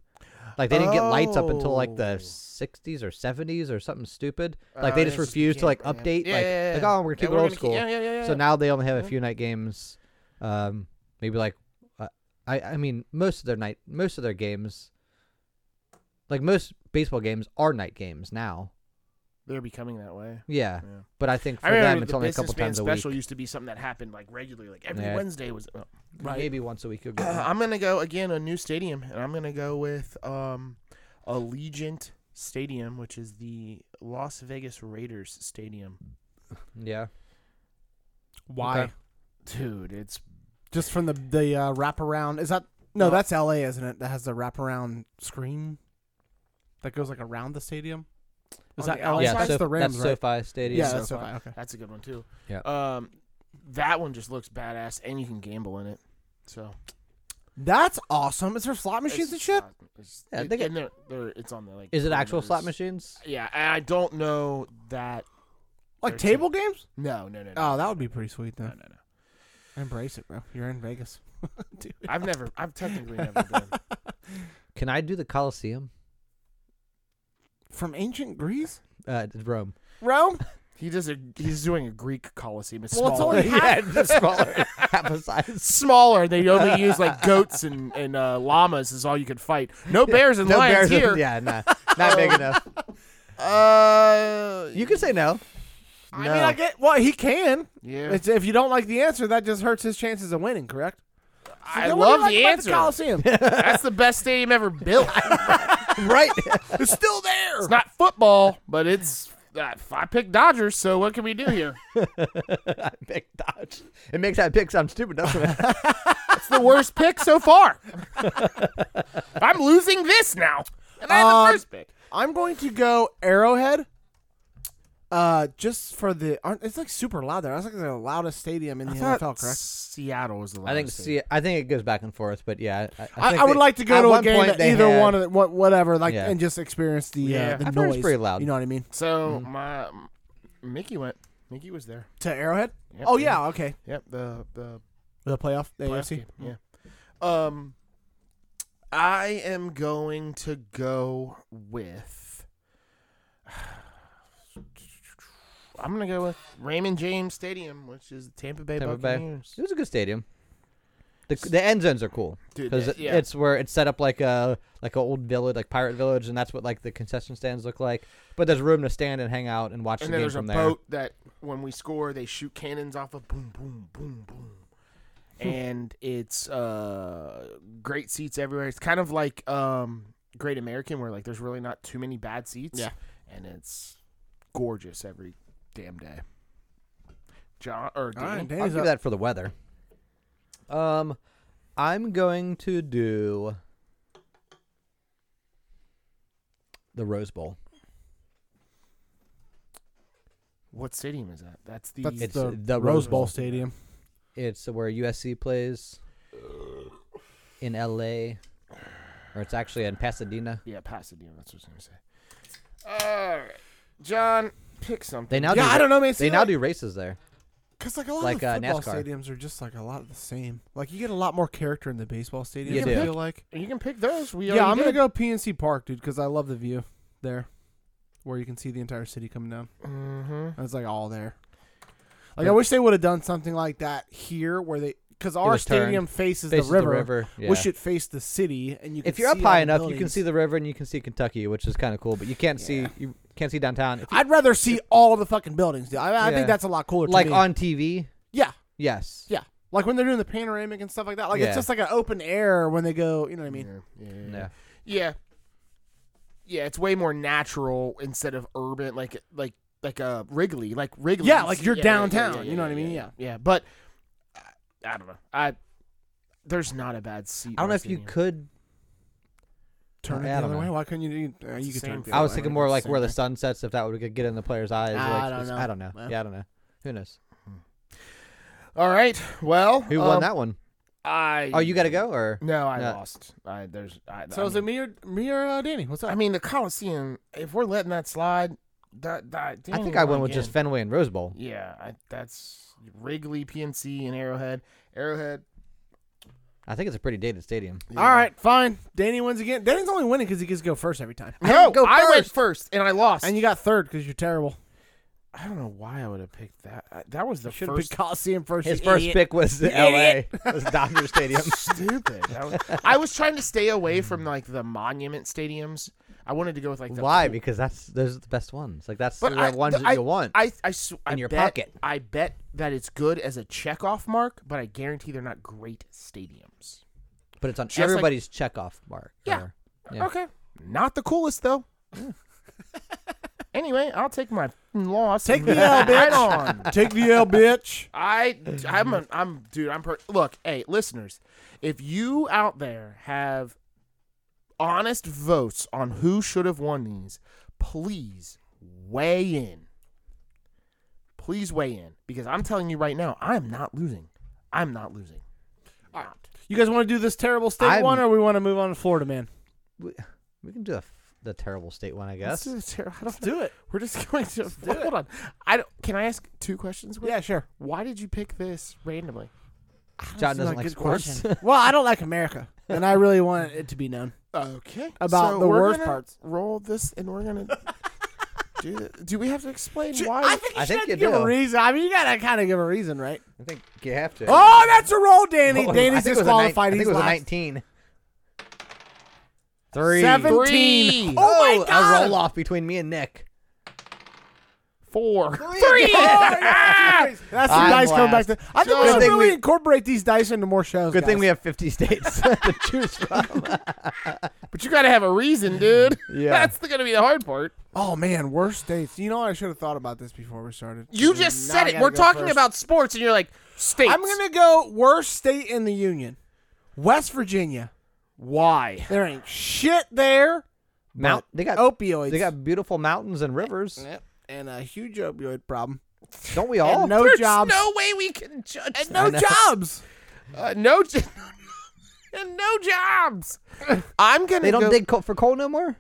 S3: Like they didn't get lights up until like
S1: Oh.
S3: the 60s or 70s or something stupid. Like they
S1: Uh,
S3: just
S1: it's-
S3: refused to like
S1: yeah,
S3: update.
S1: yeah,
S3: like,
S1: yeah,
S3: like
S1: yeah.
S3: oh, we're
S1: Yeah,
S3: keeping
S1: we're gonna
S3: old
S1: keep-
S3: school.
S1: yeah, yeah, yeah,
S3: So
S1: yeah.
S3: now they only have a few night games. Um, maybe like, uh, I I mean most of their night most of their games, like most baseball games are night games now.
S1: they're becoming that way.
S3: Yeah,
S1: Yeah.
S3: but I think for
S1: I remember
S3: them it's
S1: the
S3: only a couple
S1: businessman
S3: times a week.
S1: special used to be something that happened like regularly, like every
S3: Yeah.
S1: Wednesday was. oh.
S2: Right.
S3: Maybe once a week. You'll get one.
S1: I'm gonna go again a new stadium, and I'm gonna go with um, Allegiant Stadium, which is the Las Vegas Raiders stadium.
S3: yeah.
S2: why?
S3: Okay.
S1: Dude, it's
S2: Just from the the uh, wraparound. Is that no?
S1: No.
S2: That's L.A. Isn't it? That has the wraparound screen that goes like around the stadium. Is
S1: On
S2: that
S1: the
S2: L.A.
S1: outside?
S3: yeah,
S2: That's
S3: so,
S2: the Rams,
S3: that's
S2: right?
S3: SoFi Stadium.
S2: yeah,
S1: so
S2: that's so
S1: far.
S2: far. Okay.
S1: that's a good one too.
S3: Yeah.
S1: Um, that one just looks badass, and you can gamble in it. So
S2: That's awesome. Is there slot
S1: It's
S2: machines and shit?
S1: not- it's-
S3: Yeah,
S1: it-
S3: they got-
S1: and they're, they're, it's on the like.
S3: Is it actual
S1: perimeters.
S3: slot machines?
S1: Yeah, and I don't know that.
S2: Like
S1: there's
S2: table games?
S1: No, no, no, no.
S2: Oh, that would be pretty sweet
S1: no,
S2: though.
S1: no, no.
S2: Embrace it, bro. You're in Vegas. Dude.
S1: I've never. I've technically never been.
S3: Can I do the Coliseum?
S2: From ancient Greece?
S3: Uh, it's Rome.
S2: Rome?
S1: He does a. He's doing a Greek coliseum. It's
S2: Well, it's
S1: smaller.
S2: only half-
S3: it's smaller, half a size.
S1: smaller. They only use like goats and and uh, llamas is all you could fight. No bears and
S3: No
S1: lions
S3: bears.
S1: here.
S3: Yeah, nah, not big enough.
S1: Uh,
S3: You can say no.
S2: I mean, I get. Well, he can.
S1: yeah.
S2: It's, if you don't like the answer, that just hurts his chances of winning. Correct?
S1: I
S2: Then what do you
S1: love
S2: like
S1: the
S2: about
S1: answer.
S2: The Coliseum.
S1: That's the best stadium ever built.
S3: Right.
S1: it's still there. It's not football, but it's I, I picked Dodgers, so what can we do here?
S3: I picked Dodge. It makes that pick sound stupid, doesn't it?
S1: It's the worst pick so far. I'm losing this now. And I have
S2: Um,
S1: the first pick.
S2: I'm going to go Arrowhead. Uh, just for the aren't, it's like super loud there. That's like the loudest stadium in the NFL, correct?
S1: Seattle was the
S3: I think.
S1: loudest
S3: See, I think it goes back and forth, but yeah, I,
S2: I,
S3: think
S2: I would
S3: they-
S2: like to go
S3: at
S2: to a
S3: one
S2: game
S3: point
S2: that
S3: they
S2: either
S3: had-
S2: one of the, what, whatever, like,
S3: Yeah.
S2: and just experience the
S1: Yeah.
S2: uh, the
S1: I've
S3: heard
S2: noise.
S3: it's pretty loud.
S2: You know what I mean?
S1: So
S3: Mm-hmm.
S1: my Mickey went. Mickey was there.
S2: To Arrowhead.
S1: Yep,
S2: oh
S1: yeah.
S2: yeah, okay.
S1: Yep, the the
S2: The playoff, the
S1: playoff
S2: AFC.
S1: game, Yeah. Um, I am going to go with. I'm gonna go with Raymond James Stadium, which is the Tampa Bay
S3: Tampa Bay.
S1: Buccaneers.
S3: It was a good stadium. The, the end zones are cool
S1: Dude,
S3: because
S1: yeah.
S3: it's where it's set up like a like an old village, like pirate village, and that's what like the concession stands look like. But there's room to stand and hang out and watch
S1: and
S3: the
S1: then
S3: game
S1: there's a
S3: from there.
S1: boat that when we score, they shoot cannons off of boom, boom, boom, boom, and it's uh great seats everywhere. It's kind of like um Great American, where like there's really not too many bad seats.
S2: Yeah.
S1: and it's gorgeous every damn day. John or
S2: All right,
S1: Danny,
S3: I'll
S2: Danny's
S3: do
S2: up.
S3: that for the weather. Um, I'm going to do the Rose Bowl.
S1: what stadium is that? That's the
S2: That's
S3: It's
S2: the,
S3: the
S2: Rose
S3: Rose
S2: Bowl
S3: Bowl.
S2: Stadium.
S3: It's where USC plays in LA, or it's actually in Pasadena.
S1: yeah Pasadena. That's what I was gonna say. All right, John, pick something.
S3: They now
S2: yeah,
S3: do,
S2: I don't know, man.
S3: They now do races there.
S2: because like a lot
S3: like,
S2: of the
S3: uh,
S2: football
S3: NASCAR.
S2: stadiums are just like a lot of the same. Like you get a lot more character in the baseball stadium.
S3: You
S2: I
S3: do.
S2: feel like.
S1: you can pick those. We
S2: yeah,
S1: already
S2: I'm
S1: did.
S2: gonna go PNC Park, dude, because I love the view there, where you can see the entire city coming down.
S1: Mm-hmm.
S2: It's like all there. Like I wish they would have done something like that here, where they because our
S3: was turned,
S2: stadium faces,
S3: Faces
S2: the river.
S3: yeah.
S2: Wish it faced the city, and you. Could
S3: if you're up
S2: see all
S3: high
S2: the
S3: enough, you can
S2: buildings.
S3: see the river and you can see Kentucky, which is kind of cool. But you can't see you can't see downtown. If you-
S2: I'd rather see all the fucking buildings. Dude. I, I
S3: Yeah.
S2: think that's a lot cooler. To
S3: like
S2: me.
S3: on TV,
S2: yeah,
S3: yes.
S2: yeah, like when they're doing the panoramic and stuff like that. Like
S3: Yeah.
S2: it's just like an open air when they go. You know what I mean?
S1: yeah, yeah, yeah.
S3: Yeah.
S1: Yeah. Yeah, it's way more natural instead of urban like like like uh Wrigley, like Wrigley.
S2: Yeah,
S1: you
S2: like
S1: see-
S2: you're downtown,
S1: yeah,
S2: you know what I mean?
S1: Yeah. Yeah, yeah. but I, I don't know. I there's not a bad seat.
S3: I don't
S1: in
S3: know
S1: a
S3: if you
S1: stadium.
S3: could.
S2: Turn it
S3: I
S2: the
S3: don't
S2: other
S3: know.
S2: way. Why couldn't you? Do, uh, you could
S1: same
S2: turn it the
S1: thing.
S3: I
S2: other
S3: was
S2: way,
S3: thinking
S2: right?
S3: more
S2: It's
S3: like
S2: same
S3: where the
S2: thing.
S3: sun sets, if that would get in the player's eyes.
S2: I
S3: like,
S2: don't
S3: it's-
S2: know.
S3: I don't know.
S2: Well.
S3: Yeah, I don't know. Who knows?
S1: All right. Well,
S3: Who won
S1: um,
S3: that one?
S1: I
S3: Oh, you got to go or
S1: No, I
S3: No.
S1: lost. I there's I
S2: So
S1: I
S2: is
S1: mean,
S2: it me or me or uh, Danny? What's up?
S1: I mean the Coliseum, if we're letting that slide, that, that
S3: I think I went with
S1: again.
S3: just Fenway and Rose Bowl.
S1: Yeah, I, that's Wrigley, PNC and Arrowhead. Arrowhead.
S3: I think it's a pretty dated stadium.
S2: All right, fine. Danny wins again. Danny's only winning because he gets to go first every time.
S1: No,
S3: go
S1: I went first and I lost.
S2: And you got third because you're terrible.
S1: I don't know why I would have picked that. I- That was the
S2: Should have picked
S1: first
S2: Coliseum first.
S3: His
S2: you
S3: first
S2: idiot.
S3: pick was L.A. was Dodger Stadium.
S1: stupid. That was- I was trying to stay away from like the monument stadiums. I wanted to go with like the
S3: Mm. Why? Because that's those are the best ones. Like that's
S1: But
S3: the
S1: I-
S3: ones
S1: I-
S3: that you want.
S1: I I, sw- I
S3: your
S1: bet,
S3: pocket.
S1: I bet that it's good as a checkoff mark, but I guarantee they're not great stadiums.
S3: but it's on
S1: just like-
S3: everybody's checkoff mark.
S1: Yeah.
S3: or- Yeah.
S1: Okay, not the coolest though. anyway, I'll take my loss.
S2: Take
S1: and
S2: the
S1: move
S2: L,
S1: right
S2: bitch.
S1: on.
S2: Take the L, bitch.
S1: I I'm a, I'm dude I'm per- look hey listeners if you out there have honest votes on who should have won these please weigh in please weigh in because I'm telling you right now I'm not losing I'm not losing Not.
S2: You guys want to do this terrible state
S3: I'm-
S2: one, or we want to move on to Florida, man?
S3: We, we can do the, f- the terrible state one, I
S1: Let's
S3: guess.
S1: do this here. I don't know.
S2: do it.
S1: We're just going to
S2: do it.
S1: hold on. I don't, can I ask two questions? Will?
S2: Yeah, sure.
S1: Why did you pick this randomly?
S3: John
S2: That's
S3: doesn't
S2: a
S3: like
S2: good
S3: sports.
S2: question. well, I don't like America, and I really want it to be known.
S1: Okay.
S2: About the
S1: we're
S2: worst
S1: gonna
S2: parts.
S1: Roll this, and we're gonna do. The, do we have to explain why?
S3: I think
S2: have
S3: you
S2: to give
S3: do.
S2: a reason. I mean, you gotta kind of give a reason, right?
S3: I think you have to.
S2: Oh, that's a roll, Danny.
S3: What was it? I
S2: Danny's
S3: think it was a nine-
S2: disqualified.
S3: I think
S2: He's
S3: it was a
S2: last.
S3: 19. Three.
S1: Seventeen.
S2: Seventeen.
S1: Three.
S2: Oh my
S3: A
S2: God.
S3: roll off between me and Nick.
S1: Four. Ah!
S3: Three.
S2: That's the
S3: I'm
S2: dice coming
S3: last.
S2: back. To, I think we
S3: Good
S2: should
S3: thing
S2: really
S3: we-
S2: incorporate these dice into more shows.
S3: Good thing
S2: guys.
S3: we have 50 states to choose from.
S1: But you gotta have a reason, dude.
S2: Mm,
S3: Yeah.
S1: That's the, gonna be the hard part.
S2: Oh man, worst states. You know what? I should have thought about this before we started.
S1: You just
S2: Mm, Now
S1: said
S2: I
S1: it.
S2: gotta
S1: We're
S2: go
S1: talking
S2: first.
S1: about sports, and you're like states.
S2: I'm gonna go worst state in the union, West Virginia.
S1: Why?
S2: There ain't shit there.
S3: Mount. They got
S2: opioids.
S3: They got beautiful mountains and rivers.
S2: Yep. and a huge opioid problem.
S3: Don't we
S2: And
S3: all?
S2: no
S1: There's
S2: jobs.
S1: no way we can judge.
S2: and
S1: that.
S2: no jobs.
S1: Uh, no, j- and no jobs. I'm gonna.
S3: they don't
S1: go-
S3: dig coal for coal no more.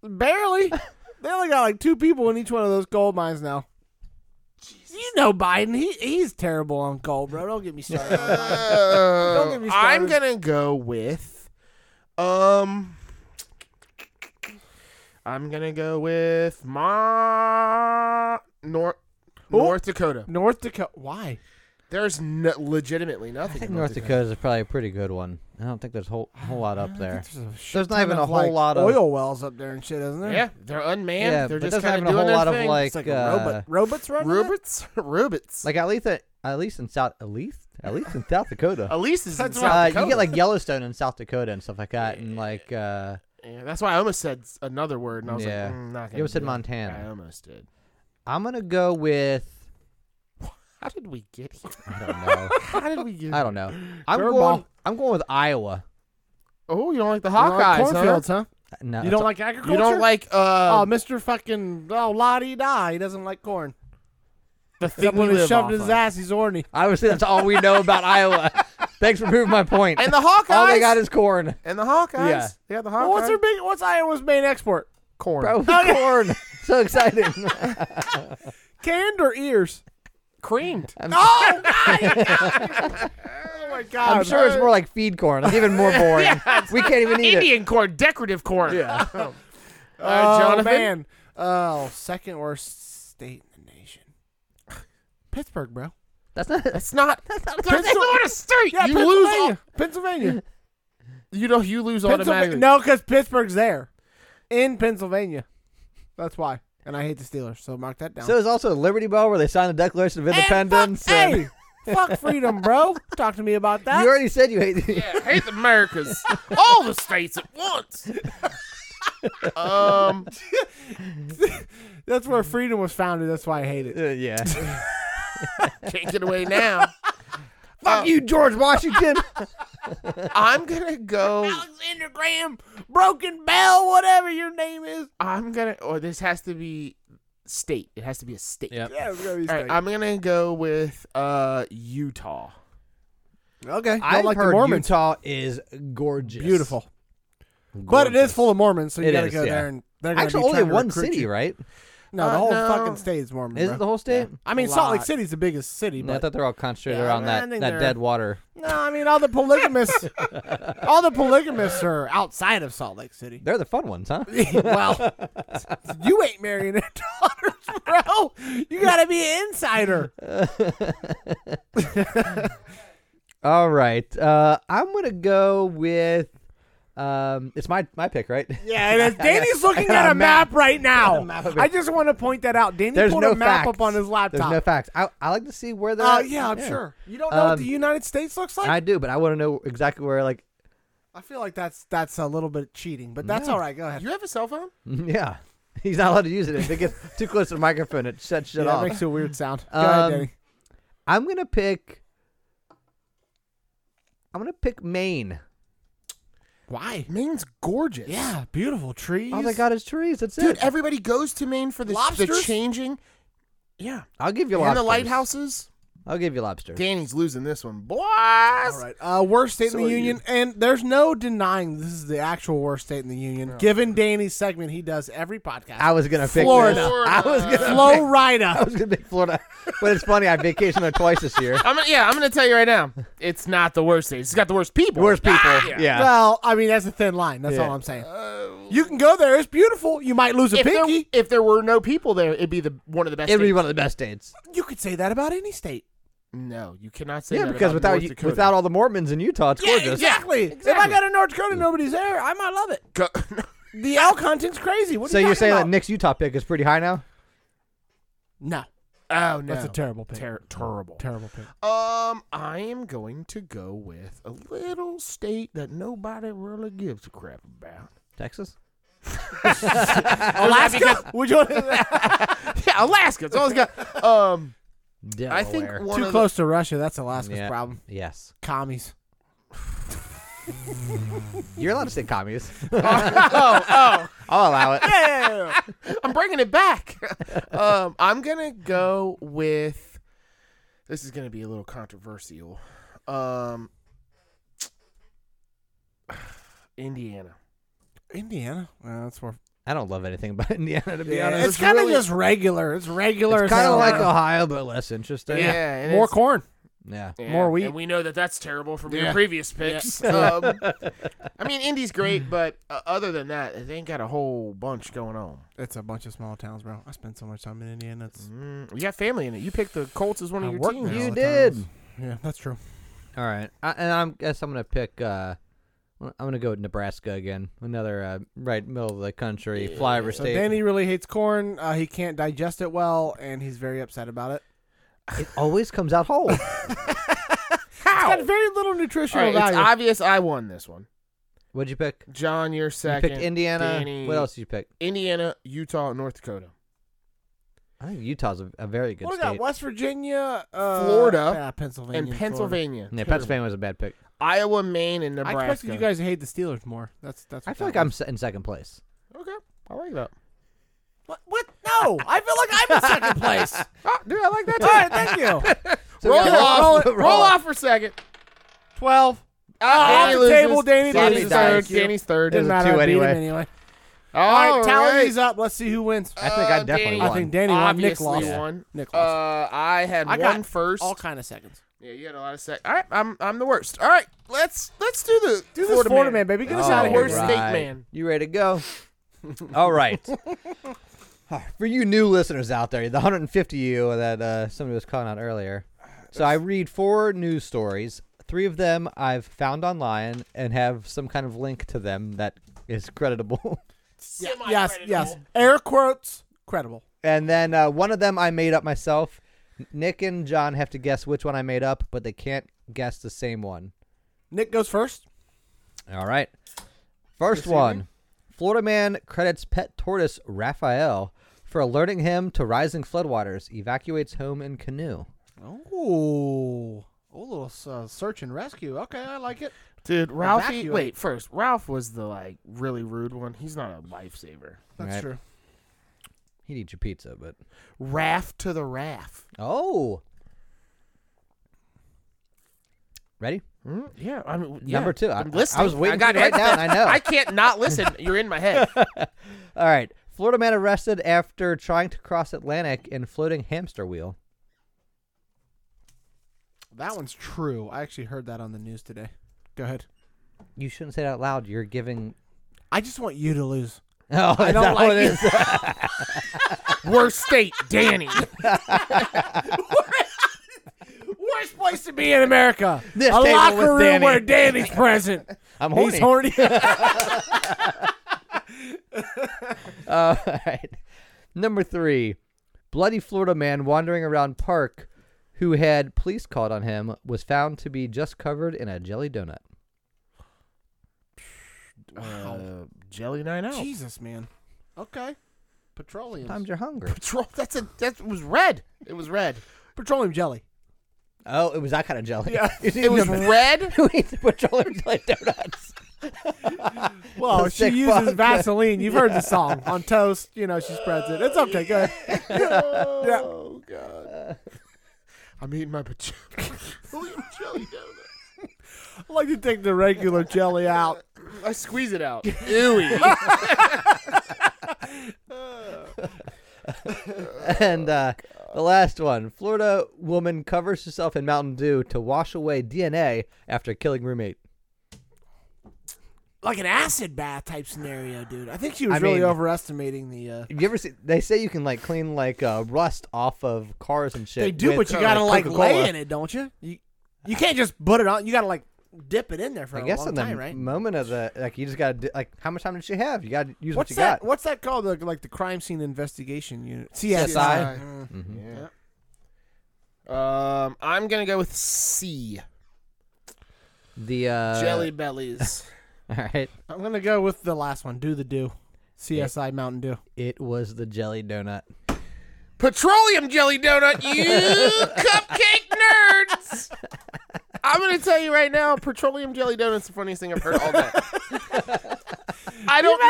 S2: Barely. they only got like two people in each one of those gold mines now. You know Biden. He he's terrible on gold, bro. Don't get me started. on Biden.
S1: Uh,
S2: Don't get me
S1: I'm
S2: started.
S1: gonna go with, um, I'm gonna go with my North North Dakota.
S2: North Dakota. Why?
S1: There's no, legitimately nothing.
S3: I think
S1: in
S3: North Dakota is probably a pretty good one. I don't think there's a whole, whole lot up there.
S2: There's, a shit
S3: There's not
S2: ton
S3: even a
S2: of,
S3: whole
S2: like,
S3: lot of-
S2: oil wells up there and shit, isn't there?
S1: Yeah, they're unmanned.
S3: Yeah,
S1: they're
S3: but
S1: just
S3: doesn't
S1: kind of
S3: have a
S1: doing
S3: whole
S1: their
S3: lot of,
S1: thing.
S3: like,
S2: It's like
S3: uh,
S2: a robot. Robots running. it?
S1: Robots, robots.
S3: Like at least at, at least in South at least at least in South Dakota.
S1: At least it's in
S2: That's
S1: South
S3: Uh,
S1: Dakota.
S3: you get like Yellowstone in South Dakota and stuff like that, and like uh,
S1: Yeah, that's why I almost said s- another word, and I was
S3: Yeah.
S1: like, mm, not gonna
S3: You almost
S1: do
S3: said
S1: it.
S3: Montana.
S1: I almost did.
S3: I'm gonna go with
S1: How did we get here?
S3: I don't know.
S1: How did we get?
S3: I don't know. I'm
S2: Curveball.
S3: going. I'm going with Iowa.
S1: Oh, you don't like the
S2: You don't like
S1: Hawkeyes, huh? Uh,
S2: cornfields, huh?
S3: No,
S2: You
S3: that's-
S2: don't like agriculture?
S1: You don't like uh
S2: Oh, Mr. Fucking oh Lottie Da, he doesn't like corn.
S1: the
S2: Except
S1: thing we
S2: when he
S1: live
S2: shoved
S1: off
S2: his
S1: of.
S2: ass, he's orny.
S3: Obviously, that's all we know about Iowa. Thanks for proving my point.
S1: And the Hawkeyes.
S3: all they got is corn,
S1: and the Hawkeyes.
S3: Yeah.
S1: They got the Hawkeyes.
S2: Well, what's their big? What's Iowa's main export?
S1: corn?
S3: bro. corn. So exciting.
S2: Canned or ears?
S1: Creamed.
S2: Oh, oh my god!
S3: I'm sure it's more like feed corn. It's even more boring. we can't even eat it.
S1: Indian corn, decorative corn. Yeah. All right,
S2: Oh
S1: Jonathan.
S2: man! Oh, second worst state in the nation. Pittsburgh, bro.
S3: That's not.
S1: That's not. That's not, a state.
S2: Yeah,
S1: you lose.
S2: Pennsylvania.
S1: All,
S2: Pennsylvania.
S1: you know, you lose
S2: Pennsylvania.
S1: automatically.
S2: No, because Pittsburgh's there, in Pennsylvania. That's why. And I hate the Steelers, so mark that down.
S3: So there's also Liberty Bell where they signed the Declaration of
S2: And
S3: Independence.
S2: Fuck,
S3: and-
S2: hey, fuck freedom, bro. Talk to me about that.
S3: you already said you hate.
S1: Yeah, hate America's all the states at once. um,
S2: That's where freedom was founded. That's why I hate it.
S3: Uh, yeah.
S1: can't get away now.
S2: Uh,
S3: Fuck you, George Washington.
S1: I'm gonna go.
S2: Alexander Graham, Broken Bell, whatever your name is.
S1: I'm gonna. Or this has to be state. It has to be a state.
S3: Yep.
S2: Yeah, it's gonna be
S1: All right,
S2: straight.
S1: I'm gonna go with uh Utah.
S2: okay, I
S3: I've
S2: like the
S3: heard
S2: Mormons.
S3: Utah is gorgeous.
S2: Beautiful, but it is
S3: Gorgeous.
S2: full of Mormons, so you
S3: It
S2: gotta
S3: is,
S2: go
S3: yeah.
S2: there and they're gonna
S3: Actually,
S2: be
S3: only
S2: trying to
S3: one
S2: recruit
S3: city,
S2: you.
S3: right?
S2: No, the
S1: Uh,
S2: whole
S1: no.
S2: fucking state is Mormon.
S3: Is
S2: bro.
S3: it the whole state?
S2: I mean,
S1: A
S2: Salt Lake
S1: lot.
S2: City's the biggest city,
S3: No, I
S2: but
S3: thought they were all concentrated
S2: Yeah,
S3: around
S2: I
S3: that,
S2: think
S3: that
S2: they're-
S3: dead water.
S2: no, I mean all the polygamists, all the polygamists are outside of Salt Lake City.
S3: They're the fun ones, huh?
S2: well, you ain't marrying their daughters, bro. You gotta be an insider.
S3: All right. Uh, I'm gonna go with. Um, it's my my pick, right?
S2: Yeah, and as Danny's looking
S3: got
S2: at
S3: a
S2: a map right now,
S3: map of it.
S2: I just want to point that out. Danny
S3: There's
S2: pulled
S3: no
S2: a map
S3: facts.
S2: up on his
S3: There's
S2: laptop.
S3: no facts. I, I like to see where they're.
S2: Oh
S3: at.
S2: yeah, I'm sure. You
S1: Uh,
S2: don't know
S3: Um,
S2: what the United States looks like. I,
S3: I do, but I want to know exactly where. Like,
S2: feel like that's that's a little bit cheating, but that's
S3: No.
S2: all right. Go ahead.
S1: You have a cell phone?
S3: yeah, he's not allowed to use it. If it gets too close to the microphone, it shuts shit
S2: yeah, that
S3: off.
S2: makes a weird sound. Go
S3: Um,
S2: ahead, Danny.
S3: I'm gonna pick. I'm gonna pick Maine.
S1: Why? Maine's gorgeous.
S2: Yeah,
S3: Oh
S2: beautiful trees.
S3: All they got is trees. That's
S1: Dude,
S3: it.
S1: everybody goes to Maine for the, the
S2: Lobsters?
S1: changing. Yeah.
S3: I'll give you
S1: and
S3: lobster.
S1: the lighthouses.
S3: I'll give you lobster.
S1: Danny's losing this one. Boys.
S2: All right. Uh, worst state
S1: So
S2: in
S1: are
S2: the
S1: you.
S2: union, and there's no denying this is the actual worst state in the union. Given Danny's segment, he does every podcast.
S3: I was gonna pick
S2: Florida.
S3: This. I was gonna
S2: Flow
S3: I
S2: rider.
S3: was gonna pick Florida, but it's funny. I vacationed there twice this year.
S1: I'm gonna, yeah, I'm gonna tell you right now. It's not the worst state. It's got the worst people.
S3: Worst people.
S1: Ah!
S3: yeah.
S2: Well, I mean that's a thin line. That's
S3: Yeah.
S2: all I'm saying.
S1: Uh,
S2: You can go there. It's beautiful. You might lose a
S1: if, there,
S2: pinky.
S1: if there were no people there, it'd be the one of the best.
S3: It'd be
S1: states.
S3: one of the best states.
S2: You could say that about any state.
S1: No, you cannot say
S3: Yeah,
S1: that
S3: because
S1: about
S3: without
S1: North
S3: you,
S1: Dakota.
S3: without all the Mormons in Utah, it's gorgeous.
S2: exactly. If I
S1: exactly.
S2: got to North Dakota, and nobody's there. I might love it.
S1: Go-
S2: The elk hunting's crazy. What are
S3: So
S2: you
S3: you're
S2: talking
S3: saying
S2: about?
S3: that Nick's Utah pick is pretty high now?
S2: No,
S1: oh no,
S2: that's a terrible pick.
S1: Ter- terrible.
S2: terrible pick.
S1: Um, I am going to go with a little state that nobody really gives a crap about.
S3: Texas.
S2: Alaska? Would you want
S1: yeah, Alaska. It's always got. Um, I
S3: Delaware.
S1: think one
S2: too
S1: of
S2: close to Russia? That's Alaska's
S3: Yeah.
S2: problem.
S3: Yes.
S2: Commies.
S3: You're allowed to say commies.
S1: The, oh, oh,
S3: I'll allow it.
S1: yeah. I'm bringing it back. Um, I'm gonna go with. This is gonna be a little controversial. Um, Indiana.
S2: Indiana? Well, that's more.
S3: I don't love anything about Indiana, to be
S1: Yeah,
S3: honest.
S2: It's,
S1: it's
S2: kind of
S1: really-
S2: just regular. It's regular.
S3: It's kind
S2: so-
S3: of like Ohio, but less interesting.
S1: and
S2: more
S1: it's-
S2: corn.
S3: Yeah.
S1: Yeah,
S2: More wheat.
S1: And we know that that's terrible from
S2: Yeah.
S1: your previous picks. Um, I mean, Indy's great, but uh, other than that, they ain't got a whole bunch going on.
S2: It's a bunch of small towns, bro. I spend so much time in Indiana. It's
S1: Mm, you got family in it. You picked the Colts as one of
S2: I
S1: your
S2: work
S1: teams.
S2: there
S3: You
S2: all the
S3: did.
S2: times. Yeah, that's true.
S3: All right. I, and I guess I'm going to pick. Uh, I'm going to go with Nebraska again. Another uh, right middle of the country flyover
S2: So
S3: state.
S2: Danny really hates corn. Uh, he can't digest it well, and he's very upset about it.
S3: it always comes out whole.
S2: It's got very little nutritional
S1: All right, it's
S2: value.
S1: obvious I won this one.
S3: What'd you pick?
S1: John, you're second.
S3: you picked Indiana.
S1: Danny-
S3: What else did you pick?
S1: Indiana, Utah, North Dakota.
S3: I think Utah's a, a very good
S2: what we
S3: state.
S2: got? West Virginia, uh,
S1: Florida,
S2: yeah, Pennsylvania,
S1: and Pennsylvania.
S3: Yeah,
S1: Terrible.
S3: Pennsylvania was a bad pick.
S1: Iowa, Maine, and
S2: Florida.
S1: Nebraska.
S2: I expected you guys to hate the Steelers more. That's that's.
S3: I
S2: what
S3: feel
S2: that
S3: like I'm
S2: was.
S3: s- in second place.
S1: Okay. I like that.
S2: What? what? No, I feel like I'm in second place.
S1: Oh, dude, I like that
S2: All
S1: too.
S2: right, thank you.
S3: So
S1: roll,
S3: yeah,
S1: off.
S3: roll
S1: Roll,
S3: it,
S1: off for second.
S2: Twelve.
S1: Ah,
S2: off the table, Danny
S1: Danny's
S3: loses.
S1: third.
S3: Thank you.
S1: Danny's third.
S2: Doesn't matter.
S3: two
S2: I beat him
S3: anyway.
S2: anyway. All
S1: All
S2: right, tally
S1: right.
S2: these up. Let's see who wins.
S3: I think I
S1: Uh,
S3: definitely
S1: Danny.
S2: I
S3: won.
S2: think Danny won. Nick
S1: Obviously
S2: lost.
S1: won.
S2: Nick lost.
S1: Uh, I had
S2: I got
S1: one first.
S2: All kind of seconds.
S1: yeah, you had a lot of sec. All right, I'm I'm the worst. All right, let's let's do the
S2: Do this Florida, man. Oh, baby. Get us out of here.
S1: Worst
S2: bro.
S1: right. state man.
S3: You ready to go? All right. For you new listeners out there, the 150 you that uh, somebody was calling out earlier. So I read four news stories. Three of them I've found online and have some kind of link to them that is creditable.
S2: Yes, yes. Air quotes. Credible.
S3: and then uh, one of them I made up myself. Nick and John have to guess which one I made up, but they can't guess the same one.
S2: Nick goes first.
S3: All right. First one Florida man credits pet tortoise Raphael for alerting him to rising floodwaters, evacuates home in canoe.
S2: Oh, a little uh, search and rescue. Okay, I like it.
S1: Dude, Ralphie.
S2: Evacuate.
S1: Wait, first, Ralph was the like really rude one. He's not a lifesaver.
S2: That's
S3: Right.
S2: true.
S3: He'd eat your pizza, but.
S1: Raft to the raft.
S3: Oh! Ready?
S1: Yeah, I mean,
S3: Number two. I,
S1: I'm listening.
S3: I was waiting
S1: I got
S3: to write
S1: it.
S3: down. I know.
S1: I can't not listen. You're in my head.
S3: All right. Florida man arrested after trying to cross Atlantic in floating hamster wheel.
S2: That one's true. I actually heard that on the news today. Go ahead.
S3: You shouldn't say it out loud. You're giving.
S2: I just want you to lose.
S3: Oh,
S2: I
S3: is
S2: don't
S3: that
S2: like
S3: what it is?
S1: Worst state, Danny.
S2: Worst place to be in America.
S3: This
S2: a
S3: table
S2: locker
S3: with
S2: room
S3: Danny.
S2: where Danny's present.
S3: I'm horny.
S2: He's horny.
S3: All right. Number three, bloody Florida man wandering around park who had police called on him was found to be just covered in a jelly donut.
S1: Uh, Jelly nine out.
S2: Jesus, man. Okay. Petroleum.
S3: Sometimes you're hungry.
S1: Patrol. That's a that was red. It was red.
S2: Petroleum jelly.
S3: Oh, it was that kind of jelly.
S2: Yeah.
S1: It was red.
S3: Who eats petroleum jelly donuts?
S2: Well,
S3: The
S2: she
S3: sick
S2: uses
S3: fuck.
S2: Vaseline. You've heard the song on toast. You know she spreads it. It's okay. Go ahead.
S1: Oh god. I'm eating my petroleum jelly donut.
S2: I like to take the regular jelly out.
S1: I squeeze it out. Ewy.
S2: Oh,
S3: and uh, the last one, Florida woman covers herself in Mountain Dew to wash away DNA after killing roommate.
S2: Like an acid bath type scenario, dude. I think she was
S3: I
S2: really
S3: mean-
S2: overestimating the. Uh,
S3: Have you ever seen? They say you can like clean like uh, rust off of cars and shit.
S2: they do,
S3: with,
S2: but you
S3: uh,
S2: gotta like
S3: Coca-Cola.
S2: lay in it, don't you? You you can't just put it on. You gotta like dip it in there for
S3: I
S2: a
S3: guess
S2: long
S3: in the
S2: time, right?
S3: moment of the like, you just gotta do, like, how much time did she have? You gotta use
S2: What's
S3: what you
S2: that?
S3: got.
S2: What's that called? The, like the crime scene investigation unit.
S3: CSI.
S2: Mm.
S1: Yeah. Um, I'm gonna go with C.
S3: The uh,
S1: Jelly bellies.
S3: All right,
S2: I'm gonna go with the last one. Do the do. CSI Mountain Dew.
S3: It was the jelly donut.
S1: Petroleum jelly donut, you cupcake nerds! I'm gonna tell you right now, petroleum jelly donut's the funniest thing I've heard all day. I don't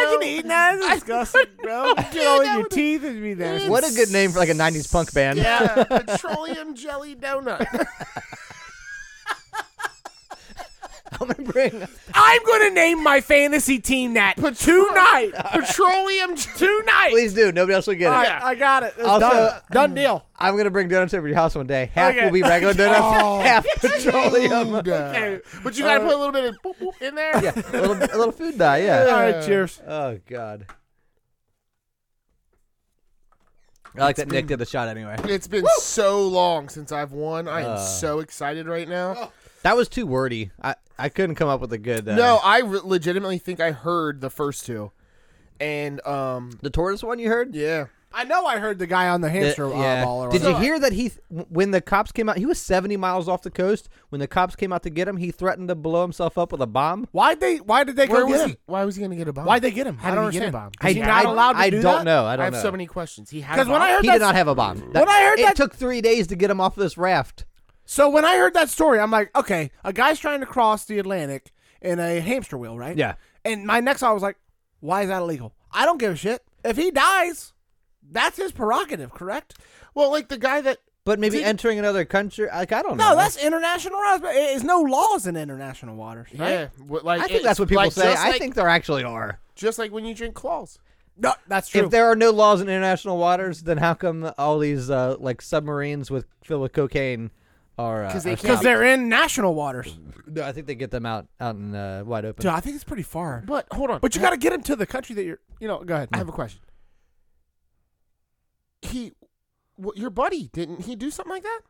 S1: know.
S2: that? It's disgusting, bro. Get all in your
S1: would-
S2: teeth and be there.
S3: What a good name for like a '90s punk band.
S1: Yeah, petroleum jelly donut.
S3: I'm gonna bring.
S2: I'm gonna name my fantasy team that
S1: tonight, petroleum tonight.
S3: Please do. Nobody else will get it.
S1: All right.
S2: I got it. It's
S3: Also-
S2: done. Done deal.
S3: I'm gonna bring donuts over to your house one day. Half
S2: Okay. Oh.
S3: will be regular donuts, half petroleum.
S1: But you gotta put a little bit of boop, boop in there.
S3: yeah, a little, a little food dye. Yeah.
S2: All right, cheers.
S3: Oh God. I like that Nick did the shot anyway.
S1: It's been so long since I've won. I am so excited right now.
S3: That was too wordy. I, I couldn't come up with a good. Uh,
S1: No, I re- legitimately think I heard the first two, and um,
S3: the tortoise one you heard.
S1: yeah,
S2: I know I heard the guy on the
S3: The-
S2: hamster
S3: yeah.
S2: uh, ball. Or
S3: Did you
S2: whatever.
S3: hear that he, th- when the cops came out, he was 70 miles off the coast. When the cops came out to get him, he threatened to blow himself up with a bomb.
S2: Why'd they? Why did they
S1: where
S2: go
S1: was
S2: get
S1: he?
S2: him?
S1: Why was he gonna get a bomb?
S2: oh, Why'd they get him?
S1: How
S2: I
S1: did
S2: don't
S1: he get a
S2: understand.
S1: bomb?
S2: Was
S3: I,
S2: he not
S3: I-
S2: allowed to
S3: I
S2: do
S3: don't
S2: that?
S3: know. I
S1: I,
S3: don't
S1: have
S3: know.
S1: so many questions. He had
S2: 'Cause
S1: a
S2: when I
S1: bomb?
S2: heard
S3: he
S2: that
S3: did not have a bomb. That-
S2: When I heard
S3: it
S2: that-
S3: took three days to get him off this raft.
S2: So when I heard that story, I'm like, okay, a guy's trying to cross the Atlantic in a hamster wheel, right?
S3: Yeah.
S2: And my next thought was like, why is that illegal? I don't give a shit. If he dies, that's his prerogative, correct?
S1: well, like the guy that
S3: But maybe
S1: Did-
S3: entering another country, like I don't know.
S2: No, that's international waters. But there's no laws in international waters, right?
S1: yeah, what- like
S3: I
S1: it's
S3: think that's what people
S1: like-
S3: say.
S1: just
S3: I
S1: like-
S3: think there actually are.
S1: just like when you drink claws.
S2: No, that's true.
S3: If there are no laws in international waters, then how come all these uh, like submarines with filled with cocaine are? Because
S1: they
S2: Because they're in national waters.
S3: No, I think they get them out out in uh, wide open.
S2: Dude, I think it's pretty far.
S1: But hold on,
S2: But you got to get him to the country that you're, you know, go ahead.
S1: I have a question. He, well, your buddy, didn't he do something like that?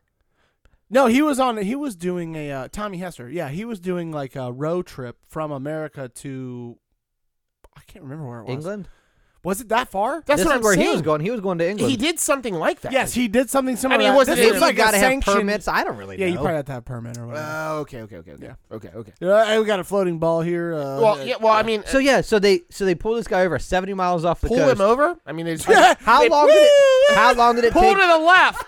S2: No, he was on. He was doing a uh, Tommy Hester. Yeah, he was doing like a road trip from America to. I can't remember where it was.
S3: England.
S2: Was it that far?
S1: That's
S3: this
S1: what
S3: is
S1: I'm
S3: where
S1: saying.
S3: he was going. He was going to England.
S1: He did something like that.
S2: yes, he did something similar.
S1: I mean,
S2: to
S1: it
S2: that.
S1: wasn't
S2: This
S1: even-
S2: was
S1: you
S2: like
S3: got
S2: a
S3: to have
S2: sanctioned-
S3: permits. I don't really
S2: Yeah,
S3: know.
S2: you probably have to have permit or whatever.
S1: Oh, okay, okay, okay, okay.
S2: Yeah.
S1: Okay, okay.
S2: Yeah, hey, we got a floating ball here. Uh,
S3: Oh,
S1: Well, yeah. Well, I mean,
S3: so yeah, so they so they pull this guy over seventy miles off the
S1: pull
S3: coast.
S1: him over. I mean, they just
S3: How
S1: they-
S3: long did it? How long did it
S1: Pull
S3: take?
S1: to the left.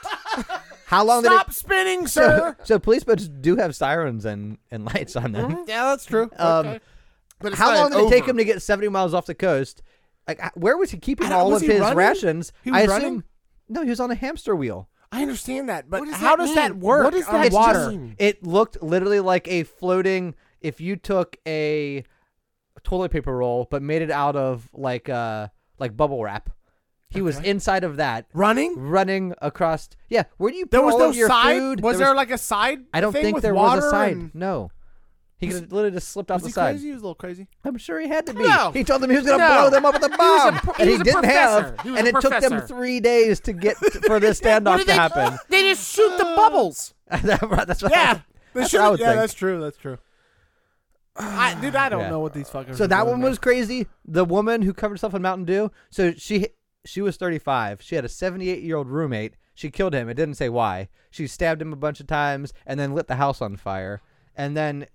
S3: How long
S1: Stop
S3: did it?
S1: spinning,
S3: So,
S1: sir.
S3: so police boats do have sirens and, and lights on them.
S2: yeah, that's true.
S3: Um,
S1: But it's
S3: How
S1: not
S3: long did it
S1: over.
S3: take him to get 70 miles off the coast? Like, h- where was he
S2: I
S3: keeping
S2: don't-
S3: all
S2: was
S3: of
S2: he
S3: his
S2: running?
S3: rations?
S2: He was
S3: I
S2: running?
S3: assume. No, he was on a hamster wheel.
S2: I understand that, but
S1: What does
S2: how
S1: that
S2: does
S1: mean?
S2: that work?
S1: What does
S2: on
S1: that
S3: It's
S2: water?
S1: mean?
S3: just- it looked literally like a floating. If you took a toilet paper roll but made it out of like uh like bubble wrap, he was inside of that
S2: Running?
S3: running across. Yeah, where do you?
S2: There
S3: put
S2: was
S3: all
S2: no
S3: of your
S2: side.
S3: Food?
S2: Was there, like a side?
S3: I don't
S2: thing
S3: think
S2: with
S3: there
S2: water
S3: was a side.
S2: and-
S3: No, he could have literally just slipped out
S2: Was
S3: the
S2: he
S3: side.
S2: crazy? He was a little crazy.
S3: I'm sure he had to be.
S1: No.
S3: He told them he was going to
S1: No.
S3: blow them up with a
S1: was a
S3: bomb,
S1: pro- he
S3: and he
S1: was a
S3: didn't have.
S1: professor. He was
S3: and
S1: a
S3: it took them
S1: professor.
S3: three days to get for this
S1: What
S3: standoff
S1: did
S3: to
S1: they-
S3: happen.
S1: They just shoot the bubbles.
S3: that's what that's what
S2: Yeah,
S3: I
S2: should've-
S3: would
S2: yeah,
S3: think.
S2: that's true. That's true. I, dude, I don't
S3: Yeah.
S2: know what these fuckers.
S3: So
S2: are
S3: that
S2: doing,
S3: one
S2: man.
S3: was crazy. The woman who covered herself in Mountain Dew. So she she was 35. She had a 78 year old roommate. She killed him. It didn't say why. She stabbed him a bunch of times and then lit the house on fire. And then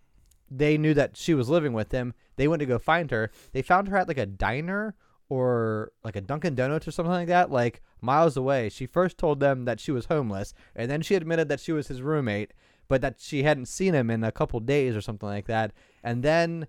S3: they knew that she was living with him. They went to go find her. They found her at like a diner or like a Dunkin' Donuts or something like that, like miles away. She first told them that she was homeless, and then she admitted that she was his roommate, but that she hadn't seen him in a couple days or something like that. And then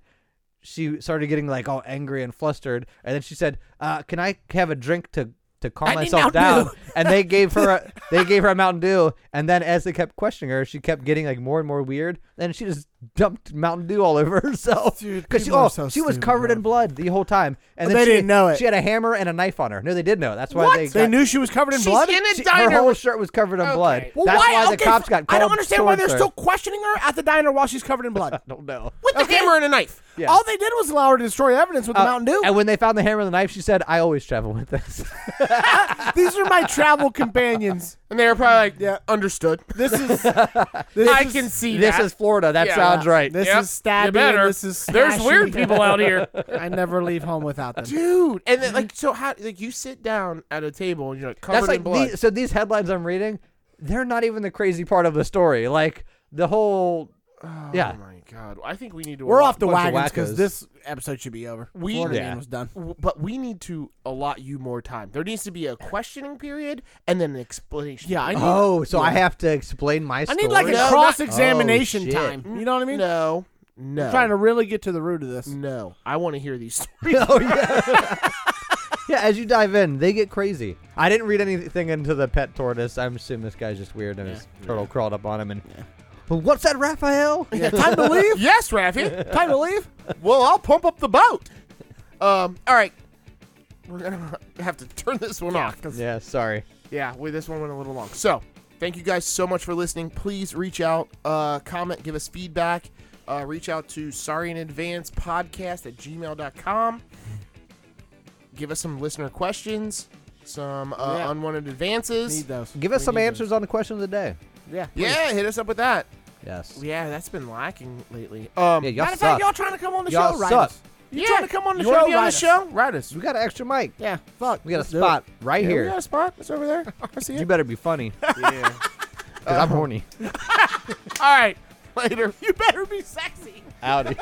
S3: she started getting like all angry and flustered, and then she said, uh, "Can I have a drink to to calm
S2: I need
S3: myself
S2: Mountain
S3: down?"
S2: Dew.
S3: and they gave her a, they gave her a Mountain Dew, and then as they kept questioning her, she kept getting like more and more weird. Then she just dumped Mountain Dew all over herself
S2: Dude,
S3: she,
S2: people are
S3: oh,
S2: so
S3: she was
S2: stupid,
S3: covered
S2: bro.
S3: in blood the whole time, and then
S2: But they
S3: she,
S2: didn't know it.
S3: She had a hammer and a knife on her. No, they did know. That's why
S2: What?
S3: they
S2: They
S3: got-
S2: knew she was covered in
S1: She's
S2: blood.
S1: in a
S3: she-
S1: diner.
S3: Her whole shirt was covered in
S1: Okay.
S3: blood.
S2: Well,
S3: That's why the
S2: okay,
S3: cops
S2: f-
S3: got called.
S2: I don't understand why they're
S3: Swordsir.
S2: still questioning her at the diner while she's covered in blood.
S3: I don't know.
S1: With a hammer and a knife.
S3: Yeah.
S2: All they did was allow her to destroy evidence with
S3: Uh,
S2: the Mountain Dew.
S3: And when they found the hammer and the knife, she said, "I always travel with this."
S2: These are my travel companions.
S1: And they were probably like,
S2: Yeah.
S1: understood.
S2: This is. This
S1: I
S2: is,
S1: can see
S3: this
S1: that.
S3: is Florida. That
S1: Yeah.
S3: sounds right.
S2: This
S1: Yep,
S2: is stabbing.
S1: you better.
S2: This is.
S1: There's weird
S2: smashing.
S1: people out here.
S2: I never leave home without them.
S1: Dude, and then like so, how like you sit down at a table and you're like covered
S3: That's like
S1: in blood.
S3: These, so. These headlines I'm reading, they're not even the crazy part of the story. Like the whole, yeah.
S1: Oh my God, I think we need to.
S2: We're off the
S3: Bunch of
S2: wagons because
S3: wackos.
S2: this episode should be over.
S1: We-
S2: Florida
S3: Yeah.
S2: man was done.
S1: W- But we need to allot you more time. There needs to be a questioning period and then an explanation.
S2: Yeah, I need,
S3: Oh, so I have to explain my
S2: I
S3: story.
S2: need like a
S1: No, not-
S2: cross examination
S3: Oh, shit.
S2: time. You know what I mean?
S1: No, no.
S2: I'm trying to really get to the root of this.
S1: No, I want to hear these. stories.
S3: oh, yeah. yeah, as you dive in, they get crazy. I didn't read anything into the pet tortoise. I'm assuming this guy's just weird and his turtle crawled up on him and. But what's that, Raphael?
S2: Yeah, time to leave.
S1: yes, Rafi.
S2: Time to leave.
S1: well, I'll pump up the boat. Um, all right, we're gonna have to turn this one off 'cause-
S3: Yeah, sorry.
S1: yeah, we, this one went a little long. So, thank you guys so much for listening. Please reach out, uh, comment, give us feedback. Uh, reach out to sorry in advance podcast at gmail.com. Give us some listener questions, some uh,
S2: Yeah.
S1: unwanted advances.
S2: Need those.
S3: Give us
S1: We
S3: some
S1: need
S3: answers on the question of the day.
S2: Yeah.
S1: yeah, hit us up with that.
S3: Yes.
S1: Yeah, that's been lacking lately. Um,
S3: Yeah, y'all
S2: Matter of fact,
S3: suck.
S2: y'all trying to come on the
S3: Y'all
S2: show, right?
S3: suck.
S2: You
S1: yeah,
S2: trying to come on the
S1: you
S2: show?
S1: wanna be on the
S2: Write us.
S1: show? Write us.
S3: We got an extra mic.
S2: Yeah. Fuck.
S3: We got a
S2: Let's do
S3: spot right
S1: Yeah,
S3: here.
S1: We got a spot. It's over there. I see
S3: You
S1: it.
S3: better be funny.
S2: Yeah.
S3: Because I'm horny.
S1: All right. Later. You better be sexy.
S3: Out.